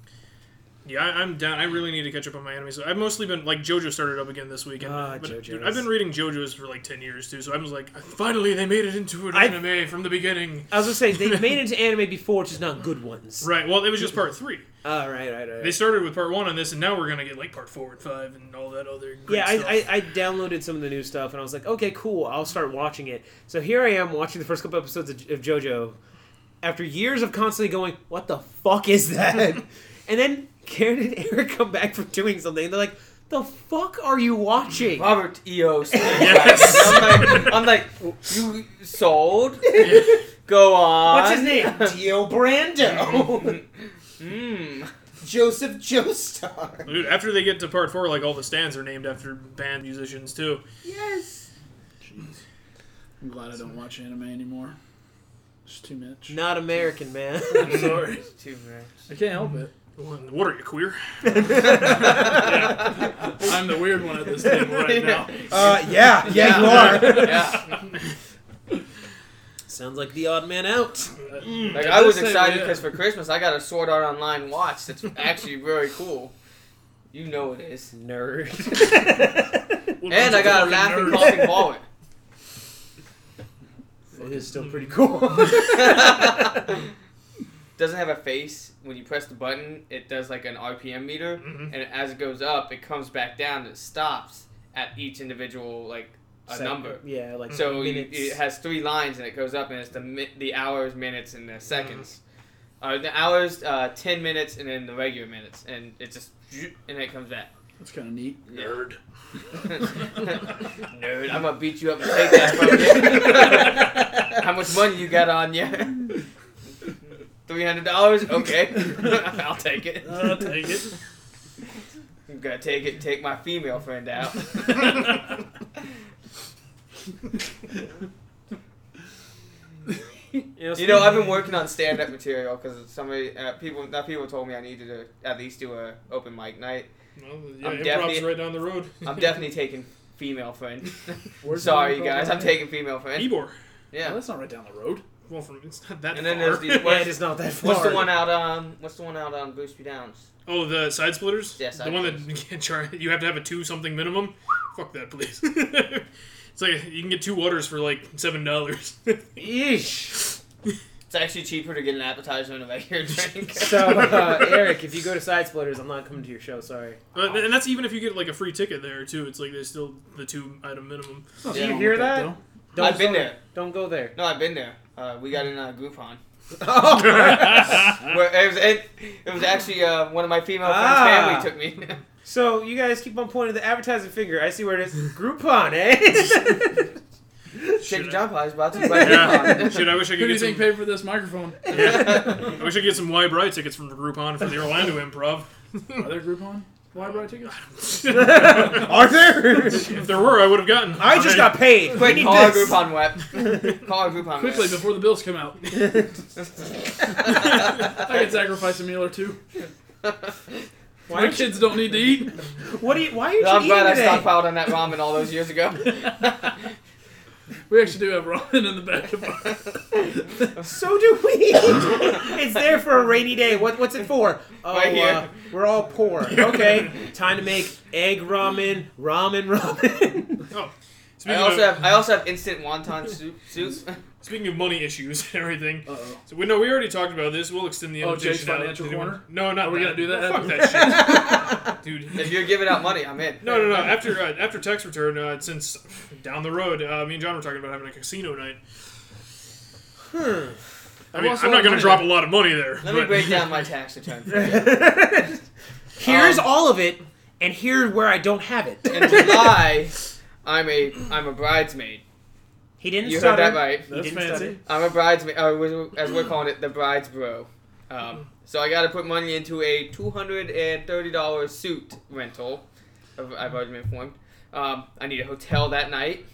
Speaker 6: Yeah, I, I'm down. I really need to catch up on my anime. So I've mostly been like JoJo started up again this weekend.
Speaker 7: Ah,
Speaker 6: but, dude,
Speaker 7: JoJo's.
Speaker 6: I've been reading JoJo's for like ten years too. So I was like, finally they made it into an
Speaker 7: I-
Speaker 6: anime from the beginning.
Speaker 7: I was gonna say they made it into anime before, just not good ones.
Speaker 6: Right. Well, it was just part three.
Speaker 7: Oh, right, right,
Speaker 6: They started with part one on this, and now we're gonna get like part four and five and all that other. Great
Speaker 7: yeah,
Speaker 6: stuff.
Speaker 7: I, I, I downloaded some of the new stuff and I was like, okay, cool, I'll start watching it. So here I am watching the first couple episodes of, of JoJo after years of constantly going, what the fuck is [LAUGHS] that? and then Karen and Eric come back from doing something and they're like, the fuck are you watching?
Speaker 4: Robert E Eos.
Speaker 6: Yes.
Speaker 4: I'm like, I'm like, you sold? Go on.
Speaker 7: What's his name?
Speaker 4: [LAUGHS]
Speaker 9: Dio Brando.
Speaker 4: Mm.
Speaker 9: Joseph Joestar.
Speaker 6: Dude, after they get to part four, like all the stands are named after band musicians too.
Speaker 5: Jeez. I'm glad I don't watch anime anymore. It's too much.
Speaker 7: Not American, [LAUGHS] man.
Speaker 5: I'm sorry.
Speaker 4: Too [LAUGHS] much.
Speaker 5: I can't help it.
Speaker 6: What are you
Speaker 7: [LAUGHS]
Speaker 6: queer?
Speaker 5: I'm the weird one at [LAUGHS] this table right now.
Speaker 9: Uh, yeah, yeah, you
Speaker 5: [LAUGHS]
Speaker 9: are.
Speaker 4: Yeah.
Speaker 7: Sounds like the odd man [LAUGHS] out.
Speaker 4: Like I was
Speaker 5: Same,
Speaker 4: excited
Speaker 5: yeah.
Speaker 4: because for Christmas I got a Sword Art Online watch that's actually very cool. You know it is.
Speaker 7: Nerd.
Speaker 4: And I got a laughing coughing wallet.
Speaker 7: it is still pretty cool. [LAUGHS]
Speaker 4: doesn't have a face. When you press the button, it does like an RPM meter,
Speaker 7: Mm-hmm.
Speaker 6: Mhm.
Speaker 4: and as it goes up, it comes back down. And it stops at each individual like a number.
Speaker 7: Yeah, like
Speaker 4: So you,
Speaker 7: minutes.
Speaker 4: it has three lines, and it goes up, and it's the mi- the hours, minutes, and
Speaker 7: Mm-hmm.
Speaker 4: the seconds. Uh, the hours, uh, ten minutes, and then the regular minutes, and it just and it comes back.
Speaker 5: That's kind of neat.
Speaker 4: Nerd. [LAUGHS] Nerd, I'm gonna beat you up and take that from you. How much money you got on you? Three hundred dollars? Okay, [LAUGHS] I'll take it.
Speaker 6: I'll take it.
Speaker 4: I'm gonna take it. Take my female friend
Speaker 6: [LAUGHS]
Speaker 4: out. You know, I've been working on stand-up material because somebody, uh, people, not people told me I needed to at least do a open mic night.
Speaker 6: Well, yeah,
Speaker 4: I'm
Speaker 6: improv's
Speaker 4: definitely-
Speaker 6: right down the road.
Speaker 4: I'm definitely taking female
Speaker 6: [LAUGHS]
Speaker 4: friend.
Speaker 5: Where's the
Speaker 4: Sorry,
Speaker 5: one
Speaker 4: you
Speaker 5: called
Speaker 4: guys, I'm
Speaker 5: that?
Speaker 4: taking female friend.
Speaker 6: Ebor.
Speaker 5: Well,
Speaker 4: Yeah.
Speaker 5: that's not right down the road.
Speaker 6: Well, from it's not that
Speaker 4: And then
Speaker 6: far.
Speaker 4: there's the
Speaker 7: Yeah, it
Speaker 4: what's,
Speaker 7: is not that far.
Speaker 4: what's the one out um what's the one out on Booster Downs?
Speaker 6: oh, the side splitters.
Speaker 4: Yeah,
Speaker 6: the
Speaker 4: side
Speaker 6: one that you [LAUGHS] can't try. You have to have a two something minimum. Fuck that, please. [LAUGHS] it's like you can get two waters for like seven dollars. [LAUGHS]
Speaker 7: Yeesh.
Speaker 4: It's actually cheaper to get an appetizer and a regular drink.
Speaker 7: [LAUGHS] So, uh, Eric, if you go to Side Splitters, I'm not coming to your show. Sorry.
Speaker 6: Uh, and that's even if you get like a free ticket there too. It's like there's still the two item minimum.
Speaker 7: Do you
Speaker 4: Yeah.
Speaker 7: hear that? Don't
Speaker 4: [LAUGHS] I've been
Speaker 7: go-
Speaker 4: there.
Speaker 7: Don't go
Speaker 4: [LAUGHS]
Speaker 7: there.
Speaker 4: No, I've been there. Uh, we got in a
Speaker 6: [LAUGHS]
Speaker 4: Groupon.
Speaker 6: yeah,
Speaker 4: Where it was it, it was actually uh, one of my female
Speaker 7: Ah.
Speaker 4: friends' family took me.
Speaker 7: [LAUGHS]
Speaker 4: [LAUGHS]
Speaker 7: So you guys keep on pointing the advertising finger. I see where it is. Groupon,
Speaker 4: [LAUGHS]
Speaker 7: eh?
Speaker 4: Shake
Speaker 6: I-
Speaker 4: and John Pie is brought
Speaker 7: [LAUGHS]
Speaker 4: to you by Groupon. [LAUGHS]
Speaker 6: [LAUGHS] shit. I wish I
Speaker 5: Who do
Speaker 6: could
Speaker 5: you
Speaker 6: get some.
Speaker 5: think paid for this microphone?
Speaker 6: Yeah. I wish I could get some Y Bright tickets from the Groupon for the Orlando Improv.
Speaker 5: Are there Groupon? Why do I tickets?
Speaker 7: Are there?
Speaker 6: if there were, I would have gotten.
Speaker 7: [LAUGHS] I just got paid.
Speaker 4: Quick,
Speaker 7: Need
Speaker 4: call our
Speaker 7: this.
Speaker 4: Groupon
Speaker 6: [LAUGHS]
Speaker 4: rep. Call our Groupon
Speaker 5: Quickly
Speaker 4: rep.
Speaker 5: before the bills come out. I could sacrifice a meal or two.
Speaker 7: Why
Speaker 5: My
Speaker 7: don't you-
Speaker 5: kids don't need to eat.
Speaker 7: what do you? Why are you
Speaker 4: [LAUGHS] I'm
Speaker 7: eating
Speaker 4: glad I
Speaker 7: today?
Speaker 4: stockpiled on that ramen all those years
Speaker 6: [LAUGHS]
Speaker 4: ago.
Speaker 5: We actually do have ramen in the back of our
Speaker 7: So do
Speaker 4: [LAUGHS]
Speaker 7: we. it's there for a rainy day. What, what's it for? Oh,
Speaker 4: [LAUGHS] Right here.
Speaker 7: uh, we're all poor. Okay, time to make egg ramen, ramen,
Speaker 4: [LAUGHS]
Speaker 7: ramen.
Speaker 6: Oh,
Speaker 4: I
Speaker 6: speaking,
Speaker 4: also
Speaker 6: of,
Speaker 4: have I also have instant wonton soup.
Speaker 6: [LAUGHS]
Speaker 4: soup.
Speaker 6: speaking of money issues and everything,
Speaker 5: Uh-oh.
Speaker 6: so we know we already talked about this. We'll extend the
Speaker 5: Oh,
Speaker 6: invitation.
Speaker 5: Jake's
Speaker 6: out.
Speaker 5: financial
Speaker 6: Did anyone-
Speaker 5: corner?
Speaker 6: No, not
Speaker 5: Are we gonna
Speaker 6: that.
Speaker 5: do that?
Speaker 6: Fuck that shit, dude.
Speaker 4: If you're giving out money, I'm in.
Speaker 6: No, no, no. After uh, after tax return, uh, since down the road, uh, me and John were talking about having a casino night. I
Speaker 5: also
Speaker 6: mean, Hmm. I'm not
Speaker 5: have
Speaker 6: going to
Speaker 5: money
Speaker 6: drop a lot of money there.
Speaker 4: Let me
Speaker 6: but-
Speaker 4: break down my tax return. for you.
Speaker 7: Here's
Speaker 4: Um,
Speaker 7: all of it, and here's where I don't have it.
Speaker 4: In July, I'm a I'm a bridesmaid.
Speaker 7: [LAUGHS] He didn't
Speaker 4: You heard
Speaker 7: stutter.
Speaker 4: that right?
Speaker 7: He didn't stutter.
Speaker 4: I'm a bridesmaid, or we- as we're calling it, the bride's bro. Um, so I got to put money into a two hundred and thirty dollars suit rental. I've I've already been informed. Um, I need a hotel that night.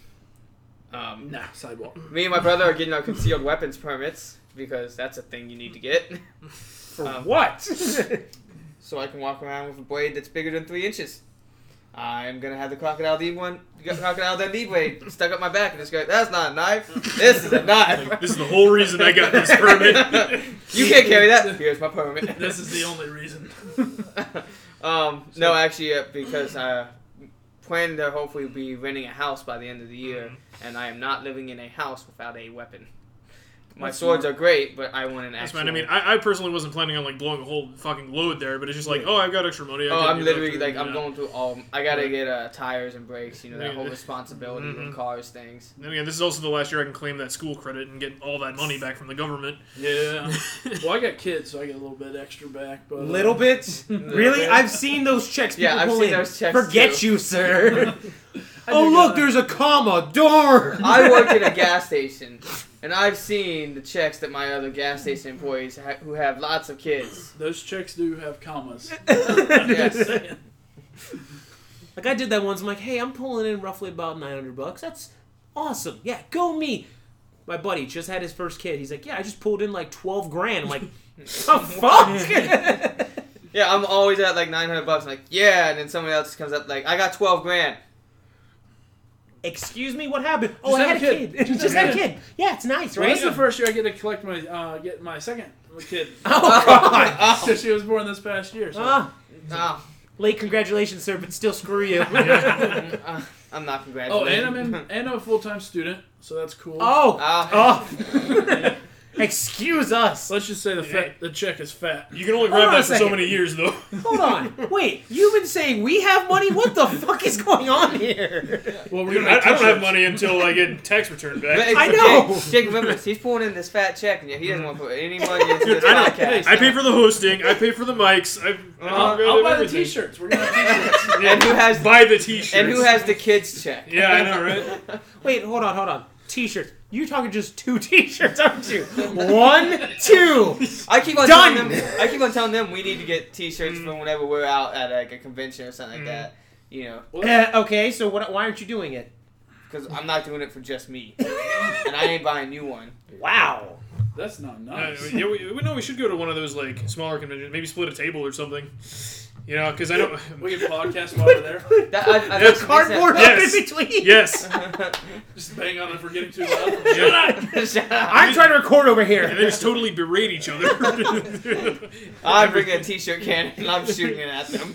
Speaker 4: Um,
Speaker 5: nah, sidewalk.
Speaker 4: Me and my brother are getting our concealed weapons permits because that's a thing you need to get. [LAUGHS] Um, For [LAUGHS]
Speaker 7: What?
Speaker 4: So I can walk around with a blade that's bigger than three inches. I'm gonna have the crocodile D one, crocodile Dundee blade stuck up my back and just go. That's not a knife. This is a knife.
Speaker 6: [LAUGHS] This is the [LAUGHS] whole reason I got [LAUGHS] this permit.
Speaker 4: [LAUGHS] You can't carry that. Here's my permit.
Speaker 5: This is the only reason.
Speaker 4: [LAUGHS] Um, no, actually, uh, because I plan to hopefully be renting a house by the end of the year,
Speaker 6: Mm-hmm.
Speaker 4: and I am not living in a house without a weapon. My swords are great, but I want an
Speaker 6: That's
Speaker 4: actual.
Speaker 6: fine. I mean, I, I personally wasn't planning on like blowing a whole fucking load there, but it's just like, oh, I've got extra money. I
Speaker 4: Oh,
Speaker 6: can
Speaker 4: I'm
Speaker 6: do
Speaker 4: literally
Speaker 6: that.
Speaker 4: like I'm
Speaker 6: Yeah.
Speaker 4: going through all. I gotta
Speaker 6: Right.
Speaker 4: get uh, tires and brakes. You know that
Speaker 6: [LAUGHS] Yeah.
Speaker 4: whole responsibility
Speaker 6: Mhm.
Speaker 4: with cars things.
Speaker 6: Then again, this is also the last year I can claim that school credit and get all that money back from the government.
Speaker 4: [LAUGHS]
Speaker 5: Yeah. Well, I got kids, so I get a little bit extra back. But uh,
Speaker 7: Little bit? Really? I've seen those checks.
Speaker 4: Yeah,
Speaker 7: people
Speaker 4: I've
Speaker 7: pull
Speaker 4: seen
Speaker 7: in.
Speaker 4: those checks,
Speaker 7: Forget
Speaker 4: too.
Speaker 7: you, sir.
Speaker 5: I
Speaker 7: [LAUGHS] oh
Speaker 5: do
Speaker 7: look,
Speaker 5: get
Speaker 7: there's a comma. Darn.
Speaker 4: I work at a
Speaker 7: [LAUGHS]
Speaker 4: gas station, and I've seen the checks that my other gas station employees ha- who have lots of kids.
Speaker 5: Those checks do have commas.
Speaker 4: Yes.
Speaker 7: Like I did that once. I'm like, hey, I'm pulling in roughly about 900 bucks. That's awesome. Yeah, go me. My buddy just had his first kid. He's like, yeah, I just pulled in like 12 grand. I'm like, the fuck? [LAUGHS]
Speaker 4: Yeah, I'm always at like 900 bucks. I'm like, yeah, and then someone else comes up like, I got 12 grand.
Speaker 7: Excuse me, what happened? Oh,
Speaker 5: Just
Speaker 7: I
Speaker 5: had
Speaker 7: had a
Speaker 5: a
Speaker 7: kid.
Speaker 5: kid.
Speaker 7: just had a kid. Yeah, it's nice,
Speaker 5: Well,
Speaker 7: right?
Speaker 5: this
Speaker 7: [LAUGHS]
Speaker 5: is the first year I get to collect my uh, get my second
Speaker 6: [LAUGHS]
Speaker 5: kid.
Speaker 7: Oh,
Speaker 5: [LAUGHS]
Speaker 7: God.
Speaker 4: Oh,
Speaker 5: she was born this past year. So.
Speaker 7: Ah,
Speaker 4: oh,
Speaker 7: late congratulations, sir, but still screw [LAUGHS] you.
Speaker 4: uh, I'm not
Speaker 5: oh,
Speaker 4: congratulating.
Speaker 5: and I'm in, and I'm a full time student, so that's cool.
Speaker 7: oh.
Speaker 4: [LAUGHS] Ah,
Speaker 7: Oh. [LAUGHS] Excuse us.
Speaker 5: Let's just say the fat, the check is fat.
Speaker 6: You can only grab
Speaker 7: on a
Speaker 6: that for so
Speaker 7: second.
Speaker 6: many years, though.
Speaker 7: Hold on. Wait, you've been saying we have money? What the fuck is going on here?
Speaker 5: Well,
Speaker 6: [LAUGHS]
Speaker 5: we're
Speaker 6: Dude,
Speaker 5: gonna
Speaker 6: I,
Speaker 5: make
Speaker 6: I don't have
Speaker 5: t-shirts.
Speaker 6: money until I get tax [LAUGHS] return
Speaker 4: but
Speaker 6: back.
Speaker 4: it's-
Speaker 7: I know.
Speaker 4: Jake, Jake remembers, he's pulling in this fat check, and yet he doesn't want to put any money into this
Speaker 6: I know.
Speaker 4: podcast.
Speaker 6: I pay for the hosting. I pay for the mics. I, I
Speaker 4: I'll-
Speaker 6: grab
Speaker 5: Uh, I'll buy the
Speaker 6: everything.
Speaker 5: T-shirts. We're gonna have T-shirts.
Speaker 6: Yeah,
Speaker 4: And who has-
Speaker 6: buy the T-shirts?
Speaker 4: And who has the kids check?
Speaker 6: Yeah, I know, right?
Speaker 7: Wait, hold on, hold on. T-shirts. You're talking just two [LAUGHS] T-shirts, aren't you? One, two.
Speaker 4: I keep on
Speaker 7: Done.
Speaker 4: telling them. I keep on telling them we need to get T-shirts
Speaker 5: Mm.
Speaker 4: for whenever we're out at like a convention or something like that. You know,
Speaker 7: Uh, okay, so what, why aren't you doing it?
Speaker 4: because I'm not doing it for just me, and I ain't buying you one.
Speaker 7: Wow.
Speaker 5: That's not
Speaker 6: Uh,
Speaker 5: nice.
Speaker 6: yeah, we, we know we should go to one of those like smaller conventions. Maybe split a table or something. You know, because I don't.
Speaker 5: [LAUGHS] We can podcast while we're there.
Speaker 4: That, I, I,
Speaker 6: Yeah,
Speaker 4: that's-
Speaker 7: Cardboard
Speaker 6: Yes.
Speaker 7: up in between.
Speaker 6: yes.
Speaker 5: Just bang on it for getting too
Speaker 6: [LAUGHS]
Speaker 5: loud.
Speaker 4: [LAUGHS]
Speaker 6: Yeah.
Speaker 4: Shut up.
Speaker 7: I'm trying to record over
Speaker 6: And
Speaker 7: here.
Speaker 6: they just totally berate each other.
Speaker 5: [LAUGHS]
Speaker 4: I'm bringing a T-shirt cannon and I'm shooting it at them.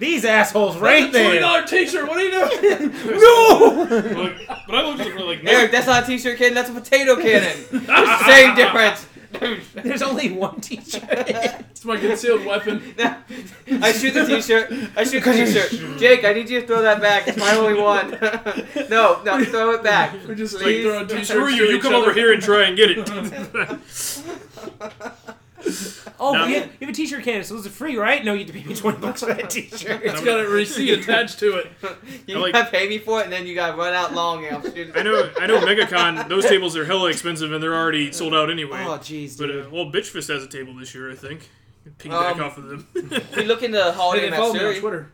Speaker 7: These assholes right
Speaker 5: Twenty
Speaker 7: there.
Speaker 5: dollar T-shirt. What are you doing?
Speaker 7: No.
Speaker 6: Like, but I looked at them like, no,
Speaker 4: Eric, that's not a T-shirt cannon. That's a potato cannon. Same difference.
Speaker 7: There's only one T-shirt.
Speaker 5: It's my concealed weapon.
Speaker 4: I shoot the T-shirt. I shoot the T-shirt. Jake, I need you to throw that back. It's my only one. [LAUGHS] no, no, throw it back.
Speaker 5: [LAUGHS] We're just like
Speaker 4: Please.
Speaker 5: throwing T-shirts.
Speaker 6: [LAUGHS] screw you.
Speaker 5: to
Speaker 6: You
Speaker 5: each
Speaker 6: come
Speaker 5: other.
Speaker 6: over here and try and
Speaker 5: [LAUGHS]
Speaker 6: get it.
Speaker 7: Oh,
Speaker 6: No.
Speaker 7: but you have, you have a T-shirt cannon, so it's free, right? No, you have to pay me twenty bucks for that T-shirt.
Speaker 5: It's got a
Speaker 6: [LAUGHS]
Speaker 5: receipt attached to it.
Speaker 4: You
Speaker 6: I like-
Speaker 4: gotta pay me for it, and then you gotta run out long and I'll shoot it.
Speaker 6: I know. I know. MegaCon. Those tables are hella expensive, and they're already sold out anyway.
Speaker 9: Oh, jeez,
Speaker 6: but
Speaker 9: dude.
Speaker 6: uh, well, Bitchfist has a table this year, I think. Piggyback
Speaker 4: Um,
Speaker 6: off of them. [LAUGHS]
Speaker 4: We look into Holiday
Speaker 5: Hey, they follow me on
Speaker 4: Matsuri.
Speaker 5: Twitter.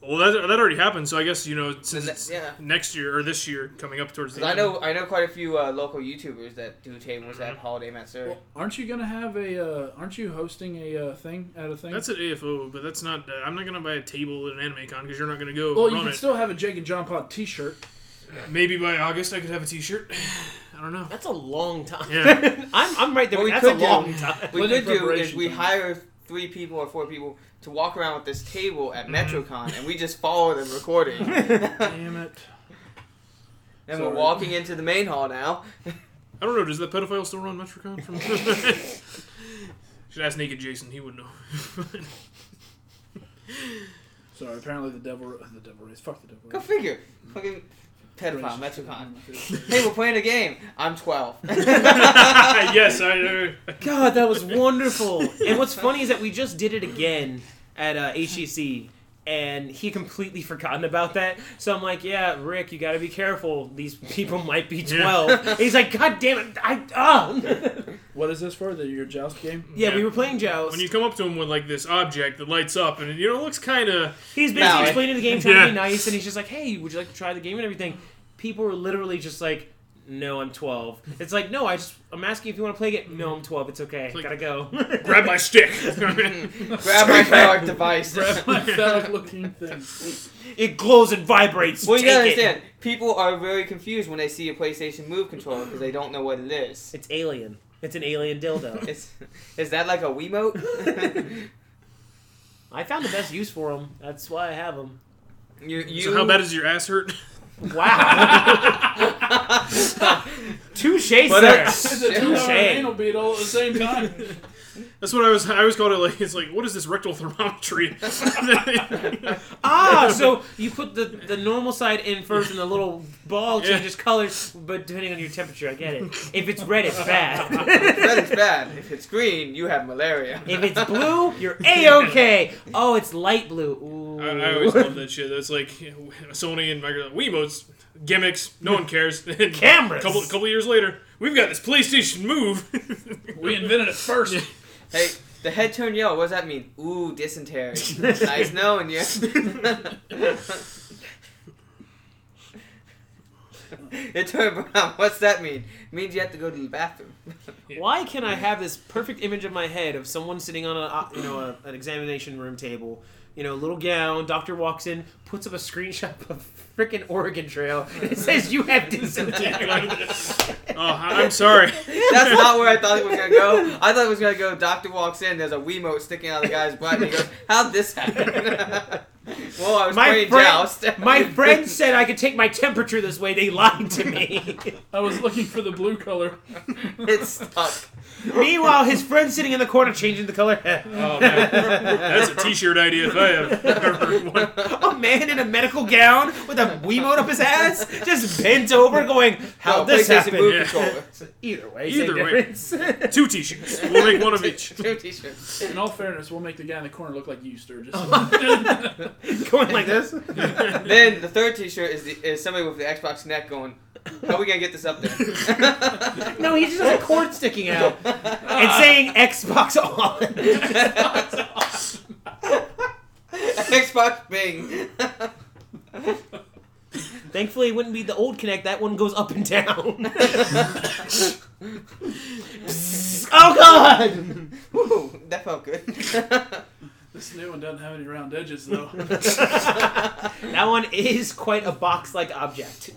Speaker 6: well, that, that already happened, so I guess you know since
Speaker 4: ne-
Speaker 6: it's
Speaker 4: yeah.
Speaker 6: next year or this year coming up towards the
Speaker 4: I
Speaker 6: end.
Speaker 4: know, I know quite a few uh, local YouTubers that do tables at Holiday Matsuri.
Speaker 5: Well, aren't you gonna have a? Uh, aren't you hosting a uh, thing at a thing?
Speaker 6: That's at AFO, but that's not. Uh, I'm not gonna buy a table at an anime con because you're not gonna go
Speaker 5: well, you
Speaker 6: run
Speaker 5: can
Speaker 6: it.
Speaker 5: still have a Jake and John Pod T-shirt.
Speaker 6: Maybe by August I could have a T-shirt. [SIGHS] I don't know.
Speaker 7: That's a long time.
Speaker 6: Yeah.
Speaker 7: [LAUGHS] I'm, I'm right there.
Speaker 4: What we
Speaker 7: That's a
Speaker 4: could do-
Speaker 7: long time.
Speaker 4: what we
Speaker 5: Like
Speaker 4: could
Speaker 5: the
Speaker 4: do is
Speaker 5: preparation
Speaker 4: we
Speaker 5: time.
Speaker 4: hire three people or four people to walk around with this table
Speaker 6: Mm-hmm.
Speaker 4: at MetroCon, and we just follow them recording. and
Speaker 5: Damn it!
Speaker 4: we're
Speaker 5: Sorry.
Speaker 4: walking into the main hall now.
Speaker 6: I don't know. Does that pedophile still run MetroCon? From [LAUGHS] Should ask Naked Jason. He would know. [LAUGHS]
Speaker 5: Sorry. Apparently the devil, [LAUGHS] the devil race. Fuck the devil.
Speaker 4: Go
Speaker 5: Race.
Speaker 4: figure. Fucking pedophile, MetroCon.
Speaker 5: MetroCon.
Speaker 4: Hey, we're playing a game. I'm 12.
Speaker 6: yes, I. Uh,
Speaker 7: [LAUGHS] God, that was wonderful. and what's funny is that we just did it again at uh, HEC, and he completely forgotten about that. So I'm like, yeah, Rick, you got to be careful. These people might be
Speaker 6: Yeah.
Speaker 7: 12. And he's like, God damn it, I
Speaker 6: [LAUGHS]
Speaker 7: oh.
Speaker 5: What is this for? The your joust game? [LAUGHS]
Speaker 7: yeah,
Speaker 6: Yeah.
Speaker 7: we were playing Joust.
Speaker 6: when you come up to him with like this object that lights up, and you know it looks kind of
Speaker 7: he's busy
Speaker 4: Now, eh?
Speaker 7: explaining the game, trying to
Speaker 6: [LAUGHS] Yeah.
Speaker 7: be nice, and he's just like, hey, would you like to try the game and everything? People are literally just like. No, I'm 12. It's like, no, I just, I'm asking if you want to play it. No, I'm 12. It's okay.
Speaker 6: like-
Speaker 7: Gotta go.
Speaker 6: [LAUGHS] grab
Speaker 7: [LAUGHS]
Speaker 6: my stick. [LAUGHS]
Speaker 4: Grab my phallic device.
Speaker 5: Phallic looking [LAUGHS] thing.
Speaker 7: it glows and vibrates.
Speaker 4: [LAUGHS] Well, you
Speaker 7: Take
Speaker 4: gotta
Speaker 7: it.
Speaker 4: understand, people are very confused when they see a PlayStation Move controller because they don't know what it is.
Speaker 7: It's alien. It's an alien
Speaker 4: [LAUGHS]
Speaker 7: dildo.
Speaker 4: Is, is that like a Wiimote? [LAUGHS]
Speaker 7: I found the best use for them. That's why I have
Speaker 4: [LAUGHS]
Speaker 7: them.
Speaker 4: you, you,
Speaker 6: so how bad is your ass hurt?
Speaker 4: [LAUGHS]
Speaker 7: Wow. [LAUGHS] Touche,
Speaker 4: But
Speaker 7: sir.
Speaker 4: it's-
Speaker 5: It's a two-hour
Speaker 7: Touche.
Speaker 5: anal beat all at the same time.
Speaker 6: That's what I was. I always called it like it's like what is this
Speaker 5: [LAUGHS]
Speaker 6: rectal thermometry? [LAUGHS]
Speaker 7: Ah, so you put the, the normal side in first, and the little ball changes colors, but depending on your temperature, I get it. If it's red, it's
Speaker 6: [LAUGHS]
Speaker 7: bad.
Speaker 4: That is bad. If it's green, you have malaria.
Speaker 7: if it's blue, you're a okay. Oh, it's light blue. Ooh.
Speaker 6: I, I always [LAUGHS] love that shit. That's like Sony and Microsoft Wiimotes gimmicks. No one cares. [LAUGHS] And
Speaker 7: Cameras.
Speaker 6: Couple couple years later, we've got this PlayStation Move.
Speaker 5: [LAUGHS] We invented it first.
Speaker 4: Hey, the head turned yellow. What does that mean? Ooh,
Speaker 7: [LAUGHS]
Speaker 4: dysentery. nice knowing you. [LAUGHS] it turned brown. What's that mean? means you have to go to the bathroom.
Speaker 7: Why can I have this perfect image in my head of someone sitting on a uh, you know a, an examination room table, you know, little gown. Doctor walks in, puts up a screenshot of freaking Oregon Trail. And it says you have
Speaker 6: [LAUGHS]
Speaker 7: dysentery.
Speaker 6: [LAUGHS] oh, I- I'm sorry.
Speaker 4: That's not where I thought it was gonna go. I thought it was gonna go. Doctor walks in. There's a Wiimote sticking out of the guy's butt. And he goes, "How'd this happen?" [LAUGHS] well, I was
Speaker 7: My
Speaker 4: playing
Speaker 7: friend-
Speaker 4: joust.
Speaker 7: my friend said I could take my temperature this way. They lied to me.
Speaker 5: I was looking for the blue color.
Speaker 4: [LAUGHS] it's stuck.
Speaker 7: Meanwhile, his friend sitting in the corner changing the color.
Speaker 6: [LAUGHS] Oh man, that's a T-shirt idea if I have ever heard one.
Speaker 7: a man in a medical gown with a Wiimote up his ass just bent over, going, "How'd
Speaker 4: No,
Speaker 7: this
Speaker 4: PlayStation
Speaker 7: happen?"
Speaker 4: Move
Speaker 6: Yeah.
Speaker 4: controller.
Speaker 7: Either way,
Speaker 6: Either
Speaker 7: same
Speaker 6: way.
Speaker 7: difference.
Speaker 6: Two T-shirts. We'll make one of
Speaker 4: [LAUGHS]
Speaker 6: each.
Speaker 4: Two t-shirts.
Speaker 5: In all fairness, we'll make the guy in the corner look like you, Sturgis.
Speaker 7: going like this.
Speaker 4: Then the third T-shirt is the, is somebody with the Xbox Connect going. How are we gonna get this up [LAUGHS] there?
Speaker 7: No, he just has a cord sticking out and saying Xbox on.
Speaker 4: Xbox Bing.
Speaker 7: Thankfully, it wouldn't be the old Connect. That one goes up and down. [LAUGHS] oh God!
Speaker 4: Woo, that felt good.
Speaker 5: This new one doesn't have any round edges [LAUGHS] though.
Speaker 7: That one is quite a box-like object.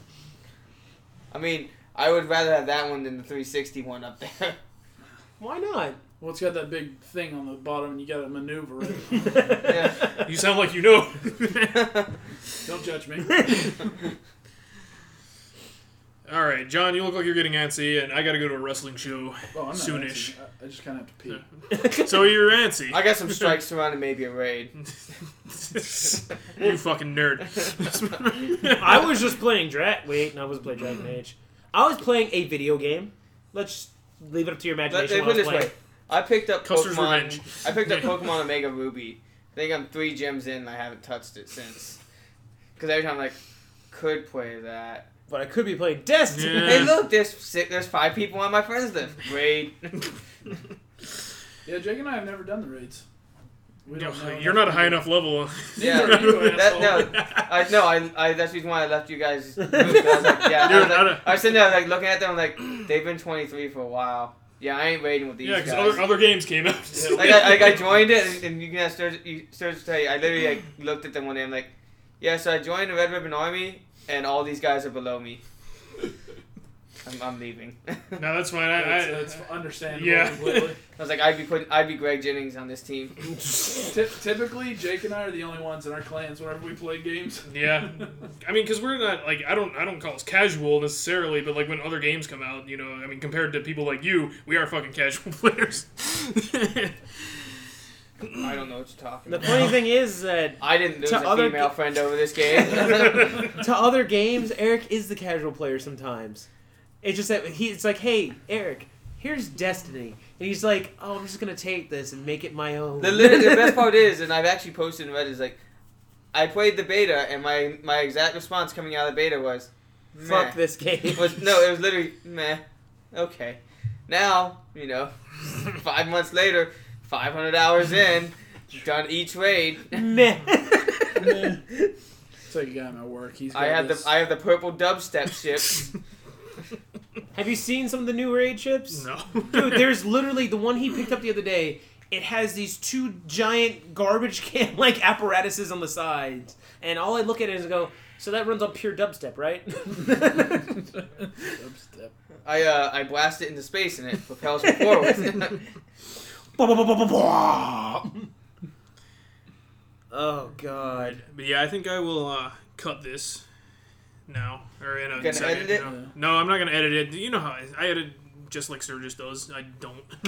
Speaker 4: I mean, I would rather have that one than the 360 one up there.
Speaker 7: Why not?
Speaker 5: well, it's got that big thing on the bottom, and you got to maneuver it. [LAUGHS]
Speaker 4: Yeah.
Speaker 6: You sound like you know. [LAUGHS]
Speaker 5: Don't judge [LAUGHS] me.
Speaker 6: All right, John, you look like you're getting antsy, and I got to go to a wrestling show.
Speaker 5: Well, Oh, I'm not
Speaker 6: Soonish.
Speaker 5: antsy. I, I just kind of have to pee.
Speaker 6: So you're antsy.
Speaker 4: I got some strikes surrounding maybe a raid.
Speaker 6: [LAUGHS] you fucking
Speaker 4: [LAUGHS]
Speaker 6: nerd.
Speaker 7: I was just playing Dra- Wait, no, I was playing Dragon Age. I was playing a video game. Let's just leave it up to your
Speaker 4: Let,
Speaker 7: imagination.
Speaker 4: let
Speaker 7: what
Speaker 4: me put
Speaker 7: I was
Speaker 4: it this
Speaker 7: playing.
Speaker 4: way. I picked up
Speaker 6: Custer's
Speaker 4: Pokemon.
Speaker 6: Revenge.
Speaker 4: I picked up Pokemon Omega Ruby. I think I'm three gems in and I haven't touched it since. Because every time I'm like, could play that.
Speaker 7: But I could be playing Destiny.
Speaker 6: Yeah.
Speaker 4: Hey, look, there's six, there's five people on my friends list. Raid.
Speaker 5: Yeah, Jake and I have never done the raids. We
Speaker 6: No,
Speaker 5: don't know
Speaker 6: you're not a high enough level. [LAUGHS]
Speaker 4: Yeah.
Speaker 5: Neither are you,
Speaker 4: That- no,
Speaker 5: asshole.
Speaker 4: I no, I, I that's the reason why I left
Speaker 7: [LAUGHS]
Speaker 4: you guys. I was like, yeah, I
Speaker 6: You're
Speaker 4: was,
Speaker 6: not
Speaker 4: like,
Speaker 6: a-
Speaker 4: I was sitting there like looking at them like they've been 23 for a while. Yeah, I ain't raiding with these
Speaker 6: [LAUGHS] Yeah, because
Speaker 4: guys.
Speaker 6: other, other games came out.
Speaker 4: like, I, like I joined it and- and you can ask Serge, you- Serge to tell you. I literally like, looked at them one day. I'm like, yeah, so I joined the Red Ribbon Army and all these guys are below me. I'm, I'm leaving. [LAUGHS] I
Speaker 6: [LAUGHS] no, that's fine. I, I,
Speaker 5: It's, it's understandable.
Speaker 6: Yeah.
Speaker 5: Completely.
Speaker 4: was like, I'd be putting, I'd be Greg Jennings on this team.
Speaker 5: Ty- typically, Jake and I are the only ones in our clans whenever we play games.
Speaker 6: yeah, [LAUGHS] I mean, because we're not like I don't I don't call us casual necessarily, but like when other games come out, you know, I mean, compared to people like you, we are fucking casual
Speaker 7: [LAUGHS]
Speaker 6: [LAUGHS] players.
Speaker 4: I don't know what you're talking
Speaker 7: The
Speaker 4: about.
Speaker 7: funny thing is that
Speaker 4: I didn't lose
Speaker 7: To
Speaker 4: a
Speaker 7: other
Speaker 4: female
Speaker 7: g-
Speaker 4: friend over this game.
Speaker 7: [LAUGHS]
Speaker 4: [LAUGHS]
Speaker 7: to other games, Eric is the casual player sometimes. It's just that he, it's like, hey, Eric, here's Destiny, and he's like, oh, I'm just gonna take this and make it my own.
Speaker 4: The, lit- the
Speaker 7: [LAUGHS]
Speaker 4: best part is, and I've actually posted in Reddit, is like, I played the beta, and my, my exact response coming out of the beta was, meh.
Speaker 7: Fuck this game.
Speaker 4: It was no, it was literally meh. Okay, now you know, [LAUGHS] five months later, five hundred hours in, done
Speaker 7: [LAUGHS]
Speaker 4: each raid.
Speaker 7: [LAUGHS] Meh.
Speaker 5: It's like a guy at my work. He's. Got
Speaker 4: I have the
Speaker 5: this-
Speaker 4: I have the purple dubstep ship.
Speaker 7: Have you seen some of the new raid ships?
Speaker 6: no,
Speaker 7: Dude, there's literally the one he picked up the other day. It has these two giant garbage can [LAUGHS] like apparatuses on the sides, and all I look at it is and go. So that runs on pure dubstep, right? [LAUGHS]
Speaker 5: Dubstep.
Speaker 4: I uh, I blast it into space and it propels me forward. [LAUGHS]
Speaker 7: oh god.
Speaker 6: but yeah, I think I will uh, cut this now or in a
Speaker 4: Gonna
Speaker 6: second.
Speaker 4: edit it?
Speaker 6: you know. No, I'm not gonna edit it. You know how I, I edit just like Sturgis does. I don't, [LAUGHS]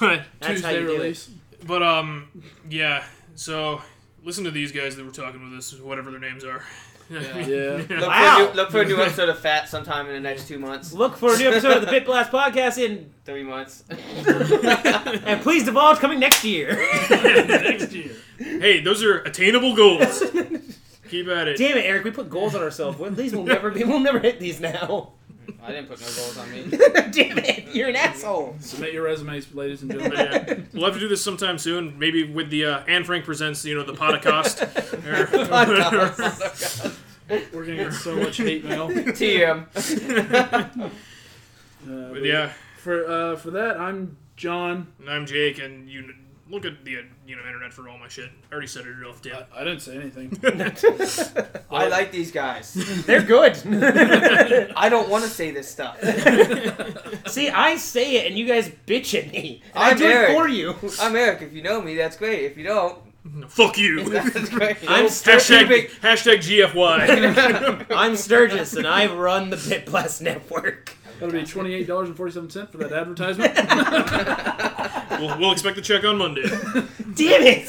Speaker 6: but
Speaker 7: That's how you
Speaker 5: Tuesday
Speaker 7: do it.
Speaker 5: release.
Speaker 6: But um, yeah. So listen to these guys that were talking with us, whatever their names are.
Speaker 5: Yeah.
Speaker 4: look, for
Speaker 7: Wow.
Speaker 4: a new, look for a new episode of Fat sometime in the next two months,
Speaker 7: Look for a new episode of the Bit Blast podcast in [LAUGHS]
Speaker 4: three months. [LAUGHS]
Speaker 7: and please divulge coming next year.
Speaker 5: Next year.
Speaker 6: hey, those are
Speaker 4: [LAUGHS]
Speaker 6: attainable goals. Keep at it.
Speaker 7: Damn it, Eric, we put goals on ourselves. Well, These will never we'll never hit these now. [LAUGHS]
Speaker 4: I didn't put no goals on me. [LAUGHS]
Speaker 7: Damn it, you're an asshole.
Speaker 5: Submit your resumes, ladies and
Speaker 6: But
Speaker 5: gentlemen.
Speaker 6: yeah, we'll have to do this sometime soon. Maybe with the uh, Anne Frank presents, you know, the podcast.
Speaker 4: Podcast.
Speaker 5: We're gonna get so much hate mail. Uh,
Speaker 4: TM.
Speaker 5: but
Speaker 6: but yeah,
Speaker 5: Uh, For uh, for that, I'm John.
Speaker 6: and I'm Jake, and you kn- look at the uh, you know internet for all my shit. I already said it off. Damn.
Speaker 5: I,
Speaker 6: it.
Speaker 5: I didn't say anything.
Speaker 4: [LAUGHS] I like these
Speaker 7: [LAUGHS]
Speaker 4: guys.
Speaker 7: They're good.
Speaker 4: I don't want to say this
Speaker 7: [LAUGHS]
Speaker 4: stuff.
Speaker 7: See, I say it and you guys bitch at me. And I
Speaker 4: I'm
Speaker 7: do it
Speaker 4: Eric.
Speaker 7: for you.
Speaker 4: I'm Eric. If you know me, that's great. If
Speaker 7: [LAUGHS]
Speaker 4: you don't,
Speaker 6: No, fuck you.
Speaker 4: that's great.
Speaker 7: I'm
Speaker 6: hashtag
Speaker 4: Stupid.
Speaker 6: hashtag GFY.
Speaker 7: I'm Sturgis and I run the Bit Blast Network.
Speaker 5: That'll be twenty eight dollars and forty seven cent for that advertisement.
Speaker 6: we'll, we'll expect the check on Monday.
Speaker 7: Damn it!